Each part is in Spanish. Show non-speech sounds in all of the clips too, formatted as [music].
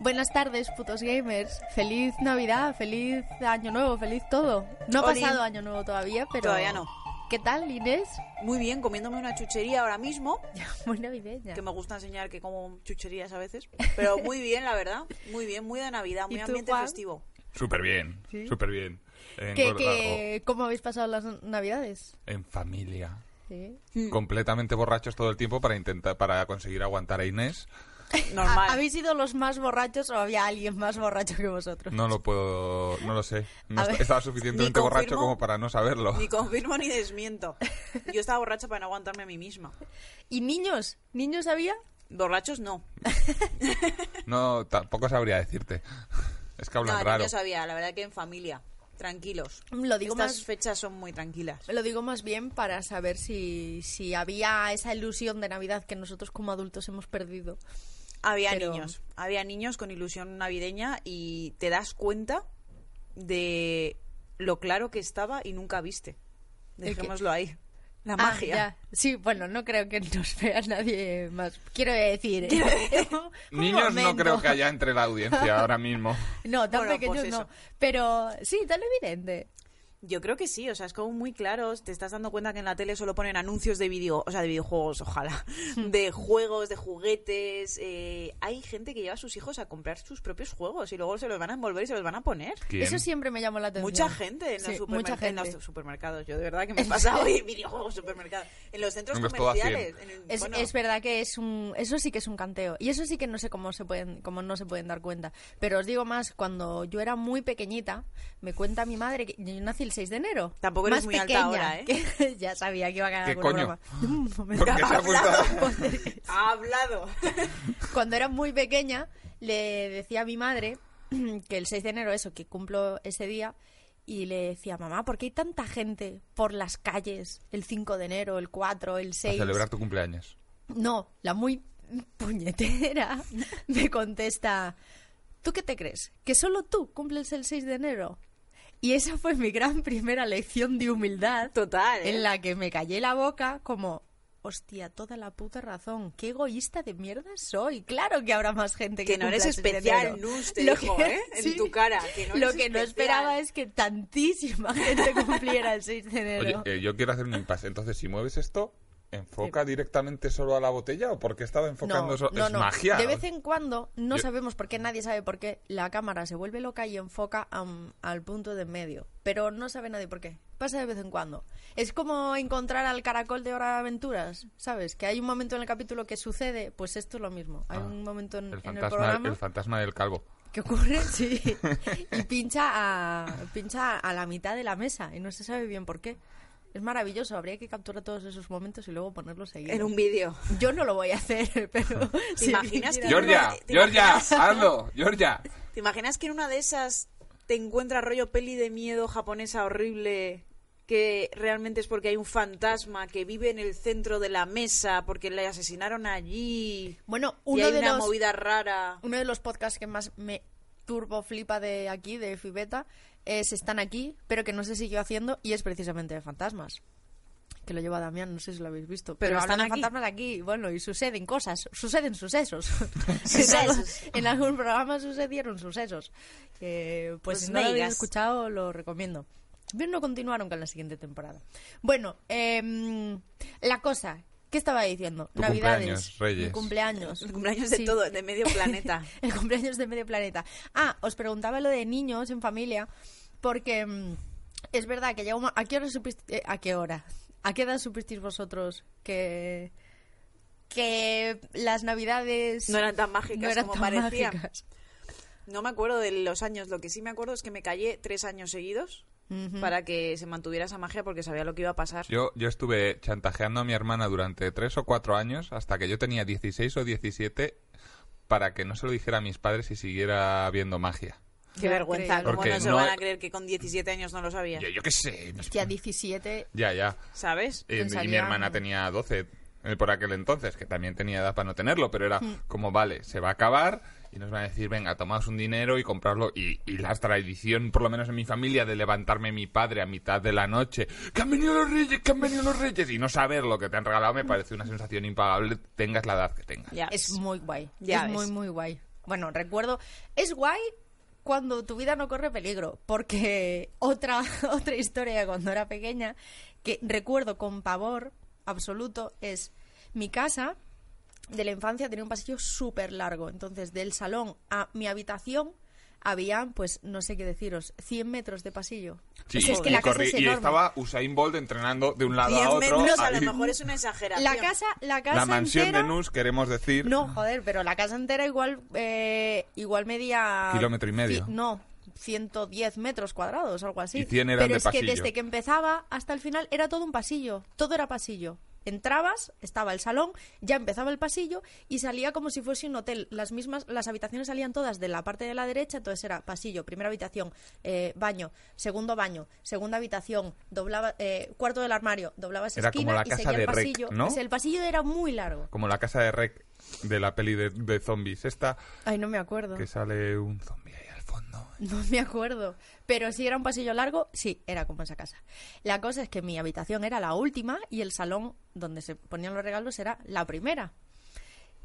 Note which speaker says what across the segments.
Speaker 1: Buenas tardes, putos gamers. Feliz Navidad, feliz Año Nuevo, feliz todo. No ha
Speaker 2: Oli.
Speaker 1: pasado Año Nuevo todavía, pero.
Speaker 2: Todavía no.
Speaker 1: ¿Qué tal, Inés? [laughs]
Speaker 2: Muy bien, comiéndome una chuchería ahora mismo,
Speaker 1: Muy navideña.
Speaker 2: que me gusta enseñar que como chucherías a veces, pero muy bien, la verdad, muy bien, muy de Navidad, muy
Speaker 1: tú,
Speaker 2: ambiente
Speaker 1: Juan? [laughs]
Speaker 2: festivo.
Speaker 3: Súper bien,
Speaker 1: ¿Sí?
Speaker 3: súper bien. En,
Speaker 1: ¿Qué-
Speaker 3: gorda-
Speaker 1: qué- ¿Cómo habéis pasado las Navidades?
Speaker 3: o- en familia.
Speaker 1: Sí.
Speaker 3: Completamente borrachos todo el tiempo para intentar para conseguir aguantar a Inés.
Speaker 1: ¿Ha-
Speaker 2: Normal.
Speaker 1: ¿Habéis sido los más borrachos o había alguien más borracho que vosotros?
Speaker 3: No lo puedo, no lo sé. No
Speaker 1: A
Speaker 3: est-
Speaker 1: ver.
Speaker 3: estaba suficientemente
Speaker 2: Ni
Speaker 3: borracho
Speaker 2: confirmo.
Speaker 3: como para no saberlo.
Speaker 2: Ni confirmo ni desmiento. Yo estaba borracha para no aguantarme a mí misma.
Speaker 1: ¿Y niños? ¿Niños había?
Speaker 2: Borrachos no.
Speaker 3: No, tampoco sabría decirte. Es que hablan
Speaker 2: no,
Speaker 3: raro.
Speaker 2: yo sabía, la verdad que en familia. Tranquilos.
Speaker 1: Lo digo
Speaker 2: Estas
Speaker 1: más-
Speaker 2: fechas son muy tranquilas.
Speaker 1: Lo digo más bien para saber si, si había esa ilusión de Navidad que nosotros como adultos hemos perdido.
Speaker 2: Había
Speaker 1: Pero-
Speaker 2: niños, había niños con ilusión navideña y te das cuenta de lo claro que estaba y nunca viste.
Speaker 1: ¿El qué?
Speaker 2: Dejémoslo ahí. La
Speaker 1: Ah,
Speaker 2: magia.
Speaker 1: ya. Sí, bueno, no creo que nos vea nadie más. Quiero decir, ¿eh? [laughs] un
Speaker 3: [laughs] Niños no
Speaker 1: momento.
Speaker 3: creo que haya entre
Speaker 1: [laughs]
Speaker 3: la audiencia ahora mismo.
Speaker 1: No, tan
Speaker 2: Bueno,
Speaker 1: pequeños
Speaker 2: pues eso.
Speaker 1: no. Pero sí, tan evidente.
Speaker 2: Yo creo que sí, o sea, es como muy claro, te estás dando cuenta que en la tele solo ponen anuncios de video, o sea, de
Speaker 1: [laughs]
Speaker 2: videojuegos, ojalá, de juegos, de juguetes, eh, hay gente que lleva a sus hijos a comprar sus propios juegos y luego se los van a envolver y se los van a poner.
Speaker 3: ¿Quién?
Speaker 1: Eso siempre me llamó la atención.
Speaker 2: Mucha gente en los,
Speaker 1: Sí,
Speaker 2: supermer-
Speaker 1: mucha
Speaker 2: en
Speaker 1: gente.
Speaker 2: los supermercados. Yo de verdad
Speaker 1: [laughs]
Speaker 2: que me he pasado hoy videojuegos, supermercados. En los centros
Speaker 3: En los todo a cien.
Speaker 2: comerciales. en el-
Speaker 1: Es,
Speaker 2: bueno,
Speaker 1: es verdad que es un eso sí que es un canteo y eso sí que no sé cómo se pueden cómo no se pueden dar cuenta pero os digo más cuando yo era muy pequeñita me cuenta mi madre que yo nací el 6 de enero
Speaker 2: Tampoco eres
Speaker 1: más
Speaker 2: muy alta
Speaker 1: pequeña
Speaker 2: ahora, ¿eh?
Speaker 1: que [laughs] ya sabía que iba a ganar
Speaker 3: ¿Qué
Speaker 1: algún
Speaker 3: coño?
Speaker 1: broma. [laughs] Un momento.
Speaker 3: Porque se ha puesto-
Speaker 1: [laughs]
Speaker 2: ha hablado.
Speaker 1: cuando era muy pequeña, le decía a mi madre [clears throat] que el 6 de enero, eso, que cumplo ese día, y le decía, mamá, ¿por qué hay tanta gente por las calles el 5 de enero, el 4, el
Speaker 3: a
Speaker 1: 6?
Speaker 3: celebrar tu cumpleaños.
Speaker 1: No, la muy [laughs] puñetera [laughs] me contesta, ¿tú qué te crees? ¿Que solo tú cumples el 6 de enero? Y esa fue mi gran primera lección de humildad
Speaker 2: Total. ¿eh?
Speaker 1: en la que me callé la boca como hostia, toda la puta razón, qué egoísta de mierda soy. Claro que habrá más gente que
Speaker 2: Que no eres
Speaker 1: cumpla ese
Speaker 2: especial,
Speaker 1: enero.
Speaker 2: Nus, te
Speaker 1: Lo
Speaker 2: dijo,
Speaker 1: que-
Speaker 2: ¿eh? En tu cara, que no
Speaker 1: Lo
Speaker 2: eres
Speaker 1: que no
Speaker 2: especial.
Speaker 1: esperaba es que tantísima [laughs] gente cumpliera el 6 de
Speaker 3: Oye,
Speaker 1: enero.
Speaker 3: eh, yo quiero hacer un impasse. Entonces, si mueves esto, ¿enfoca directamente solo a la botella o porque estaba enfocando eso? es magia.
Speaker 1: De vez en cuando, no
Speaker 3: Yo-
Speaker 1: sabemos por qué, nadie sabe por qué, la cámara se vuelve loca y enfoca am- al punto de en medio. Pero no sabe nadie por qué. Pasa de vez en cuando. Es como encontrar al caracol de Hora de Aventuras, ¿sabes? Que hay un momento en el capítulo que sucede, pues esto es lo mismo. Hay
Speaker 3: Ah,
Speaker 1: un momento en en
Speaker 3: El
Speaker 1: el,
Speaker 3: fantasma,
Speaker 1: programa
Speaker 3: el fantasma del calvo.
Speaker 1: que
Speaker 3: [laughs]
Speaker 1: ocurre, sí, y pincha a, pincha a la mitad de la mesa y no se sabe bien por qué. Es maravilloso, habría que capturar todos esos momentos y luego ponerlos seguidos.
Speaker 2: En un vídeo.
Speaker 1: Yo no lo voy a hacer, [laughs] pero...
Speaker 2: ¿Te
Speaker 1: si
Speaker 2: imaginas
Speaker 1: alguien
Speaker 2: que-
Speaker 1: quiere-
Speaker 3: Georgia,
Speaker 2: ¿Te
Speaker 3: Georgia,
Speaker 2: imaginas?
Speaker 3: hazlo, Georgia.
Speaker 2: ¿Te imaginas que en una de esas te encuentras rollo peli de miedo japonesa horrible? Que realmente es porque hay un fantasma que vive en el centro de la mesa porque le asesinaron allí.
Speaker 1: Bueno,
Speaker 2: y
Speaker 1: uno
Speaker 2: hay
Speaker 1: de,
Speaker 2: una
Speaker 1: los,
Speaker 2: movida rara.
Speaker 1: uno de los podcasts que más me turbo flipa de aquí, de Fibeta, es Están aquí, pero que no se siguió haciendo y es precisamente de fantasmas. Que lo lleva Damián, no sé si lo habéis visto.
Speaker 2: Pero
Speaker 1: Pero,
Speaker 2: están
Speaker 1: hablan de
Speaker 2: aquí.
Speaker 1: fantasmas aquí, bueno, y suceden cosas, suceden sucesos.
Speaker 2: [laughs] Sucesos.
Speaker 1: en, algún, en algún programa sucedieron sucesos. Eh, pues,
Speaker 2: Pues
Speaker 1: si
Speaker 2: no
Speaker 1: no lo habéis
Speaker 2: digas.
Speaker 1: escuchado, lo recomiendo. Bien, no continuaron con la siguiente temporada. Bueno, em, la cosa, ¿qué estaba diciendo?
Speaker 3: Tu cumpleaños, Reyes.
Speaker 1: mi cumpleaños.
Speaker 2: El cumpleaños de
Speaker 1: Sí.
Speaker 2: todo, de medio
Speaker 1: [laughs]
Speaker 2: planeta.
Speaker 1: El cumpleaños de medio planeta. Ah, os preguntaba lo de niños en familia, porque mm, es verdad que llegó... ¿A qué hora supiste, eh, ¿A qué hora? ¿A qué edad supisteis vosotros que... que las navidades...
Speaker 2: No eran tan mágicas
Speaker 1: no eran tan
Speaker 2: como parecían.
Speaker 1: mágicas?
Speaker 2: No me acuerdo de los años. Lo que sí me acuerdo es que me callé tres años seguidos
Speaker 1: Ujú.
Speaker 2: para que se mantuviera esa magia porque sabía lo que iba a pasar.
Speaker 3: Yo, yo estuve chantajeando a mi hermana durante tres o cuatro años hasta que yo tenía 16 o 17 para que no se lo dijera a mis padres y siguiera viendo magia.
Speaker 2: Qué
Speaker 1: Ya
Speaker 2: vergüenza.
Speaker 1: creo.
Speaker 2: ¿Cómo
Speaker 3: Porque
Speaker 2: no se
Speaker 3: no
Speaker 2: van
Speaker 3: he-
Speaker 2: a creer que con 17 años no lo sabía?
Speaker 3: Yo, yo qué sé. no sé.
Speaker 1: Hostia, 17...
Speaker 3: Ya, ya.
Speaker 2: ¿Sabes?
Speaker 3: Eh, Y, y mi
Speaker 1: Pensaría-
Speaker 3: hermana tenía 12 eh, por aquel entonces, que también tenía edad para no tenerlo, pero era
Speaker 1: Mm.
Speaker 3: como, vale, se va a acabar y nos van a decir, venga, tomaos un dinero y comprarlo. Y, y la tradición, por lo menos en mi familia, de levantarme mi padre a mitad de la noche, que han venido los reyes, que han venido los reyes, y no saber lo que te han
Speaker 1: Mm.
Speaker 3: regalado me parece una sensación impagable, tengas la edad que tengas.
Speaker 2: Ya.
Speaker 1: Es muy guay. es
Speaker 2: Ya ves.
Speaker 1: muy, muy guay. Bueno, recuerdo. Es guay cuando tu vida no corre peligro, porque [laughs] otra, otra historia de cuando era pequeña que recuerdo con pavor absoluto es mi casa de la infancia tenía un pasillo súper largo, entonces del salón a mi habitación había, pues no sé qué deciros, 100 metros de pasillo.
Speaker 3: Sí,
Speaker 1: O sea, Pues es que
Speaker 3: y,
Speaker 1: la casa
Speaker 3: corrí-
Speaker 1: es
Speaker 3: y
Speaker 1: enorme.
Speaker 3: estaba Usain Bolt entrenando de un lado
Speaker 2: Diez
Speaker 3: a otro.
Speaker 2: menos, a lo
Speaker 3: ahí.
Speaker 2: mejor es una exageración.
Speaker 1: La casa, la casa
Speaker 3: la mansión
Speaker 1: entera-
Speaker 3: de Nus, queremos decir.
Speaker 1: No, joder, pero la casa entera igual eh, igual medía...
Speaker 3: Kilómetro y medio.
Speaker 1: Ci- No, 110 metros cuadrados, algo así.
Speaker 3: Y 100 eran
Speaker 1: pero
Speaker 3: de
Speaker 1: es que
Speaker 3: pasillo.
Speaker 1: desde que empezaba hasta el final era todo un pasillo, todo era pasillo. Entrabas, estaba el salón, ya empezaba el pasillo y salía como si fuese un hotel. Las mismas, las habitaciones salían todas de la parte de la derecha, entonces era pasillo, primera habitación, eh, baño, segundo baño, segunda habitación, doblaba, eh, cuarto del armario, doblabas
Speaker 3: Era
Speaker 1: esquina
Speaker 3: como la
Speaker 1: y
Speaker 3: casa
Speaker 1: seguía el
Speaker 3: de Rec,
Speaker 1: pasillo.
Speaker 3: ¿no?
Speaker 1: O sea, el pasillo era muy largo.
Speaker 3: Como la casa de Rec de la peli de, de zombies. Esta
Speaker 1: Ay, no me acuerdo.
Speaker 3: que sale un zombie ahí al fondo.
Speaker 1: [laughs] No me acuerdo. Pero si era un pasillo largo, sí, era como esa casa. La cosa es que mi habitación era la última y el salón donde se ponían los regalos era la primera.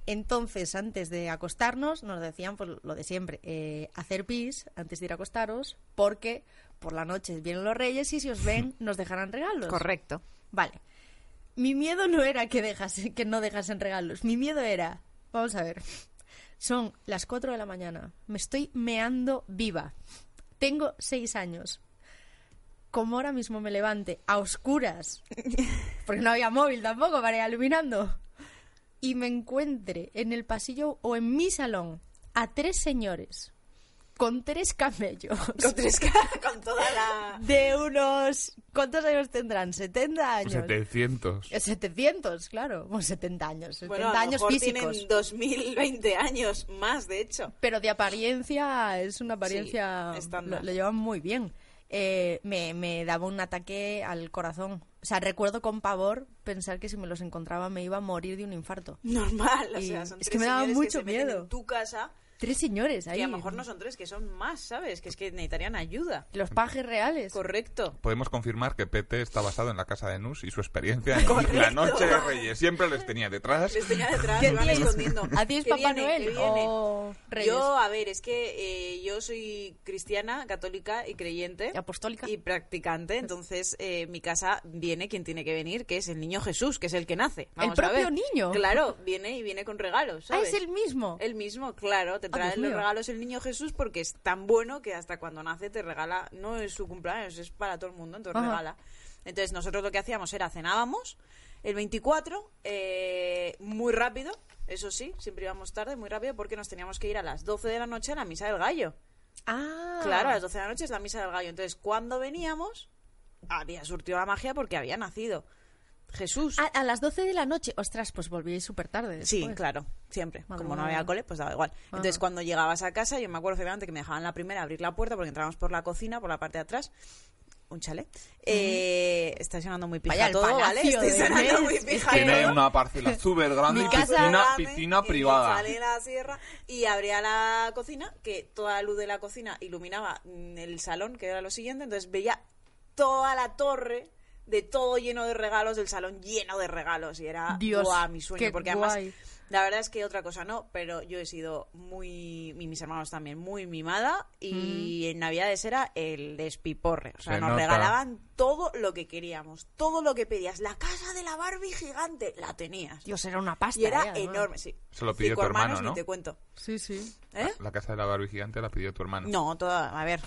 Speaker 1: Entonces, antes de acostarnos, nos decían pues, lo de siempre, eh, hacer pis antes de ir a acostaros, porque por la noche vienen los reyes y si os ven nos dejarán regalos.
Speaker 4: Correcto.
Speaker 1: Vale. Mi miedo no era que, dejase, que no dejasen regalos. Mi miedo era. Vamos a ver. Son las 4 de la mañana. Me estoy meando viva. Tengo 6 años. Como ahora mismo me levante a oscuras, porque no había móvil tampoco para ir iluminando, y me encuentre en el pasillo o en mi salón a tres señores con tres camellos
Speaker 2: Con, tres ca- [laughs] con toda la...
Speaker 1: de unos... ¿Cuántos años tendrán? ¿70 años?
Speaker 3: Pues 700.
Speaker 1: 700, Eh, claro, bueno, 70 años, 70
Speaker 2: Bueno, a lo
Speaker 1: años
Speaker 2: mejor
Speaker 1: físicos.
Speaker 2: tienen 2020 años más, de hecho.
Speaker 1: Pero de apariencia es una apariencia...
Speaker 2: Sí, estándar.
Speaker 1: lo, lo llevan muy bien. Eh, me, me daba un ataque al corazón. O sea, recuerdo con pavor pensar que si me los encontraba me iba a morir de un infarto.
Speaker 2: Normal, o
Speaker 1: Y
Speaker 2: sea, son
Speaker 1: es que
Speaker 2: tres
Speaker 1: me daba
Speaker 2: señores
Speaker 1: mucho
Speaker 2: se meten
Speaker 1: miedo.
Speaker 2: en tu casa,
Speaker 1: Tres señores ahí.
Speaker 2: que a lo mejor no son tres, que son más, ¿sabes? Que es que necesitarían ayuda.
Speaker 1: Los pajes reales.
Speaker 2: Correcto.
Speaker 3: Podemos confirmar que PT está basado en la casa de Nus y su experiencia en la noche de Reyes. Siempre les tenía detrás.
Speaker 2: Les tenía
Speaker 1: [laughs]
Speaker 2: detrás,
Speaker 1: ¿Qué
Speaker 2: se van
Speaker 1: hacíais?
Speaker 2: escondiendo.
Speaker 1: ¿Hacíais
Speaker 2: [laughs] Que
Speaker 1: Papá
Speaker 2: viene, que
Speaker 1: Noel
Speaker 2: viene.
Speaker 1: o Reyes?
Speaker 2: Yo, a ver, es que eh, yo soy cristiana, católica y creyente.
Speaker 1: Y apostólica.
Speaker 2: ¿eh?
Speaker 1: [laughs]
Speaker 2: Y practicante. Entonces, eh, mi casa viene quien tiene que venir, que es el niño Jesús, que es el que nace. Vamos a
Speaker 1: propio
Speaker 2: ver.
Speaker 1: niño?
Speaker 2: Claro, viene y viene con regalos.
Speaker 1: Ah,
Speaker 2: ¿sabes?
Speaker 1: es el mismo. Ah,
Speaker 2: El mismo, claro, te trae
Speaker 1: Dios
Speaker 2: los
Speaker 1: mío.
Speaker 2: regalos el niño Jesús porque es tan bueno que hasta cuando nace te regala, no es su cumpleaños, es para todo el mundo, entonces
Speaker 1: Ajá.
Speaker 2: regala. Entonces nosotros lo que hacíamos era cenábamos el 24, eh, muy rápido, eso sí, siempre íbamos tarde, muy rápido porque nos teníamos que ir a las 12 de la noche a la misa del gallo.
Speaker 1: Ah.
Speaker 2: Claro, a las 12 de la noche es la misa del gallo. Entonces cuando veníamos, había surtido la magia porque había nacido Jesús.
Speaker 1: A, a las 12 de la noche. Ostras, pues volvíais súper tarde.
Speaker 2: Sí,
Speaker 1: después.
Speaker 2: claro, siempre.
Speaker 1: Madre
Speaker 2: Como no
Speaker 1: mía.
Speaker 2: había cole, pues daba igual. Entonces, cuando llegabas a casa, yo me acuerdo perfectamente que me dejaban la primera abrir la puerta porque entrábamos por la cocina, por la parte de atrás. Un chale. Eh, está sonando muy pija
Speaker 1: Vaya, el
Speaker 2: todo, ¿vale?
Speaker 1: palacio
Speaker 2: Estoy
Speaker 1: de
Speaker 2: sonando
Speaker 1: Inés.
Speaker 2: muy
Speaker 1: Es
Speaker 2: pija
Speaker 3: Tiene
Speaker 2: todo.
Speaker 3: una parcela súper grande
Speaker 1: Mi
Speaker 3: y
Speaker 1: casa
Speaker 3: piscina,
Speaker 2: grande,
Speaker 3: piscina
Speaker 2: en el
Speaker 3: privada.
Speaker 2: chale de la sierra y abría la cocina, que toda la luz de la cocina iluminaba mm, el salón, que era lo siguiente, entonces veía toda la torre de todo lleno de regalos, del salón lleno de regalos y era
Speaker 1: Dios,
Speaker 2: guau, mi sueño,
Speaker 1: qué
Speaker 2: porque además
Speaker 1: guay.
Speaker 2: la verdad es que otra cosa no, pero yo he sido muy y mis hermanos también muy mimada
Speaker 1: Mm.
Speaker 2: y en Navidades era el despiporre, o sea,
Speaker 3: Se
Speaker 2: nos
Speaker 3: nota.
Speaker 2: regalaban todo lo que queríamos, todo lo que pedías, la casa de la Barbie gigante la tenías.
Speaker 1: Dios, era una pasta.
Speaker 2: Y era
Speaker 1: eh, además.
Speaker 2: enorme, sí.
Speaker 3: Se lo pidió
Speaker 2: Cinco
Speaker 3: tu hermano,
Speaker 2: hermanos,
Speaker 3: ¿no? Ah,
Speaker 2: Ni te cuento.
Speaker 1: Sí, sí.
Speaker 2: ¿Eh?
Speaker 3: La casa de la Barbie gigante la pidió tu hermano.
Speaker 2: No, toda, a ver,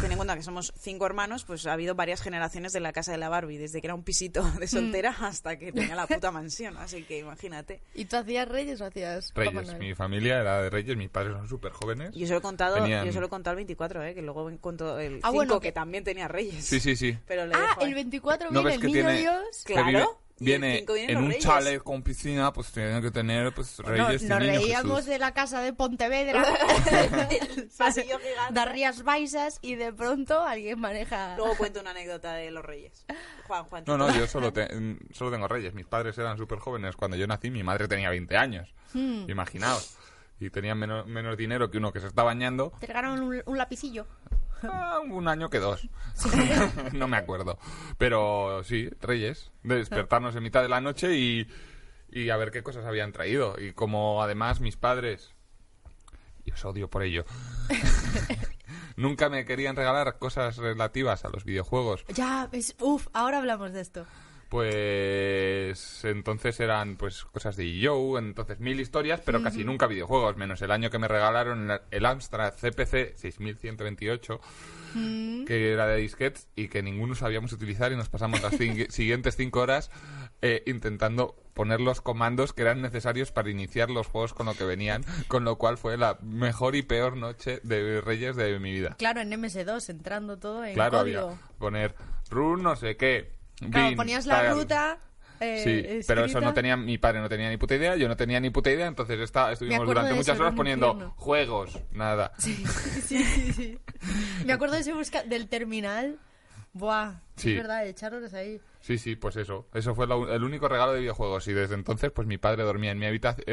Speaker 2: ten en cuenta que somos cinco hermanos, pues ha habido varias generaciones de la casa de la Barbie, desde que era un pisito [laughs]
Speaker 1: Mm.
Speaker 2: de soltera hasta que tenía la puta mansión, así que imagínate.
Speaker 1: ¿Y tú hacías Reyes o hacías Papá
Speaker 3: Reyes,
Speaker 1: Noel?
Speaker 3: mi familia era de Reyes, mis padres son súper jóvenes.
Speaker 2: Yo solo he contado,
Speaker 3: Tenían-
Speaker 2: yo solo he contado el 24, ¿eh? que luego encuentro el 5
Speaker 1: Ah, bueno,
Speaker 2: que
Speaker 1: que-
Speaker 2: también tenía Reyes.
Speaker 3: Sí, sí, sí.
Speaker 2: Pero le
Speaker 1: Ah,
Speaker 2: dejo ahí.
Speaker 1: el 24
Speaker 3: ¿No
Speaker 1: viene
Speaker 3: ves
Speaker 1: el
Speaker 3: que
Speaker 1: niño
Speaker 3: tiene-
Speaker 1: Dios.
Speaker 3: que
Speaker 2: Claro,
Speaker 3: vive-
Speaker 2: y el
Speaker 3: viene
Speaker 2: cinco vienen
Speaker 3: en
Speaker 2: los
Speaker 3: un
Speaker 2: Reyes.
Speaker 3: chalet con piscina, pues tienen que tener pues
Speaker 1: No,
Speaker 3: Reyes
Speaker 1: nos
Speaker 3: y niño
Speaker 1: reíamos
Speaker 3: Jesús.
Speaker 1: de la casa de [laughs] Pontevedra, [laughs]
Speaker 2: El pasillo gigante.
Speaker 1: de Rías Baixas y de pronto alguien maneja.
Speaker 2: Luego cuento una anécdota de los Reyes. Juan, Juan.
Speaker 3: No, no, yo solo, te- mm, solo tengo Reyes. Mis padres eran súper jóvenes. Cuando yo nací, mi madre tenía 20 años. Imaginaos. Y tenían menos, menos dinero que uno que se está bañando.
Speaker 1: Te regalaron un, un lapicillo.
Speaker 3: Ah, un año que dos. [laughs] no me acuerdo. Pero sí, Reyes. De despertarnos en mitad de la noche y, y a ver qué cosas habían traído. Y como además mis padres y os odio por ello. Nunca me querían regalar cosas relativas a los videojuegos.
Speaker 1: Ya, es, uff, ahora hablamos de esto.
Speaker 3: Pues entonces eran pues cosas de yo, entonces mil historias, pero casi nunca videojuegos, menos el año que me regalaron el- el Amstrad CPC 6128,
Speaker 1: Mm.
Speaker 3: que era de disquetes y que ninguno sabíamos utilizar y nos pasamos las
Speaker 1: [laughs]
Speaker 3: cin- siguientes cinco horas eh, intentando poner los comandos que eran necesarios para iniciar los juegos con lo que venían, con lo cual fue la mejor y peor noche de Reyes de mi vida.
Speaker 1: Claro, en MS2, entrando todo en
Speaker 3: Claro,
Speaker 1: código.
Speaker 3: había poner run no sé qué.
Speaker 1: Claro,
Speaker 3: bin,
Speaker 1: ponías la
Speaker 3: tal.
Speaker 1: ruta. eh,
Speaker 3: Sí, pero eso
Speaker 1: escrita.
Speaker 3: no tenía, mi padre no tenía ni puta idea, yo no tenía ni puta idea, entonces está, estuvimos
Speaker 1: acuerdo
Speaker 3: durante
Speaker 1: de eso,
Speaker 3: muchas
Speaker 1: era
Speaker 3: horas
Speaker 1: un
Speaker 3: poniendo
Speaker 1: infierno.
Speaker 3: juegos, nada.
Speaker 1: [laughs] Sí, sí, sí, sí. Me acuerdo de ese busca del terminal. Buah,
Speaker 3: Sí.
Speaker 1: es verdad, echaros ahí.
Speaker 3: Sí, sí, pues eso. Eso fue la u- el único regalo de videojuegos y desde entonces pues mi padre dormía en mi habitación,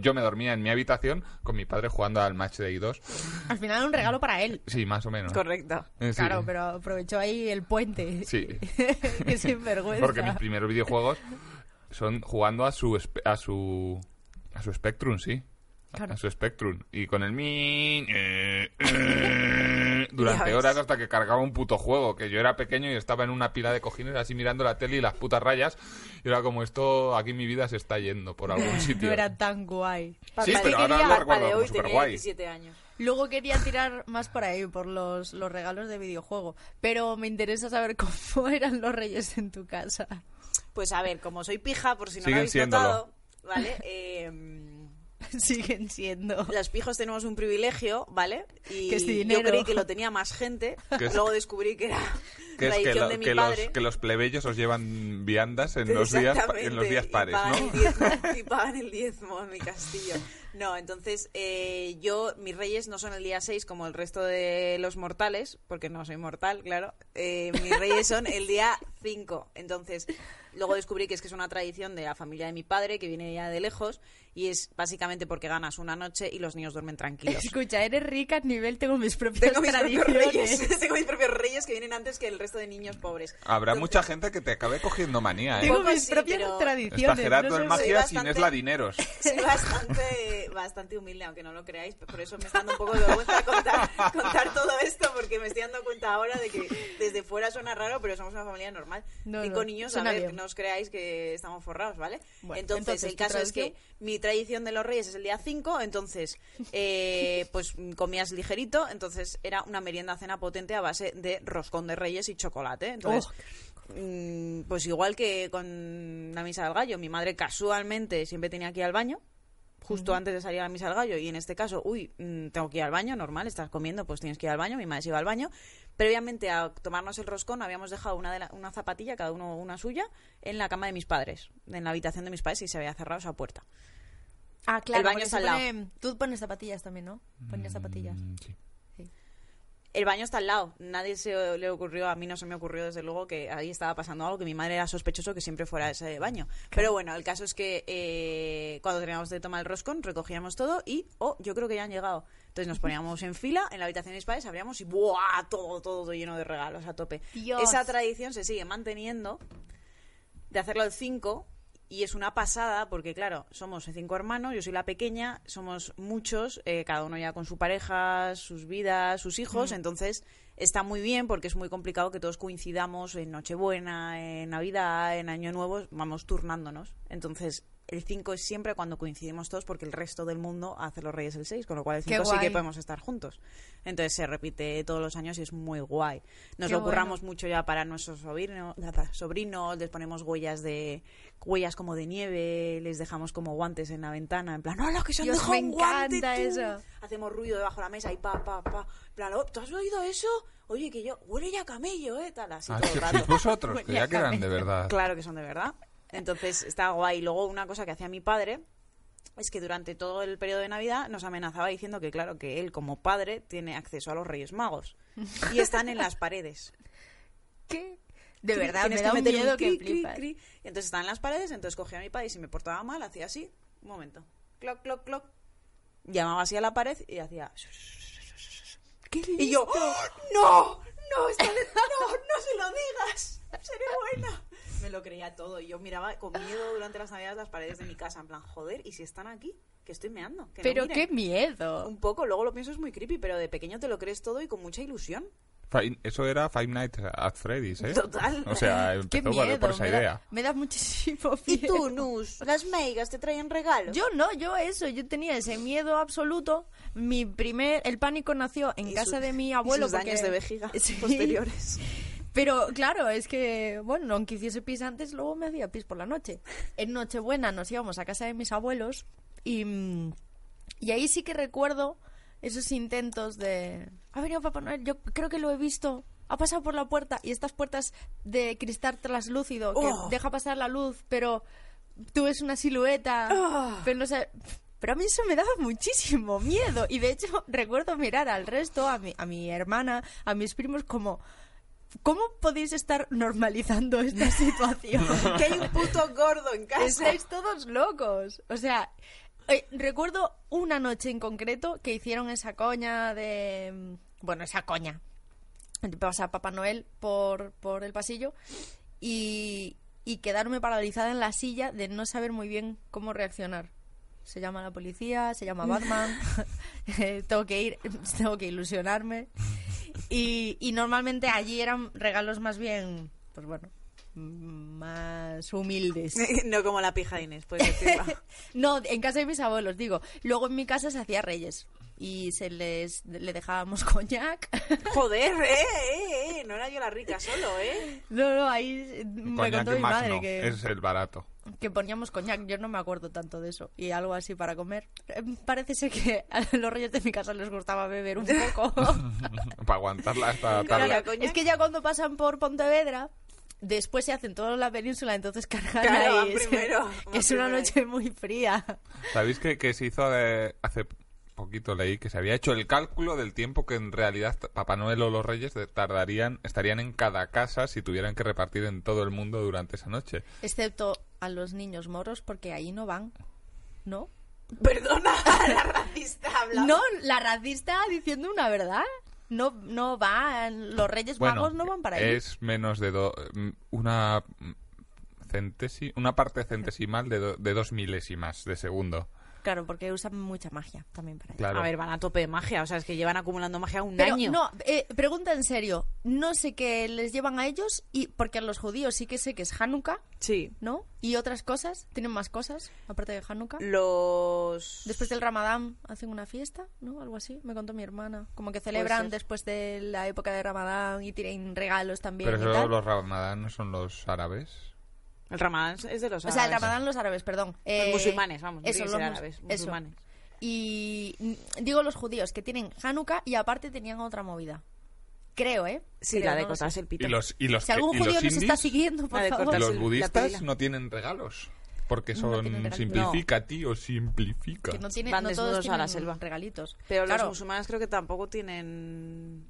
Speaker 3: yo me dormía en mi habitación con mi padre jugando al Match Day 2.
Speaker 1: Al final era un regalo para él.
Speaker 3: Sí, más o menos.
Speaker 2: Correcto.
Speaker 3: Eh, sí.
Speaker 1: Claro, pero aprovechó ahí el puente. [laughs]
Speaker 3: Sí.
Speaker 1: que
Speaker 2: Pues
Speaker 1: sinvergüenza.
Speaker 3: Porque mis primeros videojuegos son jugando a su espe- a su a su Spectrum, sí. A-
Speaker 1: Claro.
Speaker 3: A su Spectrum. Y con el mi eh, eh, durante
Speaker 2: ves.
Speaker 3: horas hasta que cargaba un puto juego. Que yo era pequeño y estaba en una pila de cojines así mirando la tele y las putas rayas. Y era como esto, aquí mi vida se está yendo
Speaker 2: [laughs]
Speaker 3: por algún sitio.
Speaker 1: No era tan guay.
Speaker 3: Sí,
Speaker 2: Papá
Speaker 3: pero
Speaker 2: de
Speaker 3: ahora
Speaker 2: quería-
Speaker 3: lo
Speaker 2: papá
Speaker 3: recuerdo
Speaker 2: de
Speaker 3: como
Speaker 2: hoy tenía
Speaker 3: superguay.
Speaker 2: 17 años.
Speaker 1: Luego quería tirar más por ahí, por los, los regalos de videojuego. Pero me interesa saber [laughs] cómo eran los reyes en tu casa. [laughs]
Speaker 2: Pues a ver, como soy pija, por si no lo
Speaker 3: Siguen
Speaker 2: habéis
Speaker 3: siéndolo.
Speaker 2: notado, ¿vale? Eh,
Speaker 1: Siguen siendo.
Speaker 2: las pijos tenemos un privilegio, ¿vale? Y
Speaker 1: Que es
Speaker 2: yo
Speaker 1: dinero.
Speaker 2: creí que lo tenía más gente,
Speaker 3: Que es-
Speaker 2: luego descubrí que era
Speaker 3: Que es que,
Speaker 2: tradición
Speaker 3: lo-
Speaker 2: de mi
Speaker 3: que los,
Speaker 2: padre.
Speaker 3: que los plebeyos os llevan viandas en los días pa- en los días
Speaker 2: Exactamente,
Speaker 3: pares,
Speaker 2: y pagan
Speaker 3: ¿no?
Speaker 2: el diezmo- y pagan el diezmo en mi castillo. No, entonces eh, yo, mis reyes no son el día 6 como el resto de los mortales, porque no soy mortal, claro. Eh, mis reyes son el día 5. Entonces, luego descubrí que es que es una tradición de la familia de mi padre, que viene ya de lejos, y es básicamente porque ganas una noche y los niños duermen tranquilos.
Speaker 1: [laughs] Escucha, eres rica a nivel, tengo mis propias
Speaker 2: Tengo mis propios
Speaker 1: tradiciones.
Speaker 2: reyes, [laughs] tengo mis propios reyes que vienen antes que el resto de niños pobres.
Speaker 3: Habrá
Speaker 2: Entonces-
Speaker 3: mucha gente que te acabe cogiendo manía, ¿eh?
Speaker 1: Tengo
Speaker 2: Poco
Speaker 1: mis
Speaker 2: sí,
Speaker 1: propias
Speaker 2: pero-
Speaker 1: tradiciones.
Speaker 3: Está Gerardo
Speaker 1: no
Speaker 3: el
Speaker 1: sé-
Speaker 2: magia.
Speaker 3: Magia
Speaker 2: soy
Speaker 3: sin es
Speaker 2: bastante-
Speaker 3: ladineros.
Speaker 2: [laughs] Soy bastante, bastante humilde, aunque no lo creáis, por eso me está dando un poco de vergüenza contar, [laughs] contar todo esto, porque me estoy dando cuenta ahora de que desde fuera suena raro, pero somos una familia normal.
Speaker 1: No,
Speaker 2: Cinco
Speaker 1: no,
Speaker 2: niños, a
Speaker 1: suena
Speaker 2: ver,
Speaker 1: bien.
Speaker 2: no os creáis que estamos forrados, ¿vale?
Speaker 1: Bueno,
Speaker 2: entonces,
Speaker 1: entonces,
Speaker 2: el
Speaker 1: ¿tu
Speaker 2: caso es que
Speaker 1: tradición?
Speaker 2: mi tradición de los reyes es el día 5, entonces, eh, pues mm, comías ligerito, entonces era una merienda cena potente a base de roscón de reyes y chocolate. Entonces,
Speaker 1: Oh,
Speaker 2: Mm, Pues igual que con la misa del gallo, mi madre casualmente siempre tenía que ir al baño, justo antes de salir a la misa del gallo, y en este caso, uy, mm, tengo que ir al baño, normal, estás comiendo, pues tienes que ir al baño, mi madre se iba al baño. Previamente a tomarnos el roscón habíamos dejado una, de la- una zapatilla, cada uno una suya, en la cama de mis padres, en la habitación de mis padres y se había cerrado esa puerta.
Speaker 1: Ah, claro.
Speaker 2: El baño
Speaker 1: porque
Speaker 2: está
Speaker 1: se
Speaker 2: al
Speaker 1: pone- Tú pones zapatillas también, ¿no? Ponías zapatillas.
Speaker 3: Mm, sí.
Speaker 2: El baño está al lado. Nadie se le ocurrió, a mí no se me ocurrió desde luego que ahí estaba pasando algo que mi madre era sospechoso que siempre fuera ese baño. Pero bueno, el caso es que eh, cuando terminábamos de tomar el roscón recogíamos todo y, oh, yo creo que ya han llegado. Entonces nos poníamos en fila en la habitación de mis padres, abríamos y ¡buah! Todo, todo, todo lleno de regalos a tope.
Speaker 1: Dios.
Speaker 2: Esa tradición se sigue manteniendo de hacerlo al 5 y es una pasada porque, claro, somos cinco hermanos, yo soy la pequeña, somos muchos, eh, cada uno ya con su pareja, sus vidas, sus hijos,
Speaker 1: Mm.
Speaker 2: entonces está muy bien porque es muy complicado que todos coincidamos en Nochebuena, en Navidad, en Año Nuevo, vamos turnándonos. Entonces, el 5 es siempre cuando coincidimos todos porque el resto del mundo hace los Reyes el 6, con lo cual el
Speaker 1: Qué
Speaker 2: 5 sí que
Speaker 1: guay.
Speaker 2: podemos estar juntos. Entonces se repite todos los años y es muy guay. Nos
Speaker 1: Qué
Speaker 2: lo
Speaker 1: bueno.
Speaker 2: curramos mucho ya para nuestros sobrinos, sobrinos, les ponemos huellas de huellas como de nieve, les dejamos como guantes en la ventana, en plan, hola, que se han
Speaker 1: Dios,
Speaker 2: dejado
Speaker 1: me
Speaker 2: un guante,
Speaker 1: encanta
Speaker 2: tú".
Speaker 1: eso.
Speaker 2: Hacemos ruido debajo de la mesa y pa, pa, pa. En plan, "Oh, ¿tú has oído eso? Oye, que yo, huele ya a camello, eh, tal, así
Speaker 3: Ah,
Speaker 2: todo
Speaker 3: sí,
Speaker 2: el
Speaker 3: sois
Speaker 2: rato.
Speaker 3: vosotros,
Speaker 1: [laughs]
Speaker 3: que ya quedan de verdad.
Speaker 2: Claro que son de verdad. Entonces está guay. Luego una cosa que hacía mi padre es que durante todo el periodo de Navidad nos amenazaba diciendo que, claro, que él como padre tiene acceso a los Reyes Magos. Y están en las paredes.
Speaker 1: ¿Qué? [laughs] De
Speaker 2: Cri,
Speaker 1: verdad,
Speaker 2: tienes
Speaker 1: me da un
Speaker 2: meter
Speaker 1: miedo que
Speaker 2: cri, cri,
Speaker 1: flipas.
Speaker 2: cri. Y entonces están en las paredes, entonces cogía a mi padre y si me portaba mal hacía así, un momento, cloc, cloc, cloc. Llamaba así a la pared y hacía... Y yo, "¡Ah, no, no, está de- no, no se lo digas, seré buena. Me lo creía todo y yo miraba con miedo durante las navidades las paredes de mi casa, en plan, joder, ¿y si están aquí? que estoy meando. que no
Speaker 1: Pero
Speaker 2: miren.
Speaker 1: qué miedo.
Speaker 2: Un poco, luego lo pienso, es muy creepy, pero de pequeño te lo crees todo y con mucha ilusión.
Speaker 3: Fi- Eso era Five Nights at Freddy's, ¿eh?
Speaker 2: Total.
Speaker 1: [laughs]
Speaker 3: O sea,
Speaker 1: Qué
Speaker 3: empezó por-
Speaker 1: miedo.
Speaker 3: por esa
Speaker 1: me, da-
Speaker 3: idea.
Speaker 1: me da muchísimo miedo.
Speaker 2: [laughs] ¿Y tú, Nus? ¿Las meigas te traen regalos?
Speaker 1: Yo no, yo eso, yo tenía ese miedo absoluto. Mi primer, el pánico nació en
Speaker 2: Y
Speaker 1: casa
Speaker 2: sus-
Speaker 1: de mi
Speaker 2: y
Speaker 1: abuelo.
Speaker 2: sus daños
Speaker 1: porque-
Speaker 2: de vejiga
Speaker 1: [laughs] Sí.
Speaker 2: posteriores.
Speaker 1: Pero claro, es que, bueno, aunque hiciese pis antes, luego me hacía pis por la noche. En Nochebuena nos íbamos a casa de mis abuelos y, mm, y ahí sí que recuerdo esos intentos de... Ha venido Papá Noel, yo creo que lo he visto. Ha pasado por la puerta y estas puertas de cristal traslúcido que
Speaker 2: Oh.
Speaker 1: deja pasar la luz, pero tú ves una silueta,
Speaker 2: Oh.
Speaker 1: pero no sé... Pero a mí eso me daba muchísimo miedo. Y de hecho, [laughs] recuerdo mirar al resto, a mi, a mi hermana, a mis primos, como... ¿Cómo podéis estar normalizando esta [laughs] situación?
Speaker 2: [laughs] Que hay un puto gordo en casa.
Speaker 1: Estáis todos locos. O sea, eh, recuerdo una noche en concreto que hicieron esa coña de... mm, Bueno, esa coña. Pasa Papá Noel por, por el pasillo y, y quedarme paralizada en la silla de no saber muy bien cómo reaccionar. Se llama la policía, se llama Batman, [laughs] eh, tengo que ir, [laughs] tengo que ilusionarme. Y, y normalmente allí eran regalos más bien, pues bueno, más
Speaker 2: [laughs]
Speaker 1: humildes.
Speaker 2: [laughs] No como la pija de Inés, pues
Speaker 1: [laughs]
Speaker 2: decirlo.
Speaker 1: No, en casa de mis abuelos, digo. Luego en mi casa se hacía reyes y se les le dejábamos [laughs] coñac.
Speaker 2: Joder, eh, eh, eh, no era yo la rica solo, eh.
Speaker 1: No, no, ahí me
Speaker 3: Coñac
Speaker 1: contó mi
Speaker 3: más
Speaker 1: madre
Speaker 3: no,
Speaker 1: que,
Speaker 3: es el barato. [laughs]
Speaker 1: que poníamos coñac. Yo no me acuerdo tanto de eso. Y algo así para comer. Eh, Parece ser que a los reyes de mi casa les gustaba beber un
Speaker 3: [laughs]
Speaker 1: poco.
Speaker 3: Para aguantarla hasta
Speaker 2: Claro,
Speaker 3: tarde.
Speaker 2: coñac.
Speaker 1: es que ya cuando pasan por Pontevedra... Después se hacen toda la península, entonces cargan
Speaker 2: Claro,
Speaker 1: ahí,
Speaker 2: van
Speaker 1: [laughs]
Speaker 2: primero,
Speaker 1: que
Speaker 2: van
Speaker 1: es una
Speaker 2: primero.
Speaker 1: noche muy fría.
Speaker 3: ¿Sabéis que, que se hizo eh, hace poquito leí que se había hecho el cálculo del tiempo que en realidad t- Papá Noel o los Reyes de- tardarían, estarían en cada casa si tuvieran que repartir en todo el mundo durante esa noche?
Speaker 1: Excepto a los niños moros, porque ahí no van, ¿no?
Speaker 2: Perdona, [laughs] la racista habla.
Speaker 1: No, la racista diciendo una verdad. No, no van, los Reyes Magos no van para ahí.
Speaker 3: es menos de do- mm, una mm, centesi- una parte centesimal de, do- de dos milésimas de segundo.
Speaker 1: Claro, porque usan mucha magia también para allá.
Speaker 3: Claro.
Speaker 2: A ver, van a tope de magia, o sea, es que llevan acumulando magia un
Speaker 1: Pero
Speaker 2: año.
Speaker 1: no, eh, pregunta en serio. No sé qué les llevan a ellos, y porque a los judíos sí que sé que es Hanukkah,
Speaker 2: Sí.
Speaker 1: ¿no? Y otras cosas, tienen más cosas, aparte de Hanukkah.
Speaker 2: Los...
Speaker 1: Después del Ramadán hacen una fiesta, ¿no? Algo así, me contó mi hermana. Como que celebran
Speaker 2: ser.
Speaker 1: después de la época de Ramadán y tienen regalos también.
Speaker 3: Pero
Speaker 1: y tal.
Speaker 3: eso, los ramadán no son los árabes.
Speaker 2: El ramadán es de los
Speaker 1: O sea, el
Speaker 2: árabes.
Speaker 1: ramadán los árabes, perdón. Eh,
Speaker 2: Los musulmanes, vamos, no
Speaker 1: Eso,
Speaker 2: tiene que
Speaker 1: los
Speaker 2: ser
Speaker 1: mus-
Speaker 2: árabes,
Speaker 1: eso.
Speaker 2: musulmanes.
Speaker 1: Y mm, digo los judíos, que tienen Hanukkah y aparte tenían otra movida. Creo, ¿eh?
Speaker 2: Sí,
Speaker 1: Creo,
Speaker 2: la de
Speaker 1: no lo sé.
Speaker 2: cortarse el pito.
Speaker 3: Y los y los
Speaker 1: Si
Speaker 3: que-
Speaker 1: algún
Speaker 3: y los
Speaker 1: judío nos está
Speaker 3: indies,
Speaker 1: siguiendo, por
Speaker 2: La de
Speaker 1: favor.
Speaker 2: cortarse
Speaker 3: los
Speaker 2: el- la
Speaker 3: budistas
Speaker 2: pila.
Speaker 3: no tienen regalos. Porque
Speaker 1: No
Speaker 3: son
Speaker 1: tienen regalos.
Speaker 3: simplifica, tío, simplifica.
Speaker 1: Que no, tiene,
Speaker 2: Van
Speaker 1: no todos
Speaker 2: desnudos a
Speaker 1: tienen
Speaker 2: la selva.
Speaker 1: regalitos.
Speaker 2: Pero
Speaker 1: claro,
Speaker 2: los musulmanes creo que tampoco tienen...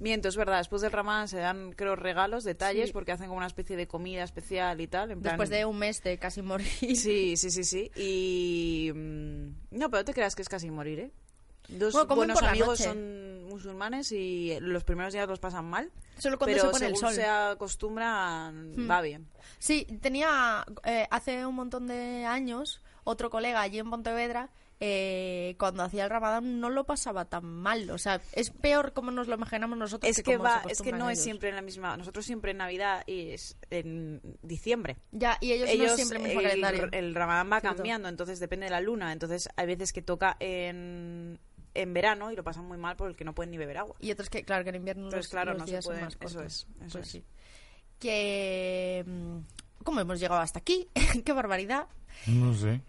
Speaker 2: Miento, es verdad. Después del ramadán se dan, creo, regalos, detalles,
Speaker 1: Sí.
Speaker 2: porque hacen como una especie de comida especial y tal. En plan...
Speaker 1: después de un mes de casi morir.
Speaker 2: Sí, sí, sí, sí. Y... mm, No, pero no te creas que es casi morir, ¿eh? Dos
Speaker 1: Bueno, comen
Speaker 2: buenos
Speaker 1: por la
Speaker 2: amigos
Speaker 1: noche.
Speaker 2: son musulmanes y los primeros días los pasan mal.
Speaker 1: [laughs] Solo cuando
Speaker 2: pero
Speaker 1: se pone el
Speaker 2: según
Speaker 1: sol. Hmm.
Speaker 2: se acostumbran, va bien.
Speaker 1: Sí, tenía eh, hace un montón de años otro colega allí en Pontevedra. eh, cuando hacía el Ramadán no lo pasaba tan mal, o sea, es peor como nos lo imaginamos nosotros.
Speaker 2: Es que
Speaker 1: como se
Speaker 2: va, es que
Speaker 1: acostumbran
Speaker 2: no es
Speaker 1: ellos.
Speaker 2: siempre en la misma. Nosotros siempre en Navidad y es en diciembre.
Speaker 1: Ya, y ellos, no siempre el mismo calendario.
Speaker 2: el, el ramadán va
Speaker 1: Cierto.
Speaker 2: cambiando, entonces depende de la luna. Entonces hay veces que toca en, en verano y lo pasan muy mal porque no pueden ni beber agua.
Speaker 1: Y otros que, claro, que en invierno los,
Speaker 2: Entonces, claro,
Speaker 1: los
Speaker 2: no se
Speaker 1: días
Speaker 2: pueden-
Speaker 1: son más
Speaker 2: eso
Speaker 1: cortos.
Speaker 2: es, eso
Speaker 1: Pues
Speaker 2: es.
Speaker 1: sí. Que... mm, ¿Cómo hemos llegado hasta aquí? [laughs] ¡Qué barbaridad!
Speaker 3: No sé.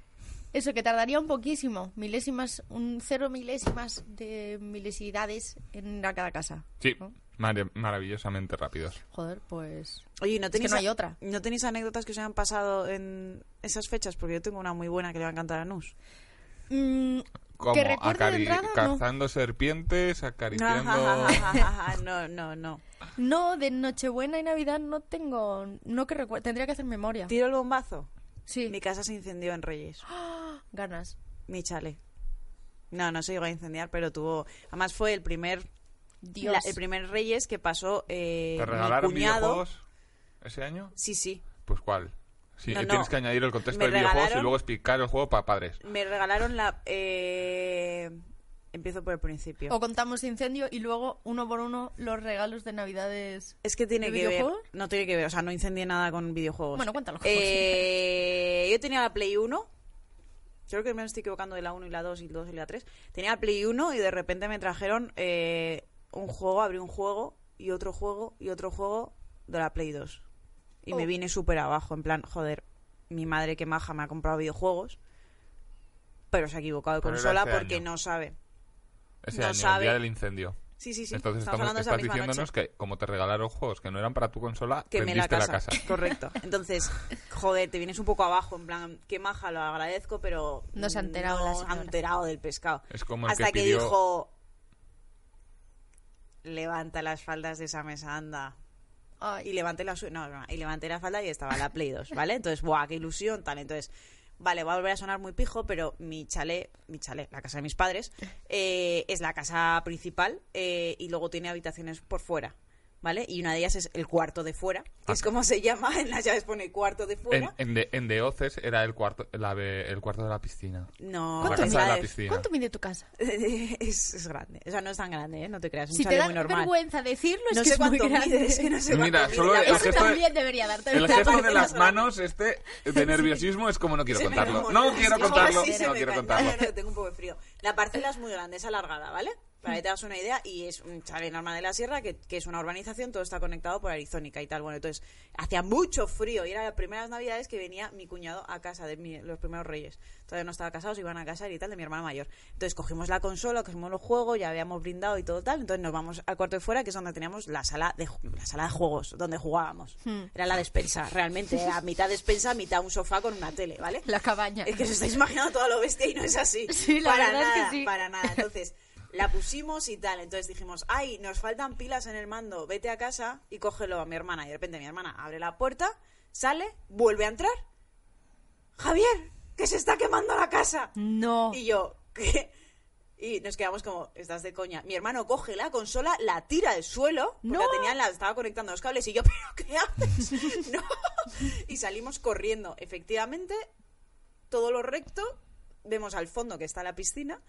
Speaker 1: Eso, que tardaría un poquísimo, milésimas, un cero milésimas de milesidades en ir a cada casa.
Speaker 3: Sí,
Speaker 1: ¿no?
Speaker 3: mare- maravillosamente rápidos.
Speaker 1: Joder, pues...
Speaker 2: Oye, ¿y ¿no
Speaker 1: Es que
Speaker 2: tenéis,
Speaker 1: no
Speaker 2: a-
Speaker 1: hay otra.
Speaker 2: ¿no tenéis anécdotas que os hayan pasado en esas fechas? Porque yo tengo una muy buena que le va a encantar a Nus.
Speaker 1: Mm,
Speaker 3: Como
Speaker 1: que recuerde de
Speaker 3: acari-
Speaker 1: entrada, no.
Speaker 3: cazando serpientes, acariciando...
Speaker 2: [laughs] no, no, no.
Speaker 1: No, de Nochebuena y Navidad no tengo... No que recuerde, tendría que hacer memoria.
Speaker 2: [laughs] Tiro el bombazo.
Speaker 1: Sí,
Speaker 2: Mi casa se incendió en [gasps] Reyes.
Speaker 1: ganas.
Speaker 2: Mi chale. No, no se llegó a incendiar, pero tuvo. Además, fue el primer.
Speaker 1: Dios.
Speaker 2: la- el primer Reyes que pasó. Eh,
Speaker 3: ¿Te
Speaker 2: mi
Speaker 3: regalaron
Speaker 2: cuñado.
Speaker 3: videojuegos ese año?
Speaker 2: Sí, sí.
Speaker 3: Pues ¿cuál? Sí,
Speaker 2: No,
Speaker 3: eh,
Speaker 2: no.
Speaker 3: tienes que añadir el contexto
Speaker 2: Me
Speaker 3: del videojuego y
Speaker 2: regalaron-
Speaker 3: luego explicar el juego para padres.
Speaker 2: Me regalaron la... eh, Empiezo por el principio.
Speaker 1: O contamos incendio y luego uno por uno los regalos de navidades.
Speaker 2: Es que
Speaker 1: ¿De
Speaker 2: tiene que ver.
Speaker 1: videojuegos?
Speaker 2: No tiene que ver, o sea, no incendié nada con videojuegos.
Speaker 1: Bueno, cuéntalo.
Speaker 2: Eh, yo tenía la Play 1. Creo que me estoy equivocando de la 1 y la 2 y la 2 y la 3. Tenía la Play 1 y de repente me trajeron eh, un juego, abrí un juego y otro juego y otro juego de la Play 2. Y me
Speaker 1: Oh.
Speaker 2: vine súper abajo, en plan, joder, mi madre que maja me ha comprado videojuegos, pero se ha equivocado de
Speaker 3: Pero era
Speaker 2: consola
Speaker 3: este
Speaker 2: porque
Speaker 3: año.
Speaker 2: no sabe.
Speaker 3: Ese
Speaker 2: No
Speaker 3: año,
Speaker 2: sabe.
Speaker 3: el día del incendio.
Speaker 2: Sí, sí, sí.
Speaker 3: Entonces
Speaker 2: estamos
Speaker 3: estamos,
Speaker 2: hablando esa
Speaker 3: estás
Speaker 2: misma noche.
Speaker 3: diciéndonos que como te regalaron juegos que no eran para tu consola,
Speaker 2: que me la
Speaker 3: vendiste
Speaker 2: casa.
Speaker 3: la casa.
Speaker 2: [laughs] Correcto. Entonces, joder, te vienes un poco abajo, en plan, qué maja, lo agradezco, pero.
Speaker 1: No se ha enterado la
Speaker 2: No se ha
Speaker 1: señora.
Speaker 2: enterado del pescado.
Speaker 3: Es como el
Speaker 2: Hasta
Speaker 3: que
Speaker 2: que,
Speaker 3: pidió-
Speaker 2: dijo. Levanta las faldas de esa mesa, anda. Y
Speaker 1: Ay,
Speaker 2: levanté la, su- no, no, y levanté la falda y estaba la Play 2, ¿vale? Entonces, ¡buah, qué ilusión! Tal, entonces, vale, va a volver a sonar muy pijo, pero mi chalet, mi chalet, la casa de mis padres, eh, es la casa principal eh, y luego tiene habitaciones por fuera, ¿vale? Y una de ellas es el cuarto de fuera, que
Speaker 3: Ah.
Speaker 2: es como se llama, en las llaves pone cuarto de
Speaker 3: En,
Speaker 2: fuera.
Speaker 3: en, de, en The Oces era el cuarto, la de- el cuarto de la piscina.
Speaker 2: No,
Speaker 3: La
Speaker 1: ¿Cuánto
Speaker 3: casa de la
Speaker 2: es-
Speaker 3: piscina.
Speaker 1: ¿cuánto mide tu casa?
Speaker 2: es, [laughs] es grande, o sea, no es tan grande, ¿eh? No te creas, es un
Speaker 1: Si te
Speaker 2: chalet
Speaker 1: da [laughs]
Speaker 2: muy normal.
Speaker 1: vergüenza decirlo, es
Speaker 2: No
Speaker 1: que
Speaker 2: sé
Speaker 1: es muy
Speaker 2: cuánto mide,
Speaker 1: grande.
Speaker 2: es que no sé
Speaker 3: Mira,
Speaker 2: cuánto mide
Speaker 3: solo
Speaker 2: la
Speaker 3: el
Speaker 2: casa.
Speaker 1: Eso
Speaker 3: gesto de-
Speaker 1: también debería darte
Speaker 3: El
Speaker 1: vergüenza.
Speaker 3: gesto de las manos este
Speaker 2: [laughs]
Speaker 3: de nerviosismo es como no quiero
Speaker 2: Se me
Speaker 3: contarlo.
Speaker 2: enamoró.
Speaker 3: No
Speaker 2: [laughs]
Speaker 3: quiero
Speaker 2: Es que
Speaker 3: contarlo,
Speaker 2: así se
Speaker 3: no
Speaker 2: me
Speaker 3: quiero
Speaker 2: cae.
Speaker 3: contarlo.
Speaker 2: [laughs] No, no, tengo un poco de frío. La parcela es muy grande, es alargada, ¿vale? Para que te hagas una idea, y es un chalet normal de la sierra, que, que es una urbanización, todo está conectado por Arizónica y tal. Bueno, entonces, hacía mucho frío, y eran las primeras navidades que venía mi cuñado a casa de mi- los primeros reyes. Todavía no estaba casados, iban a casar y tal, de mi hermana mayor. Entonces, cogimos la consola, cogimos los juegos, ya habíamos brindado y todo tal. Entonces, nos vamos al cuarto de fuera, que es donde teníamos la sala de, ju- la sala de juegos, donde jugábamos. Era la despensa, realmente, a mitad despensa, mitad un sofá con una tele, ¿vale?
Speaker 1: La cabaña.
Speaker 2: Es que os estáis imaginando toda lo bestia y no es así.
Speaker 1: [laughs] Sí, la
Speaker 2: para
Speaker 1: verdad es que
Speaker 2: nada,
Speaker 1: sí.
Speaker 2: Para
Speaker 1: [laughs]
Speaker 2: nada. Entonces, la pusimos y tal. Entonces dijimos, ay, nos faltan pilas en el mando, vete a casa y cógelo a mi hermana. Y de repente mi hermana abre la puerta, sale, vuelve a entrar. Javier, que se está quemando la casa.
Speaker 1: No.
Speaker 2: Y yo, ¿qué? Y nos quedamos como, estás de coña. Mi hermano coge la consola, la tira al suelo, porque
Speaker 1: ¡No!
Speaker 2: la tenía, en la estaba conectando los cables, y yo, [laughs] ¿pero qué
Speaker 1: [laughs]
Speaker 2: haces? no. Y salimos corriendo. Efectivamente, todo lo recto, vemos al fondo que está la piscina,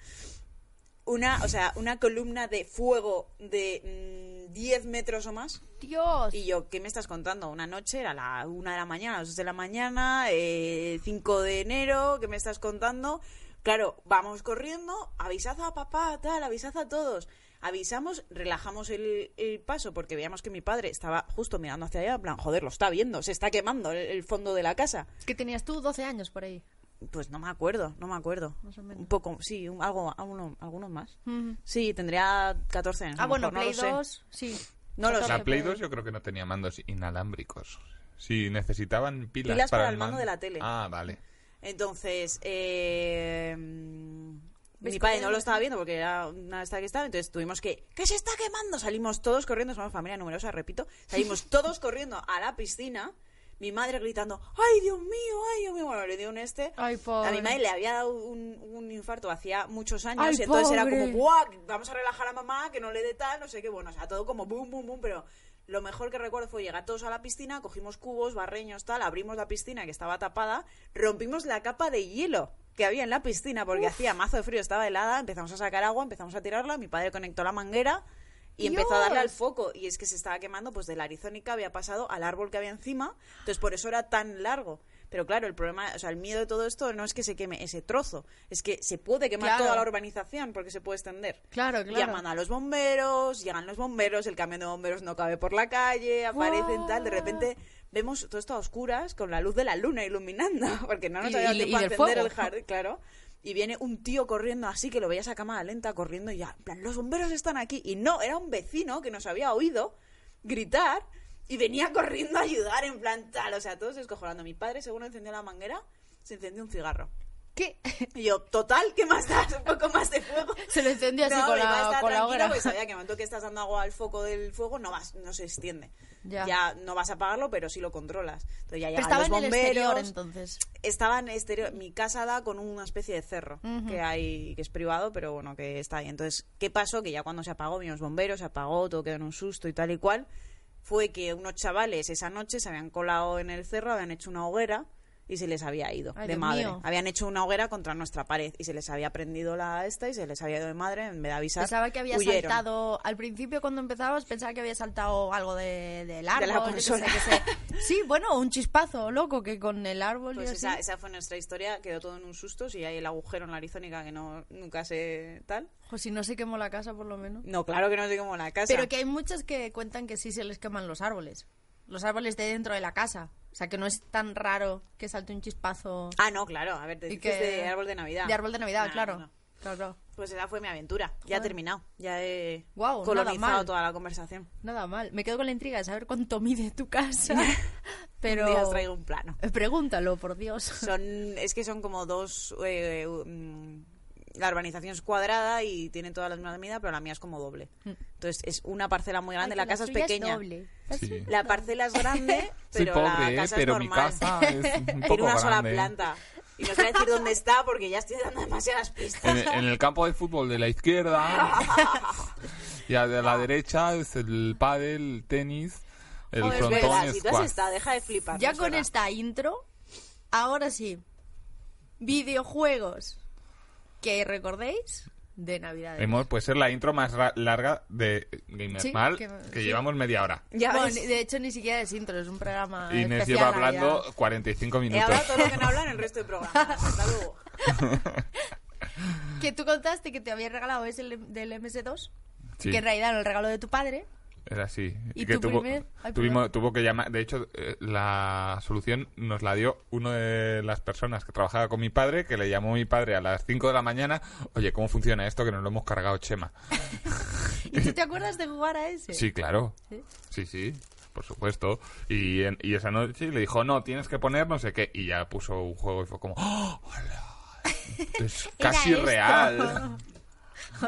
Speaker 2: una, o sea, una columna de fuego de mm, 10 metros o más.
Speaker 1: Dios.
Speaker 2: Y yo, ¿qué me estás contando? Una noche, era la una de la mañana, las dos de la mañana, eh, 5 de enero, ¿qué me estás contando? Claro, vamos corriendo, avisad a papá, tal, avisad a todos. Avisamos, relajamos el, el paso porque veíamos que mi padre estaba justo mirando hacia allá, en plan, joder, lo está viendo, se está quemando el- el fondo de la casa.
Speaker 1: Que tenías tú 12 años por ahí.
Speaker 2: Pues no me acuerdo, no me acuerdo.
Speaker 1: Más o menos.
Speaker 2: Un poco, sí, un- algo, alguno- algunos más.
Speaker 1: Ujú.
Speaker 2: Sí, tendría 14 años. a
Speaker 1: Ah,
Speaker 2: lo
Speaker 1: bueno,
Speaker 2: mejor, Mm. no
Speaker 1: Play
Speaker 2: lo sé.
Speaker 1: 2, sí.
Speaker 2: No lo sé.
Speaker 3: La
Speaker 1: Catorce,
Speaker 3: Play
Speaker 1: pero-
Speaker 3: 2 yo creo que no tenía mandos inalámbricos. Si necesitaban pilas,
Speaker 2: Pilas para
Speaker 3: el
Speaker 2: el mando de la tele.
Speaker 3: Ah, vale.
Speaker 2: Entonces, eh,
Speaker 1: ¿Ves
Speaker 2: mi padre
Speaker 1: corriendo?
Speaker 2: no lo estaba viendo porque era una esta que estaba, entonces tuvimos que... ¡Que se está quemando! Salimos todos corriendo, somos familia numerosa, repito,
Speaker 1: [laughs]
Speaker 2: salimos todos corriendo a la piscina, mi madre gritando, ¡ay, Dios mío, ay, Dios mío! Bueno, le dio un este...
Speaker 1: Ay,
Speaker 2: A
Speaker 1: pobre.
Speaker 2: mi madre le había dado un, un infarto hacía muchos años,
Speaker 1: Ay,
Speaker 2: y entonces era
Speaker 1: pobre.
Speaker 2: como, ¡buah! Vamos a relajar a mamá, que no le dé tal, no sé qué, bueno, o sea, todo como boom, boom, boom, pero lo mejor que recuerdo fue llegar todos a la piscina, cogimos cubos, barreños, tal, abrimos la piscina que estaba tapada, rompimos la capa de hielo que había en la piscina porque hacía mazo de frío, estaba helada, empezamos a sacar agua, empezamos a tirarla, mi padre conectó la manguera y empezó a darle al
Speaker 1: Dios.
Speaker 2: foco y es que se estaba quemando pues de la arizónica había pasado al árbol que había encima entonces por eso era tan largo pero claro el problema o sea el miedo de todo esto no es que se queme ese trozo es que se puede quemar
Speaker 1: Claro.
Speaker 2: toda la urbanización porque se puede extender
Speaker 1: Claro, claro.
Speaker 2: Llaman a los bomberos, llegan los bomberos, el camión de bomberos no cabe por la calle, aparecen
Speaker 1: Guau.
Speaker 2: tal, de repente vemos todo esto a oscuras con la luz de la luna iluminando, [laughs] porque no nos
Speaker 1: Y-
Speaker 2: había dado
Speaker 1: y- y
Speaker 2: tiempo a
Speaker 1: del
Speaker 2: encender
Speaker 1: fuego.
Speaker 2: el jardín, claro. Y viene un tío corriendo así que lo veías a cámara lenta corriendo y ya, en plan, los bomberos están aquí. Y no, era un vecino que nos había oído gritar y venía corriendo a ayudar en plan tal, o sea, todos descojonando. Mi padre, según encendió la manguera, se encendió un cigarro.
Speaker 1: ¿Qué? [laughs]
Speaker 2: Y yo, total, ¿qué más da? [laughs] Un poco más de fuego.
Speaker 1: Se lo encendió así
Speaker 2: No,
Speaker 1: con
Speaker 2: mi padre
Speaker 1: la,
Speaker 2: estaba
Speaker 1: con la
Speaker 2: tranquilo
Speaker 1: hora.
Speaker 2: porque sabía que en el momento que estás dando agua al foco del fuego no vas, no se extiende.
Speaker 1: Ya.
Speaker 2: Ya. no vas a apagarlo, pero sí lo controlas. Entonces ya
Speaker 1: Pero [laughs]
Speaker 2: llegan
Speaker 1: estaba
Speaker 2: los
Speaker 1: en el
Speaker 2: bomberos.
Speaker 1: exterior entonces.
Speaker 2: Estaba en exterior. Mi casa da con una especie de cerro que hay, que es privado, pero bueno, que está ahí. Entonces, ¿qué pasó? Que ya cuando se apagó, vino los bomberos, se apagó, todo quedó en un susto y tal y cual. Fue que unos chavales esa noche se habían colado en el cerro, habían hecho una hoguera y se les había ido
Speaker 1: Ay,
Speaker 2: de
Speaker 1: Dios
Speaker 2: madre.
Speaker 1: mío.
Speaker 2: Habían hecho una hoguera contra nuestra pared y se les había prendido la esta y se les había ido de madre en vez de avisar.
Speaker 1: Pensaba que había
Speaker 2: huyeron.
Speaker 1: saltado. Al principio, cuando empezabas, pensaba que había saltado algo de, del árbol. yo qué
Speaker 2: consola.
Speaker 1: sé, qué sé. Sí, bueno, un chispazo loco que con el árbol.
Speaker 2: Pues
Speaker 1: y así.
Speaker 2: esa, esa fue nuestra historia, quedó todo en un susto, si hay el agujero en la arizónica que no nunca se tal.
Speaker 1: Jo, Pues si no se quemó la casa, por lo menos.
Speaker 2: No, claro que no sé cómo la casa.
Speaker 1: Pero que hay muchas que cuentan que sí se les queman los árboles. Los árboles de dentro de la casa. O sea, que no es tan raro que salte un chispazo
Speaker 2: Ah, no, claro, a ver, te
Speaker 1: Y
Speaker 2: dices
Speaker 1: que-
Speaker 2: de árbol de Navidad.
Speaker 1: de árbol de Navidad,
Speaker 2: Ah,
Speaker 1: claro.
Speaker 2: no.
Speaker 1: Claro, claro.
Speaker 2: Pues esa fue mi aventura, ya he
Speaker 1: Joder.
Speaker 2: terminado, ya he
Speaker 1: Guau, nada
Speaker 2: colonizado
Speaker 1: mal.
Speaker 2: toda la conversación.
Speaker 1: Nada mal. Me quedo con la intriga de saber cuánto mide tu
Speaker 2: [laughs]
Speaker 1: casa. Pero.
Speaker 2: Un día os traigo un plano.
Speaker 1: Pregúntalo, por Dios.
Speaker 2: Son, es que son como dos... eh, mm, la urbanización es cuadrada y tienen todas las mismas medidas, pero la mía es como doble. Entonces es una parcela muy [laughs] grande,
Speaker 1: Mm. Ay,
Speaker 2: la
Speaker 1: que
Speaker 2: casa es
Speaker 1: suya
Speaker 2: pequeña.
Speaker 1: doble.
Speaker 2: ¿Ah,
Speaker 3: Sí.
Speaker 2: La parcela
Speaker 1: [laughs]
Speaker 2: es grande,
Speaker 3: Soy
Speaker 2: pero
Speaker 3: pobre,
Speaker 2: la
Speaker 3: ¿eh?
Speaker 2: casa
Speaker 3: pero
Speaker 2: es
Speaker 3: mi
Speaker 2: normal.
Speaker 3: casa es
Speaker 2: [laughs]
Speaker 3: un
Speaker 2: Tiene
Speaker 3: poco
Speaker 2: una sola
Speaker 3: grande. eh.
Speaker 2: planta. Y no os voy a decir dónde está porque ya estoy dando demasiadas pistas.
Speaker 3: En, en el campo de fútbol de
Speaker 2: [laughs]
Speaker 3: la izquierda y a de la derecha es el pádel, el tenis, el
Speaker 2: Joder, es
Speaker 3: frontón
Speaker 2: verdad,
Speaker 3: es
Speaker 2: si tú has estado, deja de flipar.
Speaker 1: Ya
Speaker 2: no es
Speaker 1: con
Speaker 2: verdad.
Speaker 1: esta intro, ahora sí. Videojuegos que recordéis de Navidad.
Speaker 3: Hemos, puede ser la intro más ra- larga de Gamer
Speaker 1: Sí,
Speaker 3: Mal, que,
Speaker 1: que- sí.
Speaker 3: llevamos media hora.
Speaker 2: Ya ves.
Speaker 1: de hecho, ni siquiera es intro, es un programa.
Speaker 3: Inés
Speaker 1: Ah, especial
Speaker 3: lleva
Speaker 1: a Navidad.
Speaker 3: hablando 45
Speaker 2: He
Speaker 3: minutos.
Speaker 2: hablado todo lo que no hablan en el resto
Speaker 1: [laughs]
Speaker 2: del programa. Hasta luego.
Speaker 1: Que tú contaste que te habías regalado es el del MS2,
Speaker 3: Sí,
Speaker 1: que en realidad era el regalo de tu padre.
Speaker 3: era así.
Speaker 1: ¿Y
Speaker 3: que
Speaker 1: tu
Speaker 3: tuvo,
Speaker 1: primer- Ay,
Speaker 3: tuvimos, tuvo que llamar. De hecho, eh, la solución nos la dio uno de las personas que trabajaba con mi padre, que le llamó mi padre a las 5 de la mañana. Oye, ¿cómo funciona esto? Que nos lo hemos cargado, Chema.
Speaker 1: ¿Y tú te acuerdas de jugar a ese?
Speaker 3: Sí, claro.
Speaker 1: ¿Sí?
Speaker 3: Sí, sí, por supuesto. Y, en- y esa noche le dijo, no, tienes que poner no sé qué. Y ya puso un juego y fue como, ¡Oh,
Speaker 1: [laughs]
Speaker 3: hola! Es
Speaker 1: Era
Speaker 3: casi
Speaker 1: esto. [laughs]
Speaker 3: real.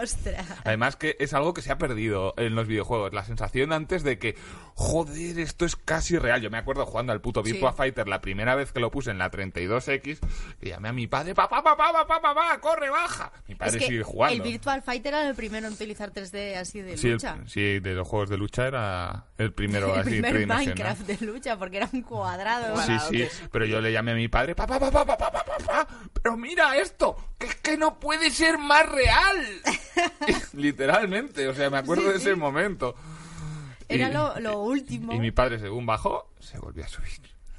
Speaker 1: Ostras.
Speaker 3: Además que es algo que se ha perdido en los videojuegos. La sensación antes de que, joder, esto es casi real. Yo me acuerdo jugando al puto
Speaker 1: Sí.
Speaker 3: Virtua Fighter la primera vez que lo puse en la 32X. Y llamé a mi padre, papá, papá, papá, papá, corre, baja. Mi padre
Speaker 1: es que
Speaker 3: sigue
Speaker 1: el
Speaker 3: jugando.
Speaker 1: Virtual Fighter era el primero en utilizar 3D así de
Speaker 3: Sí, el-
Speaker 1: lucha.
Speaker 3: sí, de los juegos de lucha era el primero
Speaker 1: [laughs] el
Speaker 3: así
Speaker 1: primer
Speaker 3: tridimensional.
Speaker 1: Minecraft de lucha, porque era un cuadrado.
Speaker 3: Sí, sí, pero yo le llamé a mi padre, papá, papá, papá, papá, papá, pero mira esto, que es que no puede ser más real.
Speaker 1: [laughs]
Speaker 3: [laughs] Literalmente, o sea, me acuerdo
Speaker 1: Sí,
Speaker 3: de ese
Speaker 1: sí.
Speaker 3: momento.
Speaker 1: Era
Speaker 3: Y-
Speaker 1: lo, lo último.
Speaker 3: Y mi padre, según bajó, se volvió a subir.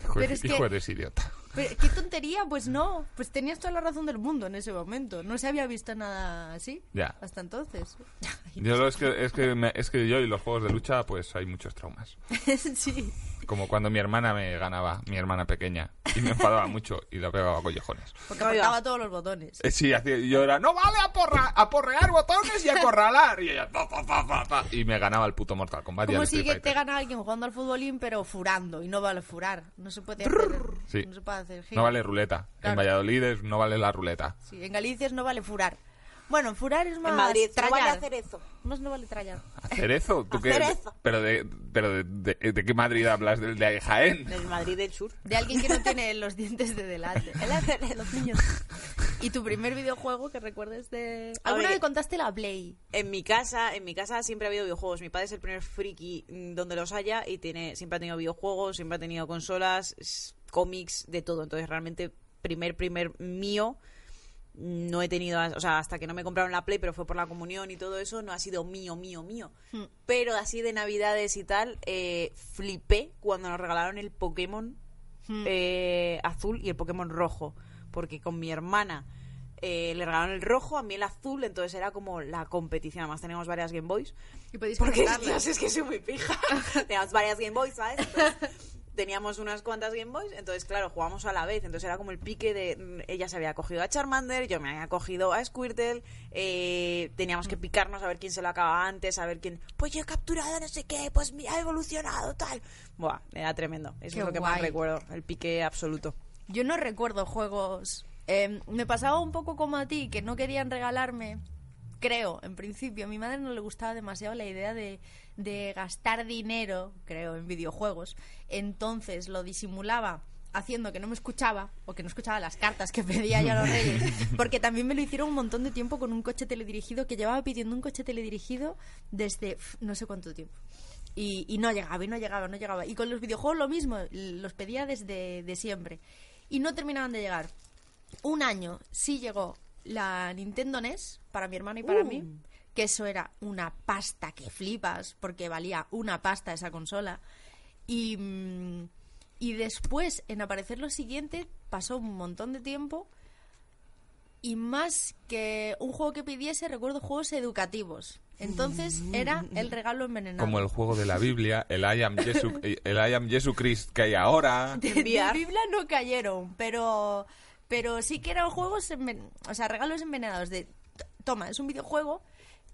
Speaker 3: Hijo,
Speaker 1: Pero
Speaker 3: de-
Speaker 1: es que-
Speaker 3: hijo eres idiota.
Speaker 1: Pero, ¿Qué tontería? Pues no, pues tenías toda la razón del mundo en ese momento. No se había visto nada así
Speaker 3: Ya.
Speaker 1: hasta entonces. [laughs]
Speaker 3: Yo lo- es que, es, que me- es que yo y los juegos de lucha, pues hay muchos traumas.
Speaker 1: [laughs] sí.
Speaker 3: Como cuando mi hermana me ganaba, mi hermana pequeña, y me enfadaba mucho y la pegaba a collejones.
Speaker 1: Porque
Speaker 2: Oiga.
Speaker 1: apretaba todos los botones.
Speaker 3: Eh, Sí, hacía- yo era, no vale aporra- aporrear botones y acorralar. Y ella, pa, pa, pa, pa, pa. Y me ganaba el puto Mortal Kombat. y
Speaker 1: Como
Speaker 3: al
Speaker 1: si
Speaker 3: Street
Speaker 1: que te
Speaker 3: Fighter.
Speaker 1: gana alguien jugando al futbolín, pero furando. Y no vale furar. No se puede hacer.
Speaker 3: Sí.
Speaker 1: No se puede hacer giro.
Speaker 3: No vale ruleta. En
Speaker 1: Claro.
Speaker 3: Valladolid es- no vale la ruleta.
Speaker 1: Sí, en Galicia es no vale furar. Bueno, furar es más.
Speaker 2: En Madrid, no
Speaker 1: trallar.
Speaker 2: vale hacer eso.
Speaker 1: Más no vale trallar.
Speaker 3: ¿Hacer eso? ¿Tú qué?
Speaker 2: Hacer eso.
Speaker 3: Pero, de, pero de, de- de qué Madrid hablas? ¿Del de Jaén?
Speaker 2: Del Madrid del Sur. [laughs]
Speaker 1: De alguien que no tiene [laughs] los dientes de delante. El hacer de los niños. [laughs] ¿Y tu primer videojuego que recuerdes de...?
Speaker 2: A
Speaker 1: ¿Alguna
Speaker 2: ver,
Speaker 1: vez contaste la Play?
Speaker 2: En mi casa, en mi casa siempre ha habido videojuegos. Mi padre es el primer friki mm, donde los haya y tiene, siempre ha tenido videojuegos, siempre ha tenido consolas, s- cómics, de todo. Entonces realmente primer primer mío mm, no he tenido, as- o sea, hasta que no me compraron la Play, pero fue por la comunión y todo eso, no ha sido mío, mío, mío.
Speaker 1: Mm,
Speaker 2: Pero así de Navidades y tal, eh, flipé cuando nos regalaron el Pokémon
Speaker 1: Mm. Hmm.
Speaker 2: eh, azul y el Pokémon rojo. Porque con mi hermana eh, le regalaron el rojo, a mí el azul, entonces era como la competición. Además, teníamos varias Game Boys.
Speaker 1: Y podéis [laughs]
Speaker 2: Porque [laughs]
Speaker 1: contarla.
Speaker 2: Dios, es que soy muy [laughs] pija. teníamos varias Game Boys, ¿sabes? Entonces, teníamos unas cuantas Game Boys, entonces, claro, jugábamos a la vez. Entonces era como el pique de. mm, Ella se había cogido a Charmander, yo me había cogido a Squirtle. eh, teníamos que picarnos a ver quién se lo acababa antes, a ver quién. Pues yo he capturado no sé qué, pues mira, ha evolucionado, tal. Buah, era tremendo. Eso
Speaker 1: Qué
Speaker 2: es lo que más
Speaker 1: guay.
Speaker 2: recuerdo, el pique [laughs] absoluto.
Speaker 1: Yo no recuerdo juegos... Eh, me pasaba un poco como a ti, que no querían regalarme... Creo, en principio, a mi madre no le gustaba demasiado la idea de, de gastar dinero, creo, en videojuegos. Entonces lo disimulaba haciendo que no me escuchaba o que no escuchaba las cartas que pedía yo a los reyes. Porque también me lo hicieron un montón de tiempo con un coche teledirigido que llevaba pidiendo un coche teledirigido desde pf, no sé cuánto tiempo. Y, y no llegaba, y no llegaba, no llegaba. Y con los videojuegos lo mismo, los pedía desde de siempre. y no terminaban de llegar. Un año sí llegó la Nintendo NES para mi hermano y para
Speaker 2: Uh.
Speaker 1: mí, que eso era una pasta que flipas, porque valía una pasta esa consola. Y, mm, y después, en aparecer lo siguiente, pasó un montón de tiempo. Y más que un juego que pidiese, recuerdo juegos educativos. Entonces era el regalo envenenado.
Speaker 3: Como el juego de la Biblia, el I
Speaker 1: [laughs]
Speaker 3: am, Jesu, el I am Jesucrist que hay ahora.
Speaker 1: de, de
Speaker 2: Enviar.
Speaker 1: Biblia no cayeron, pero pero sí que eran juegos, enven- o sea, regalos envenenados de t- toma, es un videojuego,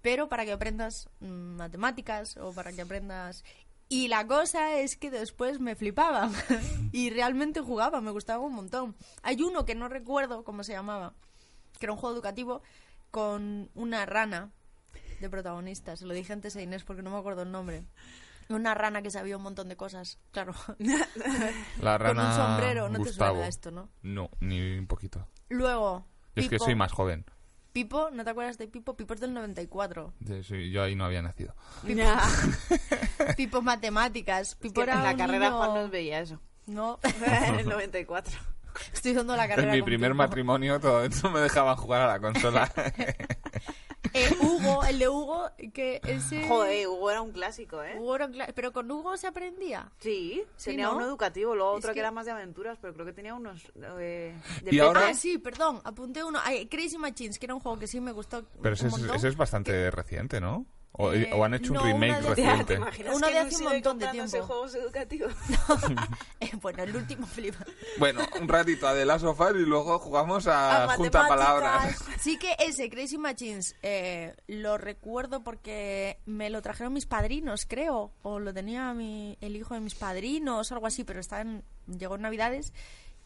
Speaker 1: pero para que aprendas mm, matemáticas o para que aprendas y la cosa es que después me flipaba [laughs] y realmente jugaba, me gustaba un montón. Hay uno que no recuerdo cómo se llamaba, que era un juego educativo con una rana de protagonista. Se lo dije antes a Inés porque no me acuerdo el nombre. Una rana que sabía un montón de cosas, claro.
Speaker 3: La
Speaker 1: Con un
Speaker 3: rana
Speaker 1: sombrero, no te
Speaker 3: Gustavo.
Speaker 1: suena esto, ¿no?
Speaker 3: No, ni un poquito.
Speaker 1: Luego,
Speaker 3: Yo es que
Speaker 1: Pipo.
Speaker 3: soy más joven.
Speaker 1: Pipo, ¿no te acuerdas de Pipo? Pipo es del 94.
Speaker 3: De- soy- Yo ahí no había nacido.
Speaker 1: Pipo [laughs] matemáticas. Pipo era
Speaker 2: en la
Speaker 1: un
Speaker 2: carrera
Speaker 1: niño-
Speaker 2: Juan nos veía eso.
Speaker 1: No,
Speaker 2: en [laughs] el 94.
Speaker 1: estoy dando la carrera.
Speaker 3: En mi
Speaker 1: con
Speaker 3: primer
Speaker 1: Pipo.
Speaker 3: matrimonio todo, no me dejaban jugar a la [laughs] consola.
Speaker 1: Eh, Hugo, el de Hugo, que ese...
Speaker 2: Joder, Hugo era un clásico, ¿eh?
Speaker 1: Hugo era un cla- Pero con Hugo se aprendía.
Speaker 2: Sí,
Speaker 1: Sí,
Speaker 2: tenía
Speaker 1: ¿no?
Speaker 2: uno educativo, luego
Speaker 1: Es
Speaker 2: otro que...
Speaker 1: que-
Speaker 2: era más de aventuras, pero creo que tenía unos eh, de
Speaker 3: Y
Speaker 2: Pepe.
Speaker 3: ahora-
Speaker 1: Ah,
Speaker 3: [laughs]
Speaker 1: sí, perdón, apunté uno. Ay, Crazy Machines, que era un juego que sí me gustó
Speaker 3: Pero ese
Speaker 1: un
Speaker 3: es,
Speaker 1: montón.
Speaker 3: ese es bastante reciente, ¿no? O,
Speaker 1: Eh,
Speaker 3: o han hecho
Speaker 1: no,
Speaker 3: un remake
Speaker 1: una de-
Speaker 2: Ya, ¿Te
Speaker 3: reciente.
Speaker 2: imaginas
Speaker 1: Uno
Speaker 2: que
Speaker 1: de
Speaker 2: nos
Speaker 1: hace un
Speaker 2: sigue
Speaker 1: montón de
Speaker 2: comprándose
Speaker 1: tiempo. [laughs]
Speaker 2: juegos educativos?
Speaker 1: [laughs] Eh, bueno, el último [laughs] flipa.
Speaker 3: Bueno, un ratito a The Last of Us y luego jugamos a,
Speaker 2: A
Speaker 3: Junta Palabras.
Speaker 2: matemáticas.
Speaker 1: Sí que ese Crazy Machines eh, lo recuerdo porque me lo trajeron mis padrinos, creo, o lo tenía mi, el hijo de mis padrinos, algo así, pero estaba en- llegó en Navidades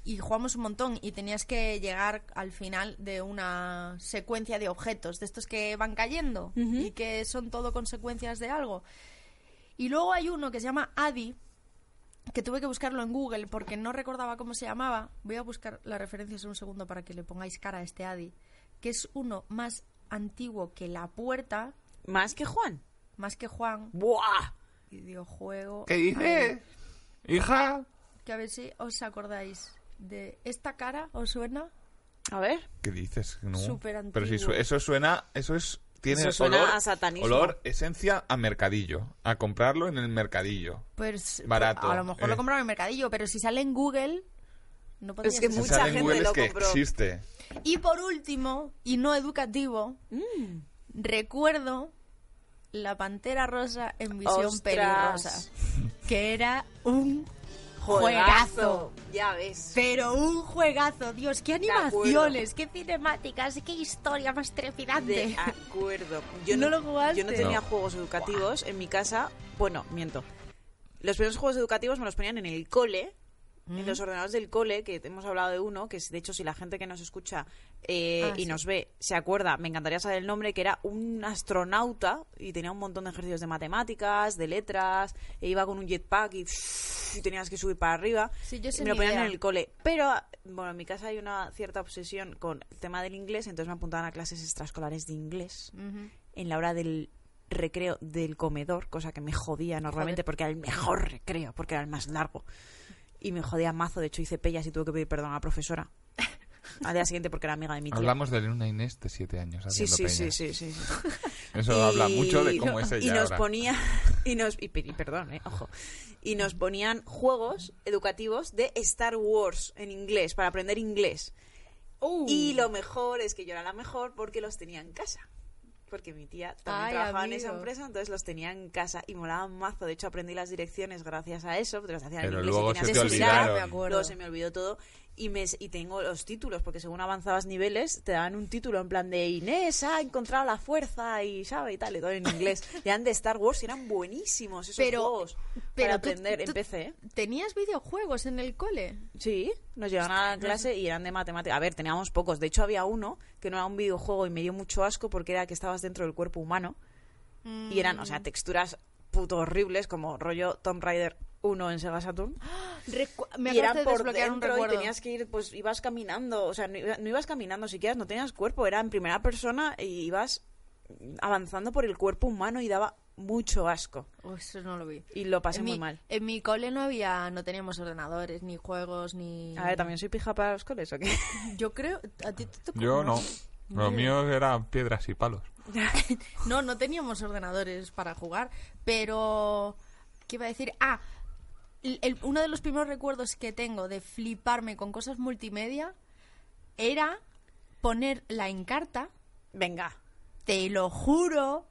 Speaker 1: y jugamos un montón y tenías que llegar al final de una secuencia de objetos, de estos que van cayendo y que son todo consecuencias de algo. Y luego hay uno que se llama Adi, que tuve que buscarlo en Google porque no recordaba cómo se llamaba. Voy a buscar las referencias en un segundo para que le pongáis cara a este Adi, que es uno más antiguo que la puerta,
Speaker 2: ¿Más que Juan?
Speaker 1: más que Juan,
Speaker 2: ¡Buah!
Speaker 1: videojuego.
Speaker 3: ¿Qué dices? Hija.
Speaker 1: Que a ver si os acordáis de esta cara, ¿os suena?
Speaker 2: A ver.
Speaker 3: ¿Qué dices? No.
Speaker 1: Súper
Speaker 3: Pero si
Speaker 1: antiguo.
Speaker 3: su- eso suena, eso es tiene
Speaker 2: Eso suena
Speaker 3: olor,
Speaker 2: a satanismo.
Speaker 3: olor, esencia a mercadillo, a comprarlo en el mercadillo.
Speaker 1: Pues
Speaker 3: Barato,
Speaker 1: a lo mejor
Speaker 3: eh.
Speaker 1: lo compraron en el mercadillo, pero si sale en Google no podría
Speaker 2: Es que
Speaker 1: ser.
Speaker 3: Si
Speaker 2: Mucha
Speaker 3: sale en
Speaker 2: gente
Speaker 3: Google
Speaker 2: lo
Speaker 3: es que
Speaker 2: compró.
Speaker 3: existe.
Speaker 1: Y por último, y no educativo,
Speaker 2: Mm.
Speaker 1: recuerdo La Pantera Rosa en Visión
Speaker 2: Ostras.
Speaker 1: Peligrosa. Que era un
Speaker 2: Juegazo.
Speaker 1: Juegazo.
Speaker 2: Ya ves.
Speaker 1: Pero un juegazo, Dios, qué
Speaker 2: acuerdo.
Speaker 1: animaciones, qué cinemáticas, qué historia más
Speaker 2: De ah,
Speaker 1: trepidante. [laughs]
Speaker 2: acuerdo.
Speaker 1: ¿No lo jugaste?
Speaker 2: Yo no tenía
Speaker 3: No.
Speaker 2: juegos educativos en mi casa. Bueno, miento. Los primeros juegos educativos me los ponían en el cole.
Speaker 1: Mm.
Speaker 2: En los ordenadores del cole, que hemos hablado de uno, que es, de hecho si la gente que nos escucha eh,
Speaker 1: Ah,
Speaker 2: y
Speaker 1: sí.
Speaker 2: nos ve se acuerda, me encantaría saber el nombre, que era un astronauta y tenía un montón de ejercicios de matemáticas, de letras, e iba con un jetpack y, y tenías que subir para arriba.
Speaker 1: Sí, yo
Speaker 2: Y
Speaker 1: sé
Speaker 2: me lo
Speaker 1: ni
Speaker 2: ponían
Speaker 1: idea.
Speaker 2: en el cole. Pero, bueno, en mi casa hay una cierta obsesión con el tema del inglés, entonces me apuntaban a clases extraescolares de inglés
Speaker 1: Ujú.
Speaker 2: en la hora del recreo del comedor, cosa que me jodía normalmente
Speaker 1: Joder.
Speaker 2: porque era el mejor recreo, porque era el más largo. Y me jodía mazo, de hecho hice pellas y tuve que pedir perdón a
Speaker 1: [laughs]
Speaker 2: la profesora. Al día siguiente porque era amiga de mi tía.
Speaker 3: Hablamos de una Inés de siete años
Speaker 2: sí,
Speaker 3: haciendo
Speaker 2: sí, sí,
Speaker 3: peñas.
Speaker 2: sí, sí, sí.
Speaker 3: Eso
Speaker 2: Y-
Speaker 3: habla mucho de cómo es ella
Speaker 2: Y nos
Speaker 3: ahora.
Speaker 2: ponía [laughs] y nos y, pe- y perdón, eh, ojo. Y nos ponían juegos educativos de Star Wars en inglés para aprender inglés.
Speaker 1: Uh.
Speaker 2: Y lo mejor es que yo era la mejor porque los tenía en casa. Porque mi tía también
Speaker 1: Ay,
Speaker 2: trabajaba en esa
Speaker 1: amigo.
Speaker 2: empresa, entonces los tenía en casa y molaba mazo. De hecho, aprendí las direcciones gracias a eso, porque las hacían
Speaker 3: Pero
Speaker 2: en inglés
Speaker 3: luego
Speaker 2: y tenías
Speaker 3: se
Speaker 2: que
Speaker 3: te
Speaker 2: mirar.
Speaker 3: olvidaron. Me
Speaker 1: acuerdo.
Speaker 2: Luego se me olvidó todo. Y, me, y tengo los títulos, porque según avanzabas niveles, te daban un título en plan de Inés ha encontrado la fuerza y sabe y tal, y todo en
Speaker 1: [laughs]
Speaker 2: inglés. Y eran de Star Wars y eran buenísimos esos
Speaker 1: Pero-
Speaker 2: juegos
Speaker 1: pero
Speaker 2: para
Speaker 1: tú-
Speaker 2: aprender
Speaker 1: tú-
Speaker 2: en PC. ¿eh?
Speaker 1: ¿Tenías videojuegos en el cole?
Speaker 2: Sí, nos llevaban a la clase y eran de matemáticas. A ver, teníamos pocos. De hecho, había uno que no era un videojuego y me dio mucho asco porque era que estabas dentro del cuerpo humano y eran,
Speaker 1: Mm.
Speaker 2: o sea, texturas puto horribles como rollo Tomb Raider 1 en Sega Saturn.
Speaker 1: Mm. Recu- me
Speaker 2: y
Speaker 1: acabaste
Speaker 2: eran
Speaker 1: de
Speaker 2: por
Speaker 1: desbloquear un
Speaker 2: dentro y
Speaker 1: recuerdo.
Speaker 2: tenías que ir, pues ibas caminando. O sea, no, iba- no ibas caminando siquiera, no tenías cuerpo, era en primera persona y ibas avanzando por el cuerpo humano y daba mucho asco.
Speaker 1: Oh, eso no lo vi.
Speaker 2: Y lo pasé
Speaker 1: en
Speaker 2: muy
Speaker 1: mi,
Speaker 2: mal.
Speaker 1: En mi cole no había, no teníamos ordenadores, ni juegos, ni...
Speaker 2: A ver, ¿también soy pija para los coles o qué?
Speaker 1: Yo creo... ¿A ti te tocó
Speaker 3: Yo no.
Speaker 1: más?
Speaker 2: Mm.
Speaker 1: Mira.
Speaker 3: Lo mío eran piedras y palos.
Speaker 1: [laughs] No, no teníamos ordenadores para jugar, pero... ¿Qué iba a decir? Ah, el- el- uno de los primeros recuerdos que tengo de fliparme con cosas multimedia era poner la encarta,
Speaker 2: Venga.
Speaker 1: te lo juro,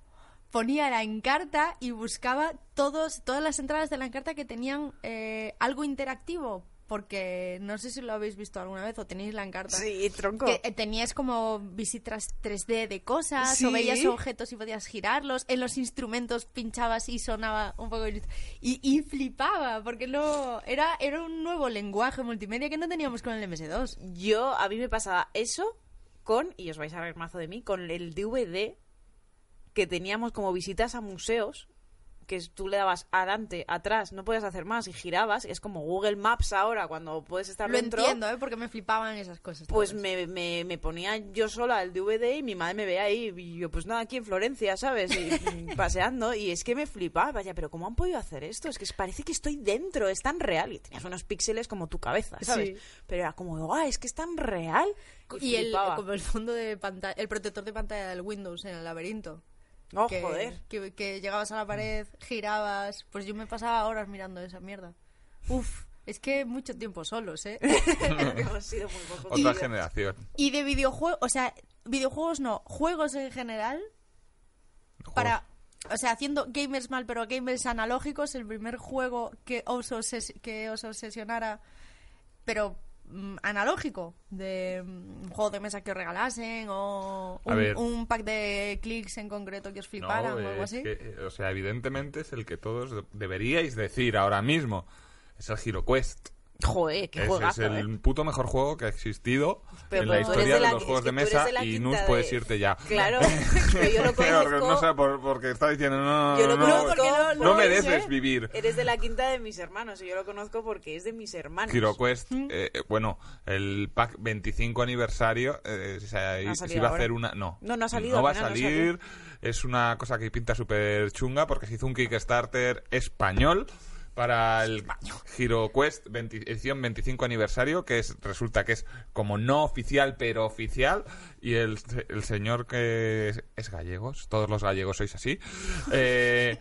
Speaker 1: ponía la encarta y buscaba todos, todas las entradas de la encarta que tenían eh, algo interactivo, porque no sé si lo habéis visto alguna vez o tenéis la encarta.
Speaker 2: Sí, tronco.
Speaker 1: Que eh, tenías como visitas 3D de cosas, o
Speaker 2: Sí.
Speaker 1: veías objetos y podías girarlos, en los instrumentos pinchabas y sonaba un poco... Y, y flipaba, porque no, era, era un nuevo lenguaje multimedia que no teníamos con el MS2.
Speaker 2: Yo, a mí me pasaba eso con, y os vais a reír mazo de mí, con el DVD que teníamos como visitas a museos, que es- tú le dabas adelante, atrás, no podías hacer más y girabas, es como Google Maps ahora cuando puedes estar
Speaker 1: Lo
Speaker 2: dentro.
Speaker 1: entiendo, ¿eh? porque me flipaban esas cosas.
Speaker 2: Pues
Speaker 1: todas.
Speaker 2: me, me, me ponía yo sola el DVD y mi madre me veía ahí y yo pues nada, aquí en Florencia, ¿sabes? Y, [laughs] mm, paseando y es que me flipaba, vaya, pero ¿cómo han podido hacer esto? Es que es- parece que estoy dentro, es tan real y tenías unos píxeles como tu cabeza, ¿sabes?
Speaker 1: Sí.
Speaker 2: Pero era como, ah, es que es tan real. Y,
Speaker 1: Y el,
Speaker 2: flipaba.
Speaker 1: como el fondo de pantalla, el protector de pantalla del Windows en el laberinto.
Speaker 2: No,
Speaker 1: que,
Speaker 2: Oh, joder.
Speaker 1: Que, que llegabas a la pared, girabas. Pues yo me pasaba horas mirando esa mierda. Uf, es que mucho tiempo solos, ¿eh?
Speaker 2: [laughs] Hemos [laughs] sido muy pocos.
Speaker 3: Otra generación.
Speaker 1: y de videojuegos, o sea, videojuegos no, juegos en general. Para, o sea, haciendo gamers mal, pero gamers analógicos, el primer juego que os, obses- que os obsesionara, pero mm, analógico, de mm, un juego de mesa que os regalasen o
Speaker 3: A
Speaker 1: un,
Speaker 3: ver.
Speaker 1: un pack de clics en concreto que os
Speaker 3: No,
Speaker 1: fliparan o algo
Speaker 3: es
Speaker 1: así.
Speaker 3: que, eh, o sea, evidentemente es el que todos de- deberíais decir ahora mismo. Es el HeroQuest.
Speaker 2: Joder, qué
Speaker 3: Ese es
Speaker 2: juegazo.
Speaker 3: el
Speaker 2: eh.
Speaker 3: puto mejor juego que ha existido
Speaker 2: Pero
Speaker 3: en la
Speaker 2: tú eres
Speaker 3: historia
Speaker 2: de
Speaker 3: de,
Speaker 2: la-
Speaker 3: los
Speaker 2: es
Speaker 3: juegos
Speaker 2: que
Speaker 3: de
Speaker 2: tú eres
Speaker 3: mesa
Speaker 2: de la
Speaker 3: y
Speaker 2: quinta
Speaker 3: Nus
Speaker 2: de-
Speaker 3: puedes irte ya. [laughs]
Speaker 2: Claro, [laughs] pero yo lo
Speaker 3: Pero
Speaker 2: conozco.
Speaker 3: no sé por, porque está diciendo no,
Speaker 2: Yo lo
Speaker 3: no, no,
Speaker 2: conozco.
Speaker 3: no,
Speaker 2: porque ¿eh?
Speaker 3: no mereces vivir.
Speaker 2: Eres de la quinta de mis hermanos y yo lo conozco porque es de mis hermanos. ¿Mm?
Speaker 3: HeroQuest, eh, eh, bueno, el pack 25 aniversario, eh, se,
Speaker 2: Ha
Speaker 3: se
Speaker 2: salido
Speaker 3: iba a
Speaker 2: ahora.
Speaker 3: hacer una... No,
Speaker 2: No, no ha salido,
Speaker 3: va a
Speaker 2: al final no
Speaker 3: salir, es una cosa que pinta súper chunga porque se hizo un Kickstarter español para el HeroQuest 20 edición 25 aniversario, que es, resulta que es como no oficial, pero oficial, y el, el señor que es, es gallegos, todos los gallegos
Speaker 2: [laughs]
Speaker 3: sois así, eh,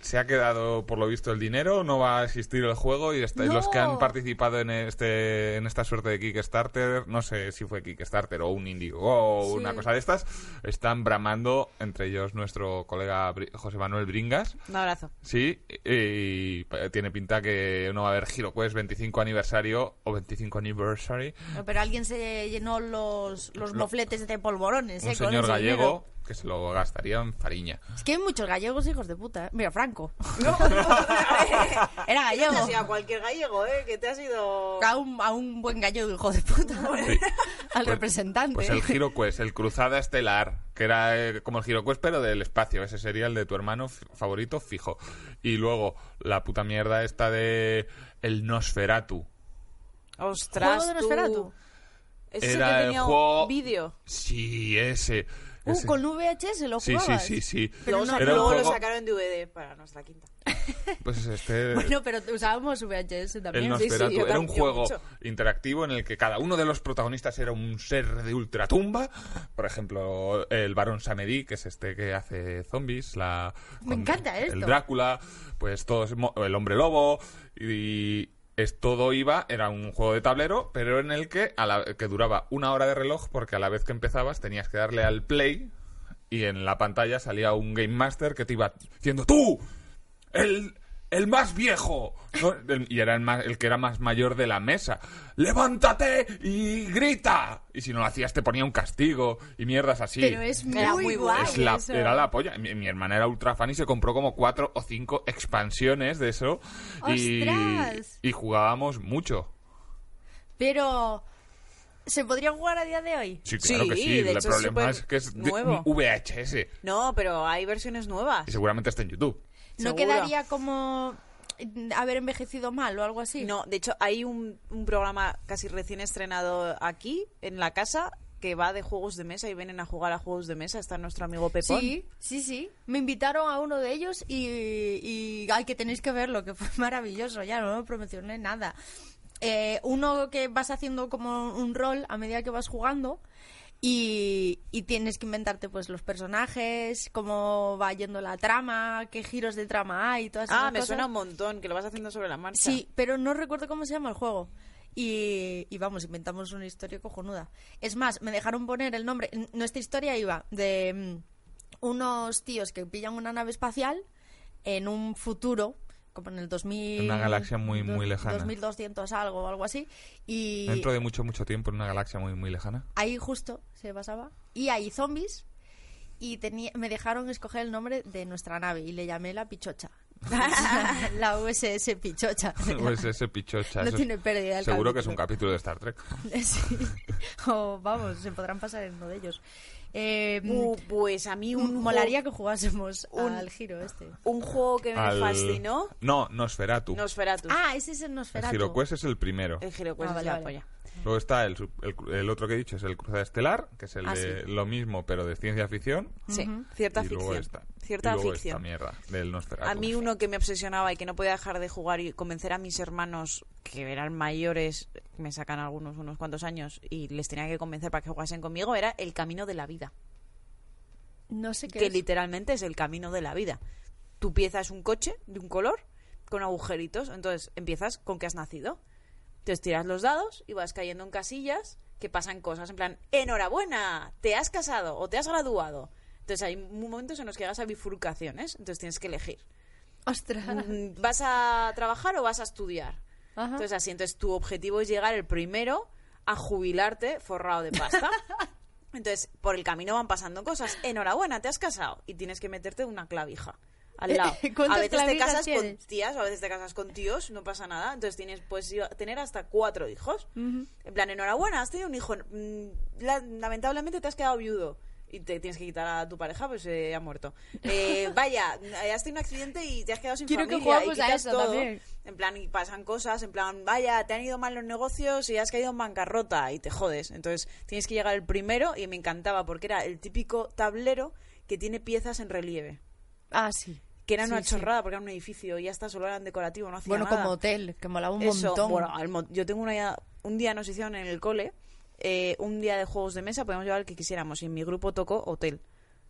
Speaker 3: se ha quedado por lo visto el dinero, no va a existir el juego y est-
Speaker 1: No.
Speaker 3: los que han participado en este en esta suerte de Kickstarter, no sé si fue Kickstarter o un Indiegogo o
Speaker 1: Sí.
Speaker 3: una cosa de estas, están bramando entre ellos nuestro colega Bri- José Manuel Bringas.
Speaker 2: Un abrazo.
Speaker 3: Sí, y pa- tiene pinta que no va a haber HeroQuest 25 aniversario o 25 anniversary.
Speaker 1: Pero alguien se llenó los, los mofletes de polvorones.
Speaker 3: Un
Speaker 1: eh, con
Speaker 3: señor
Speaker 1: ese
Speaker 3: gallego
Speaker 1: dinero.
Speaker 3: que se lo gastaría en fariña.
Speaker 1: Es que hay muchos gallegos hijos de puta. eh. Mira,
Speaker 3: [laughs]
Speaker 1: Franco. [laughs] Era gallego.
Speaker 2: O sea, cualquier gallego, ¿eh? Que te has ido...
Speaker 1: A un, a un buen gallego hijo de puta.
Speaker 3: Sí.
Speaker 1: Al
Speaker 3: Pues-
Speaker 1: representante.
Speaker 3: Pues el HeroQuest, el Cruzada Estelar, que era eh, como el HeroQuest pero del espacio, ese sería el de tu hermano f- favorito fijo. Y luego la puta mierda esta de el Nosferatu.
Speaker 2: Ostras,
Speaker 1: Juego de
Speaker 2: tú.
Speaker 1: Nosferatu.
Speaker 2: Ese es el
Speaker 3: Era
Speaker 2: que
Speaker 3: el
Speaker 2: tenía
Speaker 3: juego-
Speaker 2: vídeo.
Speaker 3: Sí, ese.
Speaker 1: Uh,
Speaker 3: ese.
Speaker 1: con VHS lo
Speaker 3: Sí, sí,
Speaker 1: jugabas.
Speaker 3: sí, sí.
Speaker 1: Pero
Speaker 2: luego
Speaker 1: no-
Speaker 3: Era un
Speaker 2: luego lo
Speaker 3: juego-
Speaker 2: sacaron en DVD para nuestra quinta.
Speaker 3: Pues este
Speaker 1: Bueno, pero usábamos VHS
Speaker 3: El
Speaker 1: también.
Speaker 2: nos- sí,
Speaker 3: Nosferatu
Speaker 2: yo
Speaker 3: era un
Speaker 2: también,
Speaker 3: juego
Speaker 2: mucho.
Speaker 3: interactivo en el que cada uno de los protagonistas era un ser de ultratumba. Por ejemplo, el Barón Samedi, que es este que hace zombies. La,
Speaker 1: Me encanta
Speaker 3: El
Speaker 1: esto.
Speaker 3: Drácula, pues todos, mo- el Hombre Lobo. Y es, todo iba, era un juego de tablero, pero en el que, a la- que duraba una hora de reloj, porque a la vez que empezabas tenías que darle al play y en la pantalla salía un Game Master que te iba diciendo ¡Tú! ¡El, el más viejo! ¿no? El- Y era el, más- el que era más mayor de la mesa. ¡Levántate y grita! Y si no lo hacías te ponía un castigo y mierdas así.
Speaker 1: Pero es muy,
Speaker 2: Era muy
Speaker 1: guay.
Speaker 2: bueno.
Speaker 3: Es la-
Speaker 1: eso.
Speaker 3: era la polla. Mi, mi hermana era ultra fan y se compró como cuatro o cinco expansiones de eso. Y,
Speaker 1: ¡Ostras!
Speaker 3: y jugábamos mucho.
Speaker 1: Pero. ¿Se podría jugar a día de hoy?
Speaker 3: Sí,
Speaker 2: Sí,
Speaker 3: claro que sí.
Speaker 2: de
Speaker 3: El
Speaker 2: hecho es
Speaker 3: problema
Speaker 2: súper
Speaker 3: es que es de-
Speaker 2: nuevo.
Speaker 3: VHS.
Speaker 2: No, pero hay versiones nuevas.
Speaker 3: Y seguramente está en YouTube.
Speaker 1: ¿No
Speaker 2: Seguro.
Speaker 1: quedaría como mm, haber envejecido mal o algo así?
Speaker 2: No, de hecho hay un, un programa casi recién estrenado aquí, en la casa, que va de juegos de mesa y vienen a jugar a juegos de mesa. Está nuestro amigo Pepón.
Speaker 1: Sí, sí, sí. Me invitaron a uno de ellos y, y ay, que tenéis que verlo, que fue [laughs] maravilloso. Ya no me promocioné nada. Eh, uno que vas haciendo como un rol a medida que vas jugando y, y tienes que inventarte pues los personajes, cómo va yendo la trama, qué giros de trama hay, todas esas
Speaker 2: Ah, me
Speaker 1: cosas.
Speaker 2: suena un montón, que lo vas haciendo sobre la marcha.
Speaker 1: Sí, pero no recuerdo cómo se llama el juego. Y, y vamos, inventamos una historia cojonuda. Es más, me dejaron poner el nombre. N- Nuestra historia iba de mm, unos tíos que pillan una nave espacial en un futuro, como en el 2000.
Speaker 3: En una galaxia muy,
Speaker 1: dos-
Speaker 3: muy lejana.
Speaker 1: 2200 algo o algo así. Y
Speaker 3: Dentro de mucho, mucho tiempo en una galaxia muy, muy lejana.
Speaker 1: ahí justo se basaba. Y hay zombies. Y tenía, me dejaron escoger el nombre de nuestra nave y le llamé la Pichocha. [laughs] la USS
Speaker 3: [laughs]
Speaker 1: Pichocha.
Speaker 3: Pues ese pichocha.
Speaker 1: No
Speaker 3: eso es-
Speaker 1: tiene pérdida el
Speaker 3: Seguro que es un
Speaker 1: capítulo.
Speaker 3: capítulo de Star Trek.
Speaker 1: [laughs] Sí. O vamos, se podrán pasar en uno de ellos. Eh,
Speaker 2: Uh, pues a mí
Speaker 1: mm,
Speaker 2: un
Speaker 1: molaría que jugásemos
Speaker 2: un-
Speaker 1: al giro este.
Speaker 2: juego- un juego que me
Speaker 3: Al-
Speaker 2: fascinó.
Speaker 3: No, Nosferatu.
Speaker 2: Nosferatu. Este.
Speaker 1: Ah, ese es el
Speaker 3: el
Speaker 1: Nosferatu.
Speaker 3: Giroquest es el primero.
Speaker 2: el
Speaker 1: Ah,
Speaker 2: Giroquest es
Speaker 1: vale,
Speaker 2: la
Speaker 1: vale.
Speaker 2: polla.
Speaker 3: Luego está el, su- el cru- el otro que he dicho, es el Cruzada Estelar, que es el
Speaker 1: Ah,
Speaker 3: de
Speaker 1: sí.
Speaker 3: lo mismo, pero de ciencia ficción.
Speaker 2: Sí, cierta
Speaker 3: y luego
Speaker 2: ficción.
Speaker 3: esta.
Speaker 2: Cierta
Speaker 3: y luego
Speaker 2: ficción.
Speaker 3: esta mierda del Nosferatu.
Speaker 2: A mí uno que me obsesionaba y que no podía dejar de jugar y convencer a mis hermanos, que eran mayores, me sacan algunos unos cuantos años, y les tenía que convencer para que jugasen conmigo, era El Camino de la Vida,
Speaker 1: No sé qué.
Speaker 2: que
Speaker 1: es.
Speaker 2: literalmente es el camino de la vida. Tu pieza es un coche de un color con agujeritos, entonces empiezas con que has nacido. Entonces tiras los dados y vas cayendo en casillas que pasan cosas en plan, enhorabuena, te has casado o te has graduado. Entonces hay momentos en los que llegas a bifurcaciones, entonces tienes que elegir.
Speaker 1: Ostras.
Speaker 2: Mm, ¿Vas a trabajar o vas a estudiar?
Speaker 1: Ajá.
Speaker 2: Entonces, así, entonces tu objetivo es llegar el primero a jubilarte forrado
Speaker 1: [laughs]
Speaker 2: de pasta. Entonces, por el camino van pasando cosas. Enhorabuena, te has casado y tienes que meterte una clavija al lado.
Speaker 1: Eh, ¿Cuántas
Speaker 2: a veces te
Speaker 1: clavijas
Speaker 2: casas con
Speaker 1: tienes?
Speaker 2: tías o a veces te casas con tíos, no pasa nada. Entonces tienes pues iba- tener hasta cuatro hijos. En plan, enhorabuena, has tenido un hijo. Mm, la- lamentablemente te has quedado viudo. Y te tienes que quitar a tu pareja, pues eh, ha muerto.
Speaker 1: [laughs]
Speaker 2: Eh, vaya, eh, has tenido un accidente y te has quedado sin
Speaker 1: Quiero que
Speaker 2: familia. y
Speaker 1: juguemos a
Speaker 2: quitas
Speaker 1: eso
Speaker 2: todo.
Speaker 1: también.
Speaker 2: En plan, y pasan cosas, en plan, vaya, te han ido mal los negocios y has caído en bancarrota y te jodes. Entonces, tienes que llegar el primero y me encantaba porque era el típico tablero que tiene piezas en relieve.
Speaker 1: Ah, sí.
Speaker 2: Que era una
Speaker 1: Sí, sí.
Speaker 2: chorrada porque era un edificio y ya está, solo eran decorativo, no hacía
Speaker 1: Bueno,
Speaker 2: nada.
Speaker 1: como hotel, que molaba un
Speaker 2: Eso,
Speaker 1: montón.
Speaker 2: bueno, al mon- yo tengo una un día nos hicieron en el cole eh, un día de juegos de mesa, podíamos llevar el que quisiéramos y en mi grupo tocó hotel.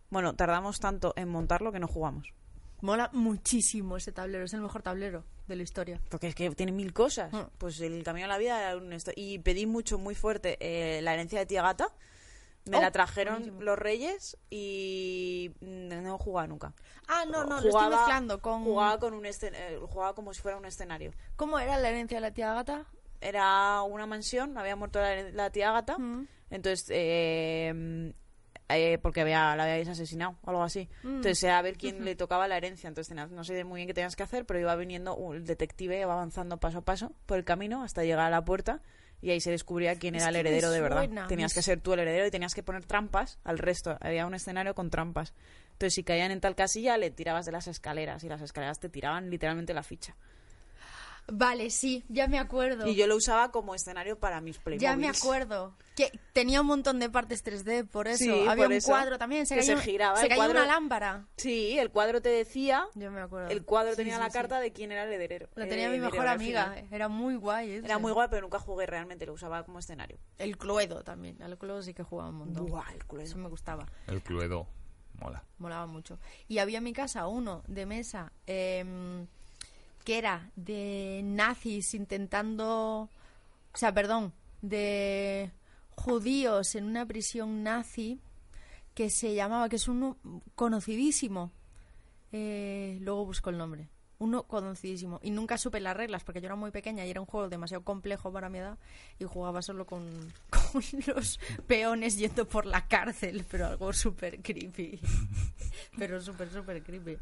Speaker 2: Bueno, tardamos tanto en montarlo que no jugamos.
Speaker 1: Mola muchísimo ese tablero, es el mejor tablero de la historia.
Speaker 2: Porque es que tiene mil cosas.
Speaker 1: Mm.
Speaker 2: Pues el camino a la vida era un esto. Y pedí mucho, muy fuerte, eh, la herencia de tía gata. Me
Speaker 1: Oh,
Speaker 2: la trajeron
Speaker 1: buenísimo.
Speaker 2: los reyes y mm, no he jugado nunca.
Speaker 1: Ah, no, no, lo
Speaker 2: Jugaba-
Speaker 1: estoy mezclando con...
Speaker 2: Jugaba, con un escen- eh, jugaba como si fuera un escenario.
Speaker 1: ¿Cómo era la herencia de la tía gata?
Speaker 2: Era una mansión, había muerto la, la tía
Speaker 1: Hmm.
Speaker 2: gata. Entonces, eh, eh, porque había, la habíais asesinado o algo así.
Speaker 1: Mm.
Speaker 2: Entonces era a
Speaker 1: [laughs]
Speaker 2: ver quién le tocaba la herencia. Entonces tenías- no sé muy bien qué tenías que hacer, pero iba viniendo un- el detective, iba avanzando paso a paso por el camino hasta llegar a la puerta y ahí se descubría quién
Speaker 1: Es
Speaker 2: era el
Speaker 1: que me
Speaker 2: heredero de verdad.
Speaker 1: suena,
Speaker 2: Tenías
Speaker 1: me
Speaker 2: que ser tú el heredero y tenías que poner trampas al resto. Había un escenario con trampas. Entonces si caían en tal casilla le tirabas de las escaleras y las escaleras te tiraban literalmente la ficha.
Speaker 1: Vale, sí, ya me acuerdo.
Speaker 2: Y yo lo usaba como escenario para mis playmobiles.
Speaker 1: Ya me acuerdo. Que tenía un montón de partes 3D, por eso.
Speaker 2: Sí,
Speaker 1: Había
Speaker 2: por
Speaker 1: un
Speaker 2: eso.
Speaker 1: cuadro también. Se
Speaker 2: Que se
Speaker 1: cayó,
Speaker 2: giraba
Speaker 1: se
Speaker 2: el
Speaker 1: cayó
Speaker 2: cuadro.
Speaker 1: una lámpara.
Speaker 2: Sí, el cuadro te decía
Speaker 1: Yo me acuerdo.
Speaker 2: El cuadro
Speaker 1: Sí,
Speaker 2: tenía
Speaker 1: sí,
Speaker 2: la
Speaker 1: sí.
Speaker 2: carta de quién era el heredero.
Speaker 1: Lo tenía
Speaker 2: Eh,
Speaker 1: mi mejor
Speaker 2: heredero al
Speaker 1: amiga.
Speaker 2: final.
Speaker 1: Era muy guay. ese.
Speaker 2: Era muy guay, pero nunca jugué realmente, lo usaba como escenario.
Speaker 1: El Cluedo también. Al Cluedo sí que jugaba un montón.
Speaker 2: Buah, el culo es-
Speaker 1: Eso me gustaba.
Speaker 3: El Cluedo. Mola.
Speaker 1: Molaba mucho. Y había en mi casa uno de mesa em, que era de nazis intentando. O sea, perdón, de judíos en una prisión nazi que se llamaba, que es uno conocidísimo. Eh, luego busco el nombre. Uno conocidísimo. Y nunca supe las reglas porque yo era muy pequeña y era un juego demasiado complejo para mi edad. Y jugaba solo con, [laughs] con los peones yendo por la cárcel. Pero algo súper creepy. [laughs] pero súper, súper creepy.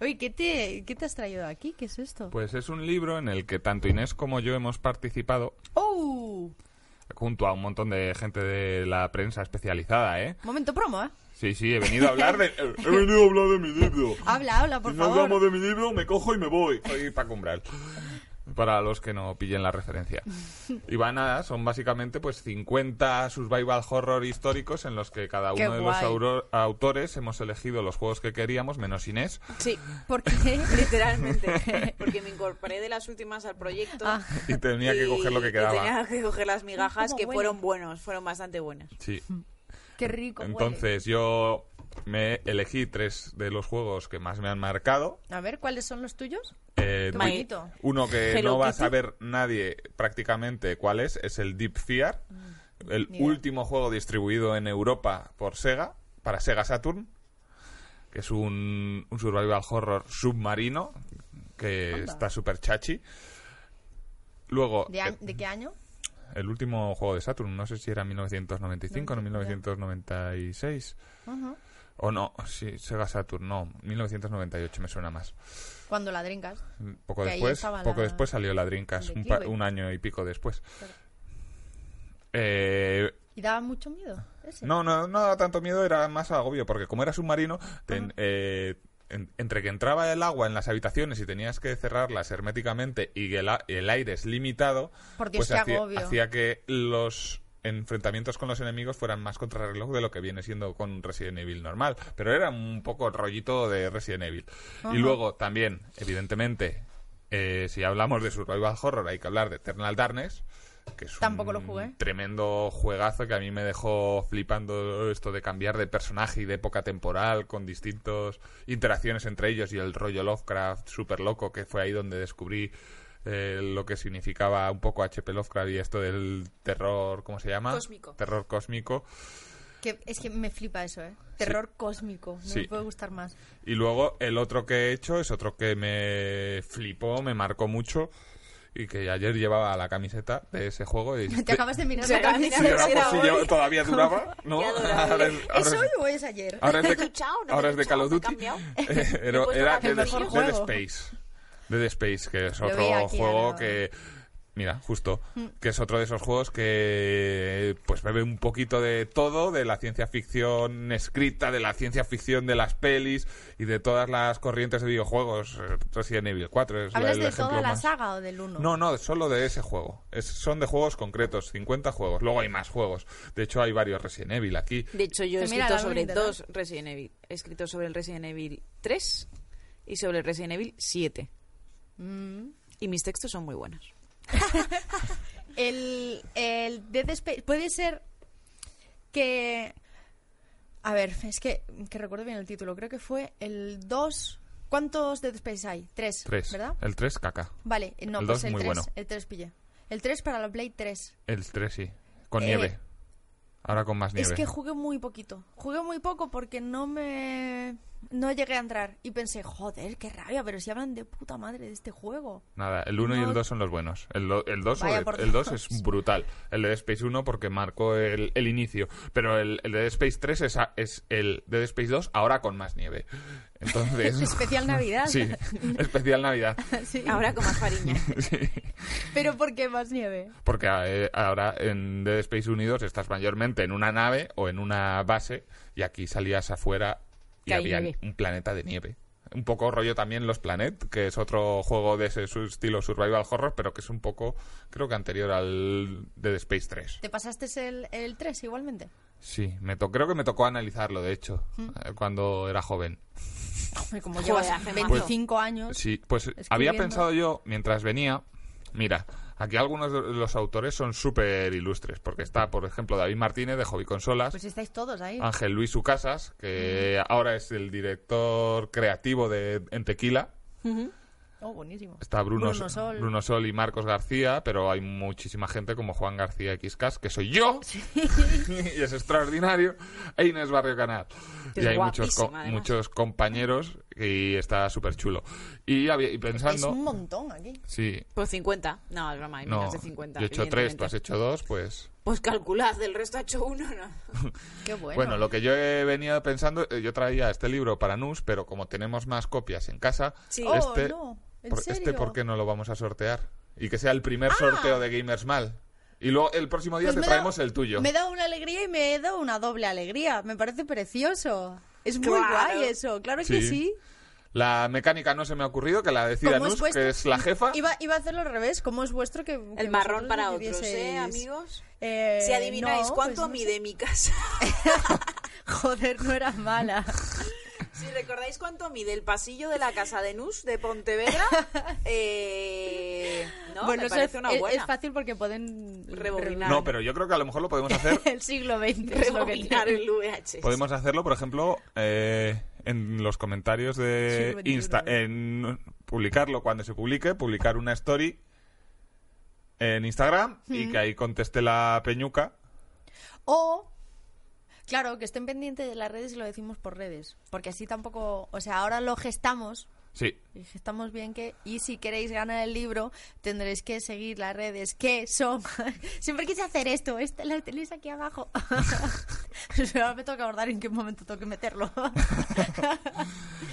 Speaker 1: Oye, ¿qué te, ¿qué te has traído aquí? ¿Qué es esto?
Speaker 3: Pues es un libro en el que tanto Inés como yo hemos participado
Speaker 1: ¡Oh!
Speaker 3: junto a un montón de gente de la prensa especializada, ¿eh?
Speaker 1: Momento promo, ¿eh?
Speaker 3: Sí, sí, he venido a hablar de... he venido a hablar de mi libro.
Speaker 1: Habla, habla, por
Speaker 3: Si no
Speaker 1: favor.
Speaker 3: hablamos de mi libro, me cojo y me voy. Soy Paco Umbral. para los que no pillen la referencia. Y van a, son básicamente pues 50 survival horror históricos en los que cada
Speaker 1: Qué
Speaker 3: uno de los
Speaker 1: guay.
Speaker 3: auro- autores hemos elegido los juegos que queríamos, menos Inés.
Speaker 2: Sí,
Speaker 1: Porque
Speaker 2: [laughs]
Speaker 1: [laughs]
Speaker 2: literalmente. Porque me incorporé de las últimas al proyecto.
Speaker 1: Ah.
Speaker 3: Y tenía que
Speaker 2: y-
Speaker 3: coger lo que
Speaker 2: y
Speaker 3: quedaba.
Speaker 2: Tenía que coger las migajas
Speaker 1: Como
Speaker 2: que
Speaker 1: bueno.
Speaker 2: fueron buenos, fueron bastante buenas.
Speaker 3: Sí.
Speaker 1: [laughs] qué rico. huele.
Speaker 3: Entonces yo me elegí tres de los juegos que más me han marcado.
Speaker 1: A ver, ¿cuáles son los tuyos?
Speaker 3: Eh,
Speaker 1: Qué
Speaker 3: Dui-
Speaker 1: bonito.
Speaker 3: uno que
Speaker 2: Hello
Speaker 3: no va a
Speaker 2: Kitty.
Speaker 3: saber nadie prácticamente cuál es, es el Deep Fear, el
Speaker 1: Mm, ni idea.
Speaker 3: último juego distribuido en Europa por Sega, para Sega Saturn, que es un, un survival horror submarino que está súper chachi. Luego,
Speaker 1: ¿De, a-
Speaker 3: eh,
Speaker 1: de qué año?
Speaker 3: el último juego de Saturn, no sé si era 1995 o 1996. O no, sí, Sega Saturn, no, 1998 me suena más.
Speaker 1: Cuando la drinkas.
Speaker 3: Mm, Poco
Speaker 1: Que ahí
Speaker 3: después,
Speaker 1: estaba
Speaker 3: poco
Speaker 1: la-
Speaker 3: después salió la Drinkas,
Speaker 1: el
Speaker 3: un, pa-
Speaker 1: declive.
Speaker 3: un año y pico después. Eh,
Speaker 1: ¿Y daba mucho miedo? Ese.
Speaker 3: no, no, no daba tanto miedo, era más agobio, porque como era submarino, ten- eh, en- entre que entraba el agua en las habitaciones y tenías que cerrarlas herméticamente y el, a- el aire es limitado,
Speaker 1: Por Dios,
Speaker 3: pues
Speaker 1: qué
Speaker 3: hacía,
Speaker 1: agobio.
Speaker 3: hacía que los enfrentamientos con los enemigos fueran más contrarreloj de lo que viene siendo con Resident Evil normal, pero era un poco rollito de Resident Evil. Y luego también, evidentemente, eh, si hablamos de survival horror hay que hablar de Eternal Darkness, que es
Speaker 1: Tampoco
Speaker 3: un
Speaker 1: lo jugué.
Speaker 3: tremendo juegazo que a mí me dejó flipando esto de cambiar de personaje y de época temporal con distintos interacciones entre ellos y el rollo Lovecraft súper loco que fue ahí donde descubrí eh, lo que significaba un poco HP Lovecraft y esto del terror, ¿cómo se llama?
Speaker 2: Cósmico.
Speaker 3: Terror cósmico.
Speaker 1: Que- es que me flipa eso, ¿eh? Terror cósmico. No
Speaker 3: Sí.
Speaker 1: me puede gustar más.
Speaker 3: Y luego el otro que he hecho es otro que me flipó, me marcó mucho y que ayer llevaba la camiseta de ese juego
Speaker 2: [laughs]
Speaker 3: y
Speaker 1: Te acabas de mirar
Speaker 2: Se
Speaker 1: la
Speaker 2: acaba de
Speaker 1: camisa.
Speaker 3: Sí,
Speaker 2: mirar
Speaker 3: ahora
Speaker 2: Sí,
Speaker 3: por
Speaker 2: era
Speaker 3: si
Speaker 2: hoy.
Speaker 3: yo todavía duraba,
Speaker 2: [laughs]
Speaker 3: ¿no?
Speaker 2: Ya duraba.
Speaker 3: [laughs] Ahora es- ahora
Speaker 1: ¿Es
Speaker 3: es-
Speaker 1: hoy o es ayer?
Speaker 3: ahora es
Speaker 2: ¿Me he
Speaker 3: de-
Speaker 2: duchado? ¿No me he
Speaker 3: ahora es de Call of
Speaker 2: duchado?
Speaker 3: Duty.
Speaker 2: ¿Me he cambiado?
Speaker 3: Eh,
Speaker 2: Me
Speaker 1: [laughs]
Speaker 2: he
Speaker 1: Pues
Speaker 3: Era,
Speaker 2: puesto
Speaker 3: era
Speaker 2: la
Speaker 3: Dead,
Speaker 1: mejor
Speaker 3: Dead
Speaker 1: juego.
Speaker 3: Space. Dead Space, que es
Speaker 1: Lo vi
Speaker 3: otro
Speaker 1: aquí, Mm.
Speaker 3: juego
Speaker 1: ahora.
Speaker 3: que... Mira, justo, que es otro de esos juegos que pues bebe un poquito de todo, de la ciencia ficción escrita, de la ciencia ficción de las pelis y de todas las corrientes de videojuegos. Eh, Resident Evil 4 es la-
Speaker 1: ¿Hablas
Speaker 3: el
Speaker 1: de
Speaker 3: ejemplo
Speaker 1: toda la
Speaker 3: más-
Speaker 1: saga o del uno?
Speaker 3: no, no, solo de ese juego. Es- son de juegos concretos, 50 juegos. Luego hay más juegos. De hecho, hay varios Resident Evil aquí.
Speaker 2: De hecho, yo
Speaker 1: Que
Speaker 2: he
Speaker 1: Pues mira,
Speaker 2: escrito
Speaker 1: la
Speaker 2: sobre
Speaker 1: bonita, ¿no?
Speaker 2: dos Resident Evil. He escrito sobre el Resident Evil 3 y sobre el Resident Evil 7.
Speaker 1: Mm.
Speaker 2: Y mis textos son muy buenos.
Speaker 1: El, el Dead Space. Puede ser que. A ver, es que, que recuerdo bien el título. Creo que fue el 2. ¿Cuántos Dead Space hay? Tres.
Speaker 3: Tres.
Speaker 1: ¿Verdad?
Speaker 3: El 3, caca.
Speaker 1: Vale, no,
Speaker 3: El
Speaker 1: pues
Speaker 3: dos,
Speaker 1: el
Speaker 3: muy
Speaker 1: 3.
Speaker 3: bueno.
Speaker 1: El 3 pillé. El 3 para la Play 3.
Speaker 3: El 3, sí. Con
Speaker 1: Eh,
Speaker 3: nieve. Ahora con más nieve.
Speaker 1: Es que jugué muy poquito. Jugué muy poco porque no me. No llegué a entrar. Y pensé, joder, qué rabia, pero si hablan de puta madre de este juego.
Speaker 3: Nada, el 1 y
Speaker 1: No.
Speaker 3: el 2 son los buenos. El 2 el dos
Speaker 1: Vaya
Speaker 3: sobre-
Speaker 1: por
Speaker 3: el dos
Speaker 1: Dios.
Speaker 3: es brutal. El de Dead Space 1 porque marcó el, el inicio. Pero el, el de Dead Space 3 es, a- es el de Dead Space 2 ahora con más nieve.
Speaker 1: [laughs]
Speaker 3: Entonces...
Speaker 1: Especial Navidad.
Speaker 3: [laughs] sí, especial Navidad.
Speaker 1: Sí.
Speaker 2: Ahora con
Speaker 1: [laughs]
Speaker 2: más fariña.
Speaker 3: Sí.
Speaker 1: Pero ¿por qué más nieve?
Speaker 3: Porque eh, ahora en Dead Space Unidos estás mayormente en una nave o en una base y aquí salías afuera y
Speaker 2: Que hay
Speaker 3: había
Speaker 2: nieve.
Speaker 3: un planeta de nieve. Un poco rollo también Los Planet, que es otro juego de ese su- estilo survival horror, pero que es un poco, creo que anterior al Dead Space 3.
Speaker 1: ¿Te pasaste el, el 3 igualmente?
Speaker 3: Sí, me to- creo que me tocó analizarlo, de hecho,
Speaker 2: Hmm.
Speaker 3: eh, cuando era joven.
Speaker 1: Hombre, como
Speaker 2: Joder,
Speaker 1: llevas
Speaker 2: hace
Speaker 1: 25 años.
Speaker 3: Sí, pues había
Speaker 1: escribiendo.
Speaker 3: pensado yo mientras venía. Mira, aquí algunos de los autores son súper ilustres, porque está, por ejemplo, David Martínez de Hobby Consolas.
Speaker 1: Pues estáis todos ahí.
Speaker 3: Ángel Luis Ucasas, que ahora es el director creativo de En Tequila.
Speaker 1: Oh, buenísimo.
Speaker 3: Está Bruno,
Speaker 1: Bruno Sol.
Speaker 3: Bruno Sol y Marcos García, pero hay muchísima gente como Juan García Xcas, que soy yo, [laughs] y es extraordinario, e Inés Barrio Canal.
Speaker 2: Que
Speaker 3: y
Speaker 2: es
Speaker 3: hay muchos,
Speaker 2: guapísima,
Speaker 3: co-
Speaker 2: además.
Speaker 3: muchos compañeros y está súper chulo. Y, había- y
Speaker 1: Es
Speaker 3: pensando...
Speaker 1: un montón aquí.
Speaker 3: Sí,
Speaker 2: Pues 50. No, es broma, hay
Speaker 3: no,
Speaker 2: menos de 50.
Speaker 3: yo he hecho tres, tú
Speaker 2: evidentemente.
Speaker 3: has hecho dos, pues...
Speaker 2: Pues calculad, el resto ha hecho uno, ¿no?
Speaker 1: Qué bueno.
Speaker 3: Bueno, lo que yo he venido pensando, eh, yo traía este libro para NUS, pero como tenemos más copias en casa,
Speaker 2: Sí.
Speaker 1: Oh,
Speaker 3: este,
Speaker 1: no, ¿en
Speaker 3: por,
Speaker 1: serio? Ah.
Speaker 3: este por qué no lo vamos a sortear y que sea el primer sorteo de Gamers Mal. Y luego el próximo día
Speaker 1: Pues me
Speaker 3: te
Speaker 1: da-
Speaker 3: traemos el tuyo.
Speaker 1: Me da una alegría y me da una doble alegría. Me parece precioso. Es muy
Speaker 2: Claro.
Speaker 1: guay eso, claro que
Speaker 3: Sí.
Speaker 1: sí.
Speaker 3: La mecánica no se me ha ocurrido, que la decida
Speaker 1: ¿Cómo es
Speaker 3: Nus,
Speaker 1: vuestro?
Speaker 3: que es la jefa.
Speaker 1: Iba, iba a hacerlo al revés, ¿cómo es vuestro que... pues que
Speaker 2: El marrón
Speaker 1: vosotros
Speaker 2: para otros,
Speaker 1: decidieseis?
Speaker 2: ¿eh, amigos?
Speaker 1: Eh,
Speaker 2: si adivináis
Speaker 1: no,
Speaker 2: cuánto
Speaker 1: pues no
Speaker 2: mide mi casa,
Speaker 1: sé.
Speaker 2: [laughs]
Speaker 1: [laughs] Joder, no era mala.
Speaker 2: si recordáis cuánto mide el pasillo de la casa de Nus
Speaker 1: [laughs]
Speaker 2: de Pontevedra, eh, no,
Speaker 1: bueno,
Speaker 2: me
Speaker 1: eso
Speaker 2: parece
Speaker 1: es,
Speaker 2: una
Speaker 1: es-
Speaker 2: buena.
Speaker 1: es
Speaker 2: [laughs]
Speaker 1: fácil porque pueden...
Speaker 2: Rebobinar.
Speaker 3: No, pero yo creo que a lo mejor lo podemos
Speaker 1: [laughs]
Speaker 3: hacer.
Speaker 1: El siglo XX es lo que
Speaker 2: Rebobinar
Speaker 1: tiene.
Speaker 2: el VHS.
Speaker 3: podemos hacerlo, por ejemplo, eh, en los comentarios
Speaker 1: Siglo
Speaker 3: de
Speaker 1: XXI,
Speaker 3: Insta.
Speaker 1: ¿eh?
Speaker 3: En publicarlo cuando se publique, publicar una story en Instagram y que ahí conteste la peñuca.
Speaker 1: O, claro, que estén pendientes de las redes y lo decimos por redes. Porque así tampoco... O sea, ahora lo gestamos,
Speaker 3: Sí,
Speaker 1: y gestamos bien que... Y si queréis ganar el libro, tendréis que seguir las redes que son... [laughs] Siempre quise hacer esto, esta, la tenéis aquí abajo. [laughs] Ahora me toca acordar en qué momento tengo que meterlo. [laughs]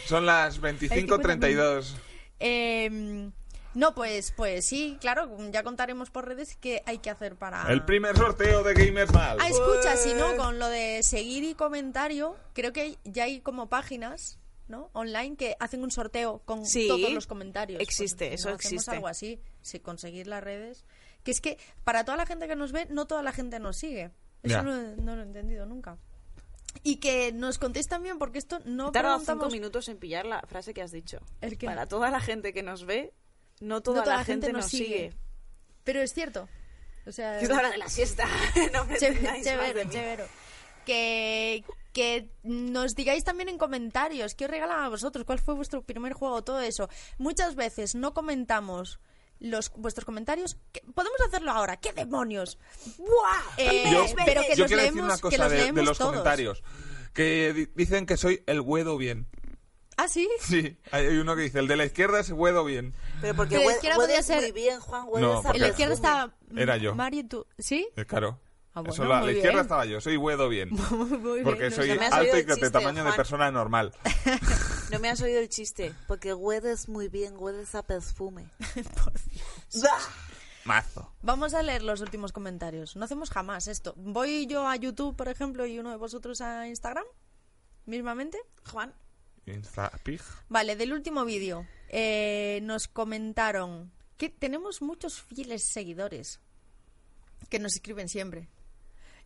Speaker 3: son las 25.32.
Speaker 1: Eh, no, pues, pues sí, claro, ya contaremos por redes qué hay que hacer para...
Speaker 3: El primer sorteo de Gamers Mal.
Speaker 1: Ah, escucha, si
Speaker 2: Pues.
Speaker 1: no, con lo de seguir y comentario, creo que ya hay como páginas, ¿no? Online que hacen un sorteo con
Speaker 2: Sí,
Speaker 1: todos los comentarios.
Speaker 2: existe,
Speaker 1: Pues,
Speaker 2: eso
Speaker 1: ¿no? Hacemos
Speaker 2: existe.
Speaker 1: algo así, si conseguir las redes. Que es que para toda la gente que nos ve, no toda la gente nos sigue. Eso
Speaker 3: Ya.
Speaker 1: no, no lo he entendido nunca. Y que nos contéis también, porque esto no
Speaker 2: He tardado cinco
Speaker 1: preguntamos...
Speaker 2: minutos en pillar la frase que has dicho.
Speaker 1: ¿El qué?
Speaker 2: Para toda la gente que nos ve, no toda, la, gente, nos sigue.
Speaker 1: Pero es cierto. O sea,
Speaker 2: Es la hora de la siesta. [laughs] no
Speaker 1: Che-
Speaker 2: pretendáis más de
Speaker 1: Chévere,
Speaker 2: mí.
Speaker 1: chévere. Que, que nos digáis también en comentarios qué os regalan a vosotros, cuál fue vuestro primer juego, todo eso. Muchas veces no comentamos los vuestros comentarios. ¿Qué- podemos hacerlo ahora, qué demonios. ¡Buah! Eh,
Speaker 3: Yo-
Speaker 1: pero que
Speaker 3: yo
Speaker 1: los
Speaker 3: quiero decir
Speaker 1: leemos,
Speaker 3: una
Speaker 1: que
Speaker 3: cosa
Speaker 1: los
Speaker 3: de, de
Speaker 1: leemos
Speaker 3: los
Speaker 1: todos.
Speaker 3: comentarios. Que di- dicen que soy el huedo bien. [laughs]
Speaker 1: Ah, sí.
Speaker 3: Sí, hay hay uno que dice, el de la izquierda es huedo bien.
Speaker 2: Pero porque
Speaker 1: Pero
Speaker 2: hue-
Speaker 1: la izquierda
Speaker 2: hueles
Speaker 1: podía ser-
Speaker 2: muy bien, Juan.
Speaker 3: No,
Speaker 2: hueles a
Speaker 3: porque-
Speaker 1: En la
Speaker 3: Claro.
Speaker 1: izquierda
Speaker 2: perfume. [laughs]
Speaker 1: estaba
Speaker 3: Era yo.
Speaker 1: Mario, y tú, ¿sí?
Speaker 3: Eh, Claro.
Speaker 1: Ah, bueno,
Speaker 3: Eso, la,
Speaker 1: muy
Speaker 3: la izquierda
Speaker 1: bien.
Speaker 3: estaba yo, soy huedo bien.
Speaker 1: [laughs] Muy bien,
Speaker 3: Porque
Speaker 1: no
Speaker 3: soy
Speaker 1: sé.
Speaker 2: me ha salido
Speaker 3: alto y
Speaker 2: el
Speaker 3: que de
Speaker 2: chiste,
Speaker 3: tamaño de
Speaker 2: Juan.
Speaker 3: persona
Speaker 1: [laughs]
Speaker 3: normal.
Speaker 2: No me has oído el chiste. Porque hueles muy bien, hueles a [laughs] perfume.
Speaker 3: Mazo.
Speaker 1: Vamos a leer los últimos comentarios. No hacemos jamás esto. Voy yo a YouTube, por ejemplo, y uno de vosotros a Instagram, mismamente.
Speaker 2: Juan,
Speaker 3: Instapig.
Speaker 1: Vale, del último vídeo eh, nos comentaron que tenemos muchos fieles seguidores que nos escriben siempre.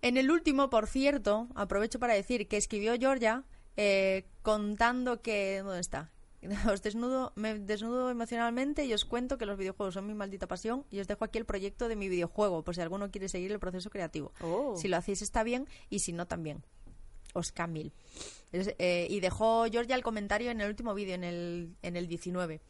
Speaker 1: En el último, por cierto, aprovecho para decir que escribió Georgia eh, contando que... ¿Dónde está? [laughs] Os desnudo, me desnudo emocionalmente y os cuento que los videojuegos son mi maldita pasión y os dejo aquí el proyecto de mi videojuego, por si alguno quiere seguir el proceso creativo.
Speaker 2: Oh.
Speaker 1: Si lo hacéis está bien y si no también. Os Camil. Es- eh, y dejó Georgia el comentario en el último vídeo, en el, en el 19.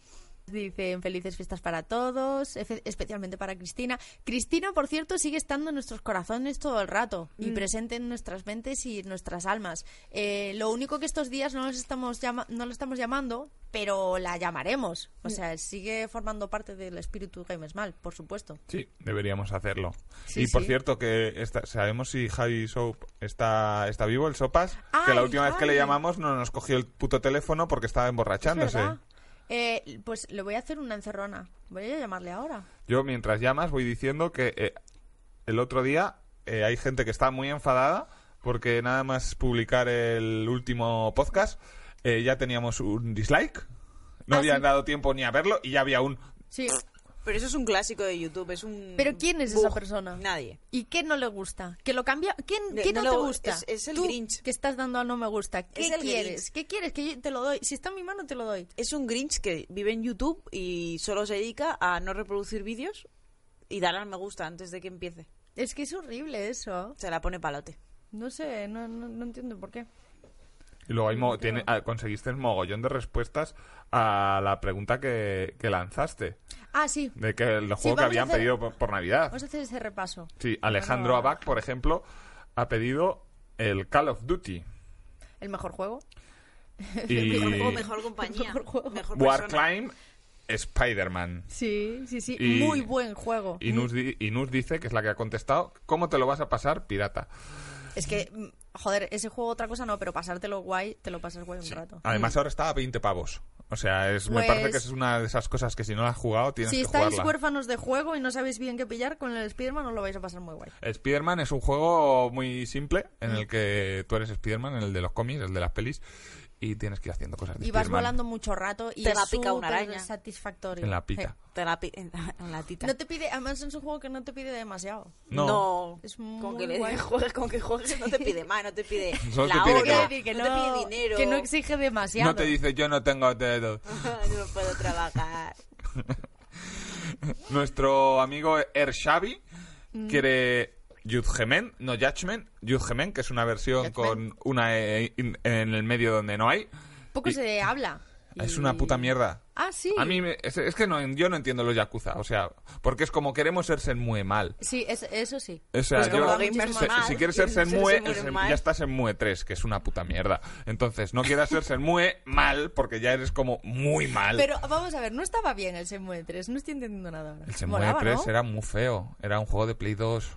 Speaker 1: Dicen felices fiestas para todos, efe- especialmente para Cristina. Cristina, por cierto, sigue estando en nuestros corazones todo el rato y presente en nuestras mentes y en nuestras almas. Eh, lo único que estos días no, los estamos llama- no la estamos llamando, pero la llamaremos. O sea, sigue formando parte del espíritu Games Mal, por supuesto.
Speaker 3: Sí, deberíamos hacerlo.
Speaker 1: Sí,
Speaker 3: y por
Speaker 1: sí.
Speaker 3: cierto, que esta- sabemos si Javi Soap está, está vivo, el Sopas, que
Speaker 1: Ay,
Speaker 3: la última vez que le
Speaker 1: Javi.
Speaker 3: llamamos no nos cogió el puto teléfono porque estaba
Speaker 1: Es
Speaker 3: emborrachándose.
Speaker 1: verdad. Eh, pues le voy a hacer una encerrona. Voy a llamarle ahora.
Speaker 3: Yo mientras llamas voy diciendo que eh, el otro día eh, hay gente que está muy enfadada porque nada más publicar el último podcast eh, ya teníamos un dislike. No
Speaker 1: Ah,
Speaker 3: habían
Speaker 1: sí.
Speaker 3: dado tiempo ni a verlo y ya había un...
Speaker 1: Sí.
Speaker 2: Pero eso es un clásico de YouTube, es un...
Speaker 1: ¿Pero quién es
Speaker 2: bug.
Speaker 1: esa persona?
Speaker 2: Nadie.
Speaker 1: ¿Y qué no le gusta? ¿Que lo cambia? ¿Quién,
Speaker 2: De-
Speaker 1: qué no,
Speaker 2: no
Speaker 1: te
Speaker 2: lo-
Speaker 1: gusta?
Speaker 2: es- es el
Speaker 1: Tú,
Speaker 2: Grinch.
Speaker 1: que estás dando al no me gusta. ¿Qué
Speaker 2: Es el
Speaker 1: quieres?
Speaker 2: Grinch.
Speaker 1: ¿Qué quieres? Que yo te lo doy. Si está en mi mano, te lo doy.
Speaker 2: Es un Grinch que vive en YouTube y solo se dedica a no reproducir vídeos y dar al me gusta antes de que empiece.
Speaker 1: Es que es horrible eso.
Speaker 2: Se la pone palote.
Speaker 1: No sé, no, no, no entiendo por qué.
Speaker 3: Y luego hay mo- tiene- ah, conseguiste un mogollón de respuestas a la pregunta que, que lanzaste,
Speaker 1: Ah, sí.
Speaker 3: de que el juego
Speaker 1: vamos
Speaker 3: que
Speaker 1: a
Speaker 3: habían
Speaker 1: hacer-
Speaker 3: pedido por, por Navidad.
Speaker 1: Vamos a hacer ese repaso.
Speaker 3: Sí, Alejandro
Speaker 1: Bueno,
Speaker 3: Abac, por ejemplo, ha pedido el Call
Speaker 1: [laughs]
Speaker 3: of Duty.
Speaker 1: El mejor juego.
Speaker 3: Y
Speaker 2: compañía. [laughs]
Speaker 1: Mejor juego.
Speaker 3: Warclimb, Spider-Man.
Speaker 1: Sí, sí, sí.
Speaker 3: Y-
Speaker 1: Muy buen juego.
Speaker 3: Y Nus, di- y Nus dice, que es la que ha contestado, ¿cómo te lo vas a pasar, pirata?
Speaker 1: Es que, mm, joder, ese juego otra cosa no, pero pasártelo guay, te lo pasas guay un rato.
Speaker 3: Además, ahora está a 20 pavos. O sea, es,
Speaker 1: Pues-
Speaker 3: me parece que es una de esas cosas que si no la has jugado tienes
Speaker 1: Si
Speaker 3: que
Speaker 1: estáis
Speaker 3: jugarla.
Speaker 1: huérfanos de juego y no sabéis bien qué pillar, con el Spider-Man os lo vais a pasar muy guay.
Speaker 3: Spider-Man es un juego muy simple en el que tú eres Spider-Man, en el de los cómics, el de las pelis, y tienes que ir haciendo cosas de
Speaker 1: Y vas
Speaker 3: Spiderman
Speaker 1: volando mucho rato y
Speaker 2: Te
Speaker 1: es
Speaker 2: la pica una
Speaker 1: súper
Speaker 2: araña.
Speaker 1: satisfactorio.
Speaker 3: en la pita.
Speaker 1: Sí.
Speaker 2: Te la pi- en la, en la tita.
Speaker 1: No te pide, además es un juego que no te pide demasiado.
Speaker 3: No.
Speaker 2: No.
Speaker 1: Es
Speaker 2: con
Speaker 1: muy
Speaker 2: que le
Speaker 1: guay.
Speaker 2: juegues, con que juegues, no te pide más, no te pide
Speaker 3: [laughs] Solo
Speaker 2: la
Speaker 3: te pide
Speaker 2: hora,
Speaker 1: Quiero
Speaker 3: que no.
Speaker 1: decir que no,
Speaker 2: te pide dinero. [laughs]
Speaker 1: que no exige demasiado.
Speaker 3: No te dice yo no tengo dedos.
Speaker 2: no puedo trabajar.
Speaker 3: Nuestro amigo Ershavi
Speaker 1: Mm.
Speaker 3: quiere Judgment, no Judgment, Judgment, que es una versión
Speaker 1: Judgment.
Speaker 3: con una E in- en el medio donde no hay.
Speaker 1: Poco
Speaker 3: Y- Ah,
Speaker 1: se habla.
Speaker 3: Es
Speaker 1: Y-
Speaker 3: una puta mierda.
Speaker 1: Ah, sí.
Speaker 3: A mí me- es, es que no, yo no entiendo los yakuza, o sea, porque es como queremos ser muy mal.
Speaker 1: Sí, es- eso sí.
Speaker 3: O sea,
Speaker 2: Pues
Speaker 3: yo-
Speaker 2: como
Speaker 3: si-
Speaker 2: gamers
Speaker 3: si,
Speaker 2: mal,
Speaker 3: si quieres ser
Speaker 2: quieres ser
Speaker 3: Senmue,
Speaker 2: Senmue
Speaker 3: es-
Speaker 2: mal.
Speaker 3: ya estás en Mue 3, que es una puta mierda. Entonces, no quieras ser Senmue mal, porque ya eres como muy mal.
Speaker 1: Pero vamos a ver, no estaba bien el Shenmue 3, no estoy entendiendo nada ahora.
Speaker 3: el Senmue
Speaker 1: Molaba,
Speaker 3: 3
Speaker 1: ¿no?
Speaker 3: era muy feo, era un juego de Play 2.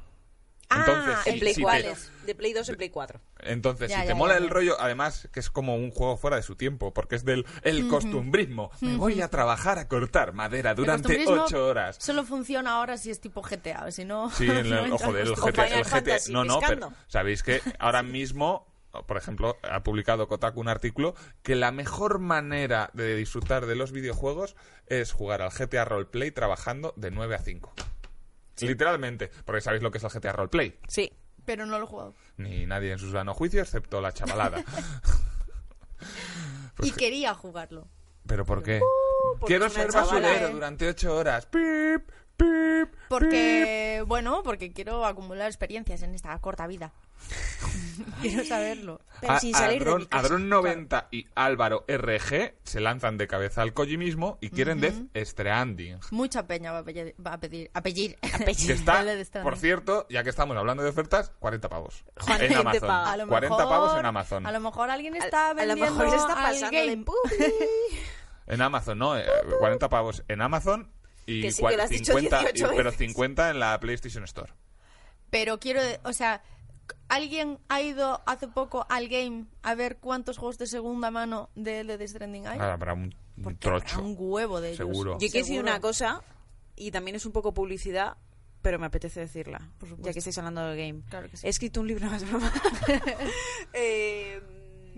Speaker 1: Ah,
Speaker 3: Entonces,
Speaker 1: el
Speaker 3: si-
Speaker 2: En Play
Speaker 3: si te-
Speaker 2: 4. De Play 2 en Play 4.
Speaker 3: Entonces,
Speaker 1: Ya,
Speaker 3: si
Speaker 1: ya,
Speaker 3: te
Speaker 1: ya,
Speaker 3: mola
Speaker 1: ya.
Speaker 3: el rollo, además que es como un juego fuera de su tiempo, porque es del el costumbrismo. Me voy a trabajar a cortar madera
Speaker 1: El
Speaker 3: durante
Speaker 1: costumbrismo
Speaker 3: ocho horas.
Speaker 1: Solo funciona ahora si es tipo GTA, si no. [laughs]
Speaker 3: Sí, en
Speaker 1: no
Speaker 3: el,
Speaker 1: entra
Speaker 3: ojo del
Speaker 1: en
Speaker 2: Como
Speaker 3: GT,
Speaker 2: Pues, Final
Speaker 3: el GT.
Speaker 2: Fantasy,
Speaker 3: No, no,
Speaker 2: pescando.
Speaker 3: pero
Speaker 2: [laughs]
Speaker 3: sabéis que ahora mismo, por ejemplo, ha publicado Kotaku un artículo que la mejor manera de disfrutar de los videojuegos es jugar al GTA Roleplay trabajando de 9 a 5. Literalmente, porque sabéis lo que es el GTA Roleplay.
Speaker 2: Sí.
Speaker 1: Pero no lo he jugado.
Speaker 3: Ni nadie en su sano juicio, excepto la
Speaker 2: [laughs]
Speaker 3: chavalada. Pues
Speaker 1: y quería jugarlo.
Speaker 3: ¿Pero por qué?
Speaker 2: Uh, porque
Speaker 3: Quiero
Speaker 2: es una
Speaker 3: ser
Speaker 2: chavala,
Speaker 3: basurero
Speaker 1: ¿eh?
Speaker 3: durante ocho horas. Pip, pip, pip.
Speaker 1: Porque, bueno, porque quiero acumular experiencias en esta corta
Speaker 2: [laughs]
Speaker 1: vida. quiero saberlo.
Speaker 2: Pero
Speaker 3: A-
Speaker 2: sin salir de
Speaker 3: Adrón,
Speaker 2: mi casa,
Speaker 3: Adrón 90 y Álvaro RG se lanzan de cabeza al Kojimismo y quieren Death
Speaker 2: [laughs]
Speaker 3: Stranding.
Speaker 1: Mucha peña va a pedir. Va a pedir. A pedir.
Speaker 3: Que está,
Speaker 1: Dale de Stranding.
Speaker 3: por cierto, ya que estamos hablando de ofertas, 40 pavos.
Speaker 2: 40
Speaker 3: en Amazon.
Speaker 1: [laughs]
Speaker 2: pavos.
Speaker 1: A lo
Speaker 3: 40
Speaker 1: mejor-
Speaker 3: pavos en Amazon.
Speaker 1: A lo mejor alguien está
Speaker 2: a lo
Speaker 1: vendiendo.
Speaker 2: mejor se está
Speaker 1: al
Speaker 2: pasando de
Speaker 1: game.
Speaker 3: En Amazon, ¿no? Eh, 40 pavos en Amazon y
Speaker 2: Que sí,
Speaker 3: cua-
Speaker 2: que lo has dicho
Speaker 3: 50,
Speaker 2: 18
Speaker 3: y- pero
Speaker 2: veces.
Speaker 3: 50 en la PlayStation Store.
Speaker 1: Pero quiero, de- o sea, ¿alguien ha ido hace poco al game a ver cuántos juegos de segunda mano de de Death Stranding hay?
Speaker 3: Ah, habrá un, un
Speaker 1: Porque habrá
Speaker 3: trocho.
Speaker 1: un huevo de ellos.
Speaker 3: Seguro.
Speaker 2: Yo quiero decir
Speaker 1: Seguro.
Speaker 2: una cosa, y también es un poco publicidad, pero me apetece decirla,
Speaker 1: Por supuesto.
Speaker 2: ya que estáis hablando del game.
Speaker 1: Claro que sí.
Speaker 2: He escrito un libro
Speaker 1: [laughs]
Speaker 2: más [laughs] broma. Eh,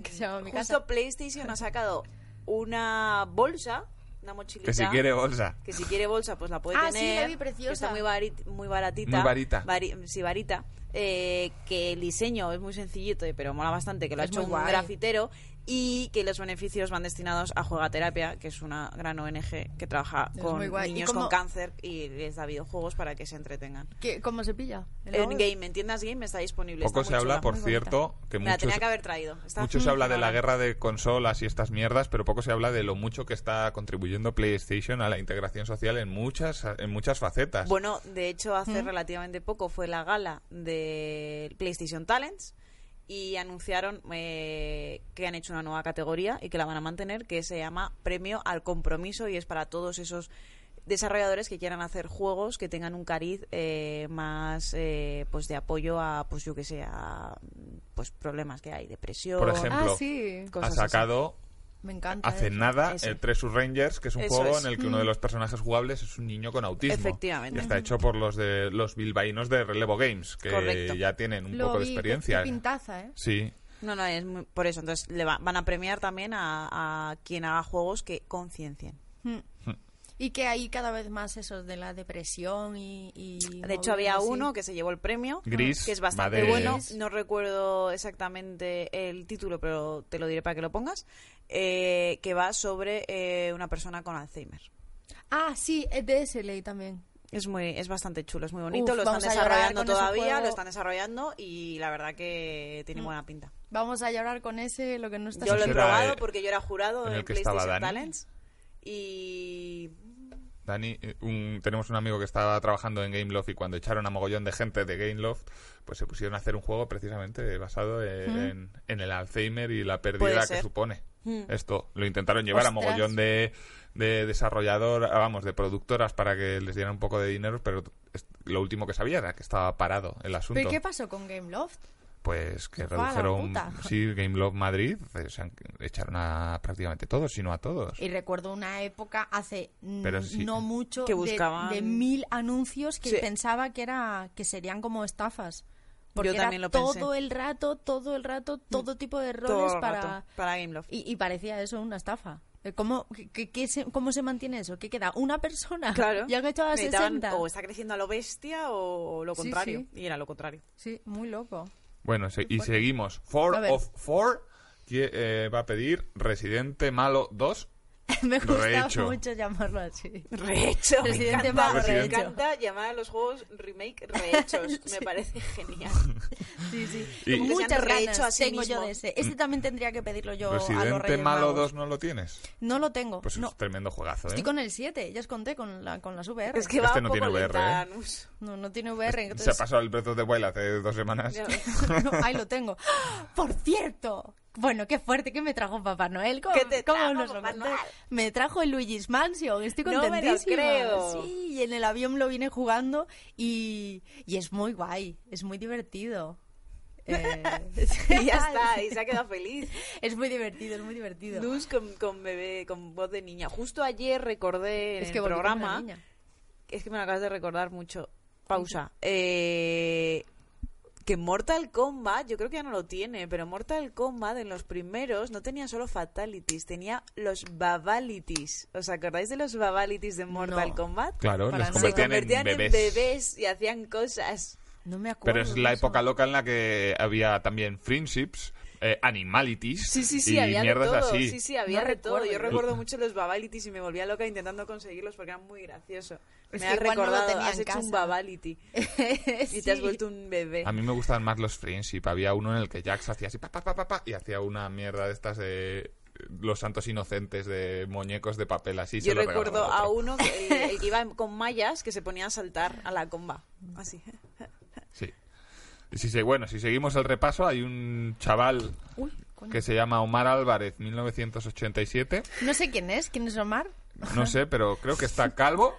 Speaker 1: Que se llama Mi
Speaker 2: justo
Speaker 1: casa.
Speaker 2: PlayStation ha sacado una bolsa, una mochilita.
Speaker 3: Que si quiere bolsa.
Speaker 2: que si quiere bolsa, pues la puede
Speaker 1: Ah, sí,
Speaker 2: tener.
Speaker 1: la vi preciosa.
Speaker 2: que Está muy, bari- muy baratita.
Speaker 3: Muy varita.
Speaker 2: Vari- sí, varita. Eh, que el diseño es muy sencillito, eh, pero mola bastante, que lo ha
Speaker 1: Es
Speaker 2: hecho
Speaker 1: muy
Speaker 2: un
Speaker 1: guay.
Speaker 2: grafitero. Y que los beneficios van destinados a Juegaterapia, que es una gran ONG que trabaja
Speaker 1: Es
Speaker 2: con
Speaker 1: muy guay. ¿Y
Speaker 2: niños
Speaker 1: cómo-
Speaker 2: con cáncer y les da videojuegos para que se entretengan.
Speaker 1: ¿Qué- ¿Cómo se pilla? ¿En la
Speaker 2: En
Speaker 1: web?
Speaker 2: Game, en tiendas Game está disponible.
Speaker 3: Poco
Speaker 2: está
Speaker 3: se
Speaker 2: muy
Speaker 3: habla,
Speaker 2: chula.
Speaker 3: por
Speaker 1: muy
Speaker 3: cierto, que
Speaker 2: Me la
Speaker 3: muchos,
Speaker 2: tenía que haber traído. Está-
Speaker 3: Mucho se
Speaker 2: Mm,
Speaker 3: habla de la
Speaker 2: ahora.
Speaker 3: guerra de consolas y estas mierdas, pero poco se habla de lo mucho que está contribuyendo PlayStation a la integración social en muchas, en muchas facetas.
Speaker 2: Bueno, de hecho, hace relativamente poco fue la gala del PlayStation Talents y anunciaron eh, que han hecho una nueva categoría y que la van a mantener, que se llama Premio al Compromiso y es para todos esos desarrolladores que quieran hacer juegos que tengan un cariz eh, más eh, pues de apoyo a pues yo que sé a pues problemas que hay depresión
Speaker 3: Por ejemplo,
Speaker 1: Ah, sí.
Speaker 3: ha
Speaker 2: cosas así.
Speaker 3: sacado
Speaker 1: Me encanta.
Speaker 3: hace
Speaker 1: eso.
Speaker 3: nada
Speaker 2: Eso.
Speaker 3: el Treasure Rangers, que es un
Speaker 2: Eso
Speaker 3: juego
Speaker 2: es.
Speaker 3: en el que uno de los personajes jugables es un niño con autismo.
Speaker 2: Efectivamente.
Speaker 3: Y está hecho por los de los bilbaínos de Relevo Games, que
Speaker 2: Correcto.
Speaker 3: ya tienen un
Speaker 1: Lo
Speaker 3: poco
Speaker 1: vi,
Speaker 3: de
Speaker 1: qué-
Speaker 3: experiencia.
Speaker 1: qué pintaza, ¿eh?
Speaker 3: Sí.
Speaker 2: no no es muy- por eso entonces le va- van a premiar también a, a quien haga juegos que conciencien
Speaker 1: Hmm. Y que hay cada vez más esos de la depresión y... y
Speaker 2: De hecho, había
Speaker 1: movidas así.
Speaker 2: uno que se llevó el premio,
Speaker 3: Gris,
Speaker 2: que es bastante
Speaker 3: va de-
Speaker 2: bueno. No recuerdo exactamente el título, pero te lo diré para que lo pongas. eh, que va sobre eh, una persona con Alzheimer.
Speaker 1: Ah, sí, es de ese ley también.
Speaker 2: Es muy, es bastante chulo, es muy bonito.
Speaker 1: Uf,
Speaker 2: lo están
Speaker 1: vamos a llorar
Speaker 2: desarrollando
Speaker 1: con ese
Speaker 2: todavía,
Speaker 1: juego.
Speaker 2: lo están desarrollando y la verdad que tiene buena pinta.
Speaker 1: Vamos a llorar con ese, lo que no está...
Speaker 2: Yo lo he
Speaker 3: será,
Speaker 2: probado
Speaker 3: eh,
Speaker 2: porque yo era jurado
Speaker 3: en
Speaker 2: en,
Speaker 3: el que estaba
Speaker 2: PlayStation
Speaker 3: Dani.
Speaker 2: Talents y
Speaker 3: Dani, eh, un- tenemos un amigo que estaba trabajando en Gameloft y cuando echaron a mogollón de gente de Gameloft, pues se pusieron a hacer un juego precisamente basado en, en- en el Alzheimer y la
Speaker 2: Puede
Speaker 3: pérdida que
Speaker 2: ser.
Speaker 3: supone. Esto lo intentaron llevar a
Speaker 1: Ostras.
Speaker 3: mogollón de, de desarrollador, ah, vamos, de productoras para que les dieran un poco de dinero, pero es- lo último que sabía era que estaba parado el asunto.
Speaker 1: ¿Pero qué pasó con Gameloft?
Speaker 3: Pues que
Speaker 1: Fue a la
Speaker 3: redujeron,
Speaker 1: puta.
Speaker 3: sí, Gameloft Madrid, eh, se han- echaron a prácticamente todos, si no a todos.
Speaker 1: Y recuerdo una época hace mm,
Speaker 3: Pues- Pero sí.
Speaker 1: no mucho
Speaker 2: Que
Speaker 1: de-
Speaker 2: buscaban-
Speaker 1: de, mil anuncios que
Speaker 2: Sí.
Speaker 1: pensaba que era que serían como estafas. Porque
Speaker 2: Yo también
Speaker 1: era
Speaker 2: lo pensé. Mm.
Speaker 1: todo el rato, todo el rato, todo tipo de
Speaker 2: Todo
Speaker 1: roles
Speaker 2: el
Speaker 1: para...
Speaker 2: rato, para Game Love.
Speaker 1: Y, y parecía eso una estafa. Eh, ¿Cómo, qué- qué- qué se, ¿Cómo se mantiene eso? ¿Qué queda? ¿Una persona?
Speaker 2: Claro.
Speaker 1: Y han hecho a
Speaker 2: Necesitaban-
Speaker 1: 60.
Speaker 2: O está creciendo a lo bestia o lo
Speaker 1: Sí,
Speaker 2: contrario. Y era lo contrario.
Speaker 1: Sí, muy
Speaker 3: [laughs]
Speaker 1: loco.
Speaker 3: Bueno, se- y seguimos. Four
Speaker 1: A ver.
Speaker 3: of Four que, eh, va a pedir Residente Malo 2.
Speaker 1: Me gusta
Speaker 3: Rehecho.
Speaker 1: mucho llamarlo así.
Speaker 2: Rehecho.
Speaker 1: Residente
Speaker 2: me encanta,
Speaker 1: Malo
Speaker 2: me
Speaker 1: rehecho.
Speaker 2: encanta llamar a los juegos
Speaker 1: [laughs]
Speaker 2: remake rehechos. Me parece genial.
Speaker 1: Sí, sí.
Speaker 3: Y- Como que
Speaker 2: se
Speaker 1: Muchas
Speaker 2: han rehecho
Speaker 1: ganas
Speaker 2: a sí
Speaker 1: tengo yo
Speaker 2: mismo.
Speaker 1: de ese. Este también tendría que pedirlo yo a los
Speaker 3: Residente
Speaker 1: Reyes
Speaker 3: Malo
Speaker 1: Magos.
Speaker 3: 2 no lo tienes.
Speaker 1: No lo tengo.
Speaker 3: Pues
Speaker 1: no.
Speaker 3: es tremendo juegazo, ¿eh?
Speaker 1: Estoy con el 7, ya os conté con, la, con las VR.
Speaker 2: Es que va
Speaker 3: Este
Speaker 2: un
Speaker 3: no
Speaker 2: poco
Speaker 3: tiene VR,
Speaker 2: lenta,
Speaker 3: ¿eh?
Speaker 2: Anus.
Speaker 1: No, no tiene VR.
Speaker 3: Se ha
Speaker 1: entonces-
Speaker 3: pasado el Breath of the Wild hace dos semanas.
Speaker 2: Ya
Speaker 3: [laughs]
Speaker 2: ves.
Speaker 1: [laughs] No, ahí lo tengo. [gasps] Por cierto. Bueno, qué fuerte que me trajo Papá Noel. ¿Cómo,
Speaker 2: ¿Qué te
Speaker 1: cómo
Speaker 2: trajo
Speaker 1: nos lo
Speaker 2: Papá
Speaker 1: conté?
Speaker 2: Noel?
Speaker 1: Me trajo el Luigi's Mansion. Estoy
Speaker 2: No me lo
Speaker 1: contentísima.
Speaker 2: creo.
Speaker 1: Sí, y en el avión lo vine jugando y, y es muy guay. Es muy
Speaker 2: [laughs]
Speaker 1: divertido. Eh,
Speaker 2: Y ya
Speaker 1: [laughs]
Speaker 2: está, y se ha quedado feliz.
Speaker 1: Es muy divertido, es muy divertido.
Speaker 2: Luz con, con bebé, con voz de niña. Justo ayer recordé en
Speaker 1: es que
Speaker 2: el
Speaker 1: volví como una
Speaker 2: programa.
Speaker 1: niña.
Speaker 2: Es que me lo acabas de recordar mucho. Pausa. Eh, que Mortal Kombat, yo creo que ya no lo tiene, pero Mortal Kombat en los primeros no tenía solo fatalities, tenía los babalities. ¿Os acordáis de los babalities de Mortal
Speaker 1: No.
Speaker 2: Kombat?
Speaker 3: Claro,
Speaker 1: Para
Speaker 3: los
Speaker 1: nada.
Speaker 2: Se
Speaker 3: convertían,
Speaker 2: convertían
Speaker 3: en
Speaker 2: en
Speaker 3: bebés.
Speaker 2: bebés y hacían cosas.
Speaker 1: No me acuerdo.
Speaker 3: Pero es
Speaker 1: de
Speaker 3: la
Speaker 1: eso.
Speaker 3: época loca en la que había también friendships, eh, animalities
Speaker 2: Sí, sí, sí,
Speaker 3: y
Speaker 2: había de
Speaker 3: mierdas
Speaker 2: todo.
Speaker 3: así.
Speaker 2: Sí, sí, había
Speaker 1: No
Speaker 2: de todo.
Speaker 1: recuerdo
Speaker 2: Yo
Speaker 1: yo.
Speaker 2: recuerdo mucho los babalities y me volvía loca intentando conseguirlos porque eran muy graciosos.
Speaker 1: Es que
Speaker 2: Me has
Speaker 1: igual no lo
Speaker 2: recordado,
Speaker 1: tenía
Speaker 2: has
Speaker 1: en
Speaker 2: hecho un
Speaker 1: casa.
Speaker 2: [laughs] babality y te
Speaker 1: [laughs]
Speaker 2: has
Speaker 1: Sí.
Speaker 2: vuelto un bebé.
Speaker 3: A mí me gustaban más los friendship. Había uno en el que Jax hacía así, pa, pa, pa, pa, pa, y hacía una mierda de estas de los santos inocentes de muñecos de papel así. se
Speaker 2: Yo
Speaker 3: lo
Speaker 2: recuerdo
Speaker 3: regalaba al
Speaker 2: a
Speaker 3: otro.
Speaker 2: uno, que, el, el que iba con mallas, que se ponía a saltar a la comba. Así. ¿eh?
Speaker 3: Sí. Y si se- bueno, si seguimos el repaso, hay un chaval
Speaker 1: Uy, coño.
Speaker 3: que se llama Omar Álvarez, 1987.
Speaker 1: No sé quién es, quién es Omar.
Speaker 3: No sé, pero creo que está calvo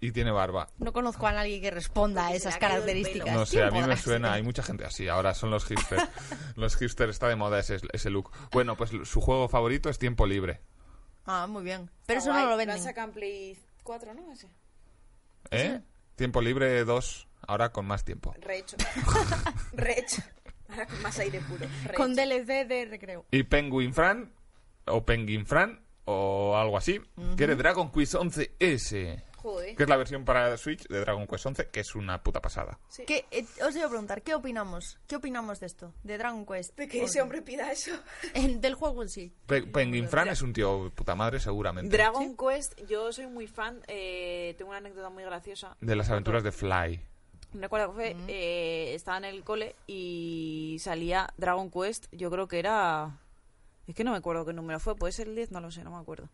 Speaker 3: y tiene barba.
Speaker 1: No conozco a nadie que responda a
Speaker 2: Porque se
Speaker 1: esas
Speaker 2: le ha caído el
Speaker 1: características.
Speaker 2: pelo.
Speaker 3: No sé,
Speaker 1: ¿Quién
Speaker 3: a mí
Speaker 1: podrá
Speaker 3: me suena,
Speaker 1: ser?
Speaker 3: hay mucha gente así, ahora son los
Speaker 2: [laughs]
Speaker 3: hipsters. Los hipsters está de moda ese, ese look. Bueno, pues su juego favorito es Tiempo Libre.
Speaker 1: Ah, muy bien. Pero eso no lo venden.
Speaker 2: sacan Play 4, ¿no? Ese.
Speaker 3: ¿Eh? Tiempo Libre 2, ahora con más tiempo.
Speaker 2: Rehecho. [laughs] Rehecho. Ahora con más aire puro. Rehecho.
Speaker 1: Con DLC de recreo.
Speaker 3: Y Penguin Fran, o Penguin Fran, o algo así, quiere Dragon Quest 11S.
Speaker 2: Joder.
Speaker 3: Que es la versión para Switch de Dragon Quest 11, que es una puta pasada.
Speaker 2: Sí.
Speaker 1: ¿Qué, eh, os iba a preguntar, ¿qué opinamos? ¿Qué opinamos de esto? De Dragon Quest.
Speaker 2: De que ese hombre pida eso.
Speaker 1: En- del juego en sí.
Speaker 3: Pe- Penguin Fran es un tío puta madre, seguramente.
Speaker 2: Dragon Quest, yo soy muy fan. eh, tengo una anécdota muy graciosa.
Speaker 3: de las aventuras de Fly.
Speaker 2: Recuerdo que
Speaker 1: Mm.
Speaker 2: fue, eh, estaba en el cole y salía Dragon Quest, yo creo que era... Es que no me acuerdo qué número fue, puede ser el 10, no lo sé, no me acuerdo.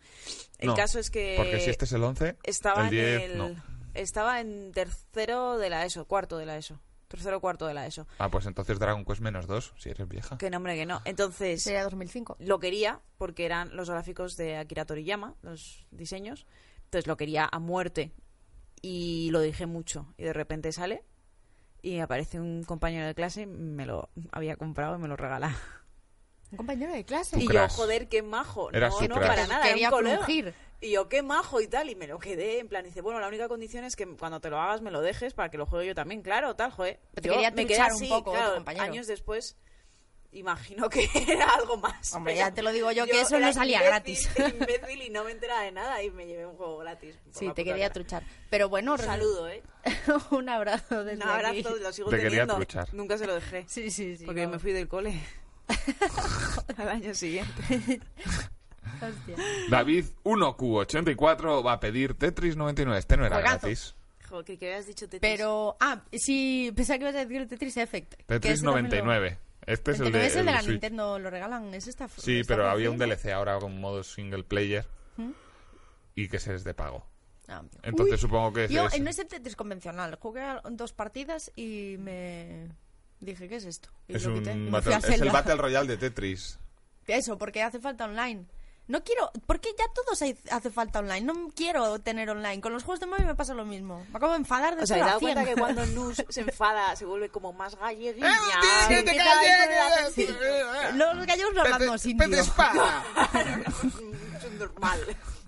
Speaker 2: El
Speaker 3: No,
Speaker 2: caso es que...
Speaker 3: Porque si este es el 11,
Speaker 2: estaba
Speaker 3: el 10,
Speaker 2: en el...
Speaker 3: no.
Speaker 2: Estaba en tercero de la ESO, cuarto de la ESO. Tercero cuarto de la ESO.
Speaker 3: Ah, pues entonces Dragon Quest menos 2, si eres vieja.
Speaker 2: Qué nombre que no. Entonces,
Speaker 1: Sería 2005.
Speaker 2: lo quería porque eran los gráficos de Akira Toriyama, los diseños. Entonces lo quería a muerte y lo dije mucho. Y de repente sale y aparece un compañero de clase, me lo había comprado y me lo regala.
Speaker 1: Un compañero de
Speaker 3: Tu
Speaker 1: clase.
Speaker 2: [laughs] Y yo,
Speaker 3: crush.
Speaker 2: joder, qué majo.
Speaker 3: Era
Speaker 2: no,
Speaker 3: su
Speaker 2: no,
Speaker 3: crush.
Speaker 2: para nada, era un
Speaker 1: Quería
Speaker 2: colega.
Speaker 1: fungir.
Speaker 2: Y yo, qué majo y tal. Y me lo quedé en plan. Dice, bueno, la única condición es que cuando te lo hagas me lo dejes para que lo juegue yo también. Claro, tal, joder.
Speaker 1: Pero te
Speaker 2: Yo
Speaker 1: quería
Speaker 2: me quedé
Speaker 1: truchar un
Speaker 2: así,
Speaker 1: poco,
Speaker 2: claro,
Speaker 1: tu compañero.
Speaker 2: Años después, imagino que [laughs] era algo más.
Speaker 1: Hombre,
Speaker 2: pero
Speaker 1: ya te lo digo yo, que eso
Speaker 2: era
Speaker 1: no salía
Speaker 2: imbécil,
Speaker 1: gratis.
Speaker 2: [laughs] imbécil y no me enteraba de nada y me llevé un juego gratis. por
Speaker 1: Sí,
Speaker 2: la
Speaker 1: te
Speaker 2: puta
Speaker 1: quería
Speaker 2: cara.
Speaker 1: truchar. Pero bueno,
Speaker 2: Un saludo, ¿eh?
Speaker 1: [laughs] un abrazo desde
Speaker 2: Un
Speaker 1: aquí.
Speaker 2: abrazo, lo sigo
Speaker 3: Te quería
Speaker 2: teniendo.
Speaker 3: truchar.
Speaker 2: Nunca se lo dejé.
Speaker 1: Sí, sí, sí.
Speaker 2: porque me
Speaker 1: vamos.
Speaker 2: fui
Speaker 1: [laughs]
Speaker 2: del cole. Al año siguiente.
Speaker 1: Hostia.
Speaker 3: David 1Q84 va a pedir Tetris 99. Este no era
Speaker 1: Juegazo.
Speaker 3: gratis.
Speaker 2: Joder, que, que habías dicho Tetris.
Speaker 1: Pero, ah, sí, pensaba que ibas a decir Tetris Effect. que
Speaker 3: Tetris
Speaker 1: ese también lo-
Speaker 3: 99. Este es el
Speaker 1: 99
Speaker 3: de,
Speaker 1: es el
Speaker 3: el
Speaker 1: de la
Speaker 3: Switch.
Speaker 1: Nintendo, lo regalan, es esta.
Speaker 3: Sí,
Speaker 1: esta
Speaker 3: pero había un
Speaker 1: versión?
Speaker 3: DLC ahora con modo single player
Speaker 1: ¿Mm?
Speaker 3: y que ese es de pago.
Speaker 1: Ah, mira.
Speaker 3: Entonces
Speaker 1: Uy,
Speaker 3: supongo que ese
Speaker 1: Yo
Speaker 3: es-
Speaker 1: eh, no es el Tetris convencional, jugué a- dos partidas y me dije, ¿qué es esto? Y
Speaker 3: es
Speaker 1: lo
Speaker 3: un
Speaker 1: quité y me
Speaker 3: battle-
Speaker 1: fui a
Speaker 3: es el
Speaker 1: Zelda.
Speaker 3: Battle Royale de Tetris.
Speaker 1: Eso, porque hace falta online. No quiero, porque ya todos hay- hace falta online, no quiero tener online. Con los juegos de móvil me pasa lo mismo. Me acabo de enfadar de
Speaker 2: O sea, he
Speaker 1: cero a
Speaker 2: dado cuenta
Speaker 1: 100. [laughs]
Speaker 2: que cuando Nus se enfada se vuelve como más galleguilla.
Speaker 1: Sí,
Speaker 2: Se
Speaker 1: ¿qué
Speaker 2: empieza
Speaker 1: tal?
Speaker 2: a poner
Speaker 1: [laughs]
Speaker 2: acento. [laughs]
Speaker 1: Los gallegos lo hablamos indio.
Speaker 3: espada!
Speaker 2: Es normal.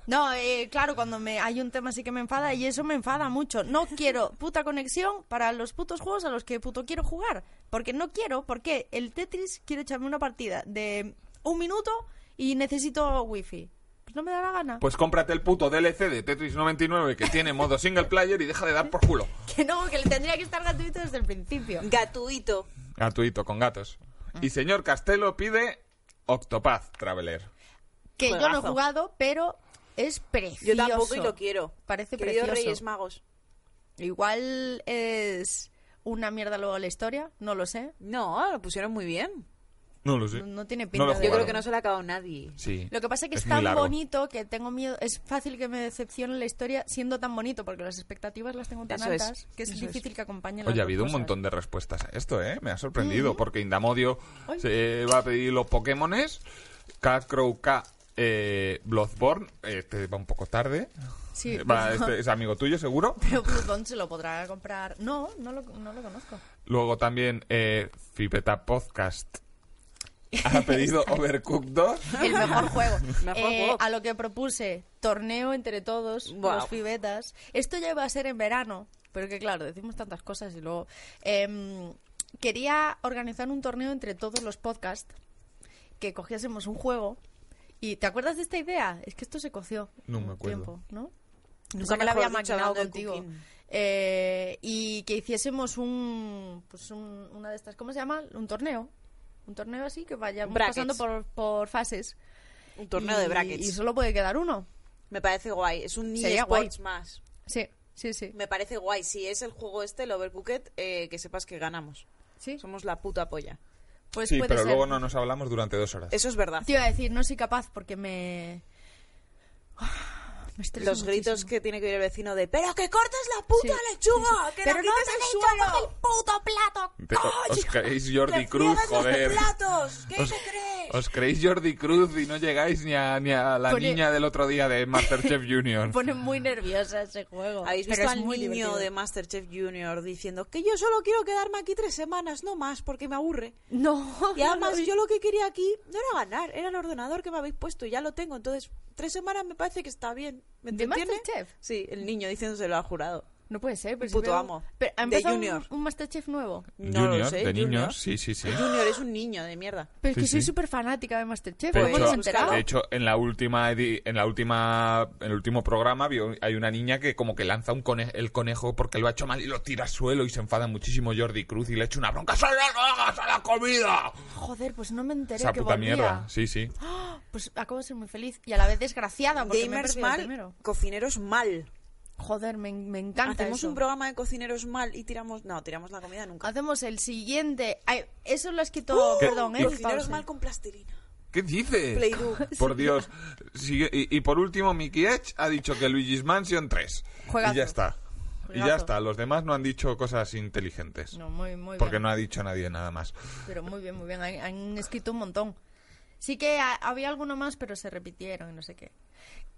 Speaker 1: No, eh, claro, cuando me hay un tema así que me enfada y eso me enfada mucho. No quiero puta conexión para los putos juegos a los que puto quiero jugar. Porque no quiero, porque el Tetris quiere echarme una partida de un minuto y necesito wifi. Pues no me da la gana.
Speaker 3: Pues cómprate el puto DLC de Tetris 99 que tiene modo single player y deja de dar por culo.
Speaker 1: Que no, que le tendría que estar gratuito desde el principio.
Speaker 2: Gatuito.
Speaker 3: Gratuito, con gatos.
Speaker 1: Ah.
Speaker 3: Y señor Castelo pide Octopath Traveler.
Speaker 1: Que yo no he
Speaker 2: Juegazo.
Speaker 1: jugado, pero es precioso.
Speaker 2: Yo tampoco y lo quiero.
Speaker 1: Parece
Speaker 2: Queridos
Speaker 1: precioso.
Speaker 2: Reyes Magos.
Speaker 1: Igual es una mierda luego la historia, no lo sé.
Speaker 2: No, lo pusieron muy bien.
Speaker 3: No lo sé.
Speaker 1: No- no tiene
Speaker 3: lo
Speaker 1: pinta
Speaker 3: he
Speaker 1: de-
Speaker 2: Yo
Speaker 3: jugado.
Speaker 2: creo que no se lo ha acabado nadie.
Speaker 3: Sí.
Speaker 1: Lo que pasa es que es,
Speaker 3: muy
Speaker 1: tan
Speaker 3: largo.
Speaker 1: bonito que tengo miedo. Es fácil que me decepcione la historia siendo tan bonito, porque las expectativas las tengo tan
Speaker 2: Eso es,
Speaker 1: altas que es
Speaker 2: eso
Speaker 1: difícil que acompañen las
Speaker 3: Oye, ha
Speaker 1: dos
Speaker 3: habido un
Speaker 1: cosas.
Speaker 3: montón de respuestas a esto, ¿eh? Me ha sorprendido, porque Indamodio
Speaker 1: Ay.
Speaker 3: se va a pedir los Pokémones, Catcrow K, eh, Bloodborne, este va un poco tarde,
Speaker 1: Sí, [laughs]
Speaker 3: Eh, va,
Speaker 1: pero-
Speaker 3: este es amigo tuyo seguro.
Speaker 1: Pero Plutón se lo podrá comprar. No, no lo, no lo conozco.
Speaker 3: Luego también eh, Fipeta Podcast
Speaker 1: [laughs]
Speaker 3: ha pedido Overcooked 2.
Speaker 1: El mejor juego.
Speaker 2: Mejor
Speaker 1: Eh,
Speaker 2: juego.
Speaker 1: A lo que propuse, torneo entre todos,
Speaker 2: Guau.
Speaker 1: los pibetas. Esto ya iba a ser en verano, pero que claro, decimos tantas cosas y luego... Em, quería organizar un torneo entre todos los podcasts, que cogiésemos un juego. ¿Y te acuerdas de esta idea? Es que esto se coció.
Speaker 3: No
Speaker 1: un
Speaker 3: me acuerdo.
Speaker 1: Tiempo, ¿no?
Speaker 2: Nunca
Speaker 1: Nunca me la había
Speaker 2: mejor dicho,
Speaker 1: maquinado
Speaker 2: hablando de
Speaker 1: contigo.
Speaker 2: cooking.
Speaker 1: Eh, y que hiciésemos un, pues un- una de estas, ¿cómo se llama? Un torneo. Un torneo así que vayamos
Speaker 2: Brackets.
Speaker 1: pasando por, por fases.
Speaker 2: Un torneo
Speaker 1: Y-
Speaker 2: de brackets.
Speaker 1: Y solo puede quedar uno.
Speaker 2: Me parece guay. Es un
Speaker 1: Sería
Speaker 2: eSports más.
Speaker 1: Sí, sí, sí.
Speaker 2: Me parece guay. Si es el juego este, el Overcooked, eh, que sepas que ganamos.
Speaker 1: sí.
Speaker 2: Somos la puta polla.
Speaker 1: Pues
Speaker 3: Sí,
Speaker 1: puede
Speaker 3: pero
Speaker 1: ser.
Speaker 3: luego no nos hablamos durante dos horas.
Speaker 2: Eso es verdad.
Speaker 1: Te iba a decir, no soy capaz porque me. [sighs] me estresa
Speaker 2: Los gritos
Speaker 1: muchísimo.
Speaker 2: que tiene que oír el vecino de ¡Pero que cortes la puta
Speaker 1: Sí,
Speaker 2: lechuga! ¡Que
Speaker 1: Pero
Speaker 2: la
Speaker 1: no
Speaker 2: quites
Speaker 1: te
Speaker 2: del
Speaker 1: he dicho
Speaker 2: suelo!
Speaker 1: el puto plato!
Speaker 3: Te- os creéis Jordi
Speaker 2: ¡Que
Speaker 3: Cruz,
Speaker 2: friegues los
Speaker 3: joder.
Speaker 2: platos! ¿Qué
Speaker 3: Os-
Speaker 2: te crees?
Speaker 3: Os creéis Jordi Cruz y no llegáis ni a, ni a la
Speaker 1: Pone-
Speaker 3: niña del otro día de
Speaker 1: [laughs]
Speaker 3: Masterchef Junior.
Speaker 1: Me pone muy nerviosa ese juego.
Speaker 2: ¿Habéis
Speaker 1: pero
Speaker 2: visto
Speaker 1: es
Speaker 2: al
Speaker 1: muy
Speaker 2: niño
Speaker 1: divertido.
Speaker 2: de Masterchef Junior diciendo que yo solo quiero quedarme aquí tres semanas, no más, porque me aburre?
Speaker 1: No.
Speaker 2: [laughs] Y además, yo lo que quería aquí no era ganar, era el ordenador que me habéis puesto y ya lo tengo. Entonces, tres semanas me parece que está bien. ¿Me
Speaker 1: ¿De
Speaker 2: entretiene?
Speaker 1: Masterchef?
Speaker 2: Sí, el niño diciéndoselo al jurado.
Speaker 1: No puede ser, pero si
Speaker 2: Puto
Speaker 1: veo-
Speaker 2: amo.
Speaker 1: Pero, ¿ha
Speaker 2: De
Speaker 1: empezado
Speaker 2: Junior.
Speaker 1: Un, un Masterchef nuevo.
Speaker 2: No lo
Speaker 3: Junior,
Speaker 2: sé.
Speaker 3: de
Speaker 2: Junior.
Speaker 3: niños, sí, sí, sí.
Speaker 2: Junior es un niño de mierda.
Speaker 1: Pero es
Speaker 3: Sí,
Speaker 1: que soy
Speaker 3: sí.
Speaker 1: súper fanática de Masterchef.
Speaker 3: De
Speaker 1: ¿Cómo no me he
Speaker 3: hecho,
Speaker 1: enterado?
Speaker 3: de hecho, en la última, edi- en la última, en el último programa vio- hay una niña que como que lanza un cone- el conejo porque lo ha hecho mal y lo tira al suelo y se enfada muchísimo Jordi Cruz y le echa una bronca. ¡Sal no lo hagas a la comida!
Speaker 1: Joder, pues no me enteré
Speaker 3: Esa
Speaker 1: que
Speaker 3: puta
Speaker 1: volvía.
Speaker 3: mierda. Sí, sí.
Speaker 1: Pues acabo de ser muy feliz y a la vez desgraciada porque me he
Speaker 2: Gamers
Speaker 1: perdido el
Speaker 2: mal,
Speaker 1: primero.
Speaker 2: cocineros mal.
Speaker 1: Joder, me, me encanta
Speaker 2: Hacemos
Speaker 1: eso. Ah,
Speaker 2: un programa de cocineros mal y tiramos. No, tiramos la comida nunca.
Speaker 1: Hacemos el siguiente. Ay, eso lo has quitado, perdón, ¿eh?
Speaker 2: Cocineros
Speaker 1: Pausa.
Speaker 2: mal con plastilina.
Speaker 3: ¿Qué dices?
Speaker 2: Play-Doh.
Speaker 3: [laughs] Por Dios. Sigue- y, y por último, Mickey Edge ha dicho que Luigi's Mansion 3.
Speaker 1: Juegazo.
Speaker 3: Y ya está. Y ya
Speaker 1: Juegazo.
Speaker 3: está. Los demás no han dicho cosas inteligentes.
Speaker 1: No, muy, muy
Speaker 3: porque
Speaker 1: bien.
Speaker 3: no ha dicho nadie nada más.
Speaker 1: Pero muy bien, muy bien. Han, han escrito un montón. Sí que ha- había alguno más, pero se repitieron y no sé qué.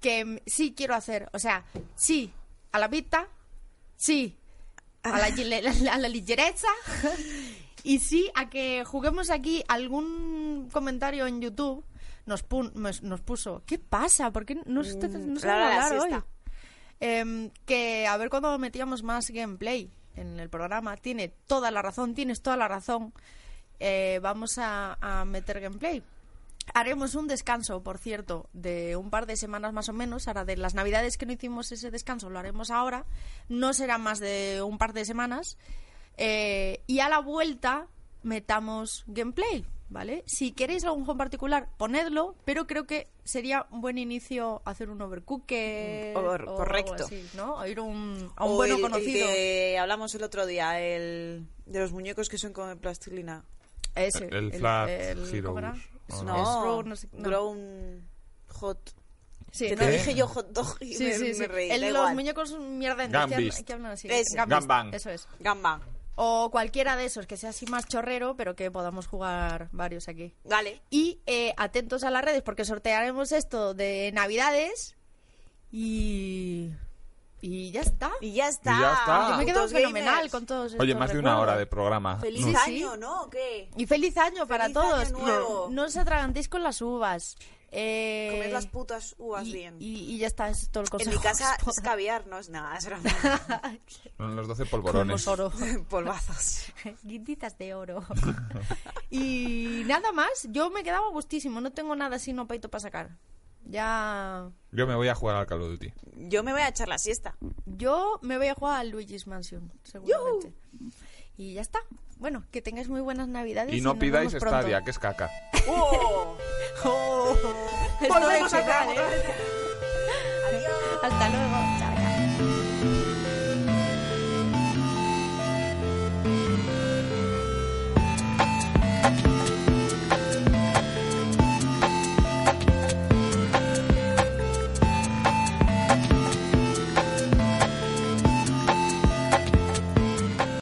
Speaker 1: Que mm, sí quiero hacer. O sea, sí a la pizza, sí a la, gile- [laughs] a la ligereza [laughs] y sí a que juguemos aquí algún comentario en YouTube. Nos, pun- nos- nos puso, ¿qué pasa? ¿Por qué no se, no se
Speaker 2: la hora
Speaker 1: va
Speaker 2: de la
Speaker 1: a hablar hoy?
Speaker 2: siesta.
Speaker 1: Em, que a ver cuando metíamos más gameplay en el programa. Tiene toda la razón, tienes toda la razón. Eh, vamos a, a meter gameplay. Haremos un descanso, por cierto, de un par de semanas más o menos. Ahora, de las navidades que no hicimos ese descanso, lo haremos ahora. No será más de un par de semanas. Eh, y a la vuelta metamos gameplay, ¿vale? Si queréis algún juego en particular, ponedlo, pero creo que sería un buen inicio hacer un overcooked.
Speaker 2: Mm,
Speaker 1: o
Speaker 2: or-
Speaker 1: algo
Speaker 2: correcto.
Speaker 1: así, ¿no? O ir un- a un
Speaker 2: O
Speaker 1: bueno
Speaker 2: el- el
Speaker 1: conocido.
Speaker 2: que hablamos el otro día, el de los muñecos que son con plastilina.
Speaker 1: Ese,
Speaker 3: El Flat
Speaker 1: ¿cómo era?
Speaker 3: Heroes,
Speaker 1: Es-
Speaker 3: ¿o
Speaker 1: es
Speaker 3: no?
Speaker 1: Rogue, no sé- no.
Speaker 2: Grown Hot.
Speaker 1: Sí,
Speaker 2: Que
Speaker 1: no-
Speaker 2: no dije yo hot dog y
Speaker 1: Sí,
Speaker 2: me,
Speaker 1: sí,
Speaker 2: me
Speaker 1: sí.
Speaker 2: reí.
Speaker 1: El-
Speaker 2: da
Speaker 1: los
Speaker 2: igual.
Speaker 1: muñecos mierdentos que,
Speaker 3: Gambist.
Speaker 1: hablan- que hablan así.
Speaker 2: Ese.
Speaker 1: Gambist,
Speaker 3: Gambang.
Speaker 1: Eso es.
Speaker 2: Gamba.
Speaker 1: O cualquiera de esos que sea así más chorrero, pero que podamos jugar varios aquí.
Speaker 2: Vale.
Speaker 1: Y eh, atentos a las redes porque sortearemos esto de Navidades y. Y ya está.
Speaker 2: Y ya está.
Speaker 3: Y ya está.
Speaker 1: Yo me he quedado
Speaker 2: Putos
Speaker 1: fenomenal
Speaker 2: gamers.
Speaker 1: con todos estos
Speaker 3: Oye, más de una
Speaker 1: recuerdos.
Speaker 3: hora de programa.
Speaker 2: Feliz
Speaker 1: Sí, sí.
Speaker 2: año, ¿no? ¿O ¿Qué?
Speaker 1: Y feliz año para
Speaker 2: Feliz
Speaker 1: todos.
Speaker 2: año nuevo.
Speaker 1: No os atragantéis con las uvas. Eh,
Speaker 2: Comed las putas uvas
Speaker 1: y,
Speaker 2: bien.
Speaker 1: Y, y ya está, es todo el
Speaker 2: en
Speaker 1: consejo. [laughs]
Speaker 2: mi casa
Speaker 1: que os
Speaker 2: es
Speaker 1: puedo
Speaker 2: caviar, no es nada, es
Speaker 1: [laughs] dar.
Speaker 3: Son los 12
Speaker 1: Como
Speaker 2: [laughs]
Speaker 3: polvorones.
Speaker 1: oro.
Speaker 2: polvazos.
Speaker 1: Guinditas de oro. [laughs] y nada más, yo me quedaba gustísimo, no tengo nada así no peito para sacar. Ya.
Speaker 3: Yo me voy a jugar al Call of Duty.
Speaker 2: Yo me voy a echar la siesta.
Speaker 1: Yo me voy a jugar al Luigi's Mansion, seguramente. Y ya está. Bueno, que tengáis muy buenas navidades.
Speaker 3: Y no
Speaker 1: nos
Speaker 3: pidáis
Speaker 1: vemos pronto. [laughs]
Speaker 3: Stadia, que es caca.
Speaker 2: ¡Oh!
Speaker 1: Esto es
Speaker 2: Volvemos al
Speaker 1: final, ¿eh?
Speaker 2: programa otra vez. Adiós.
Speaker 1: Hasta luego. Chao.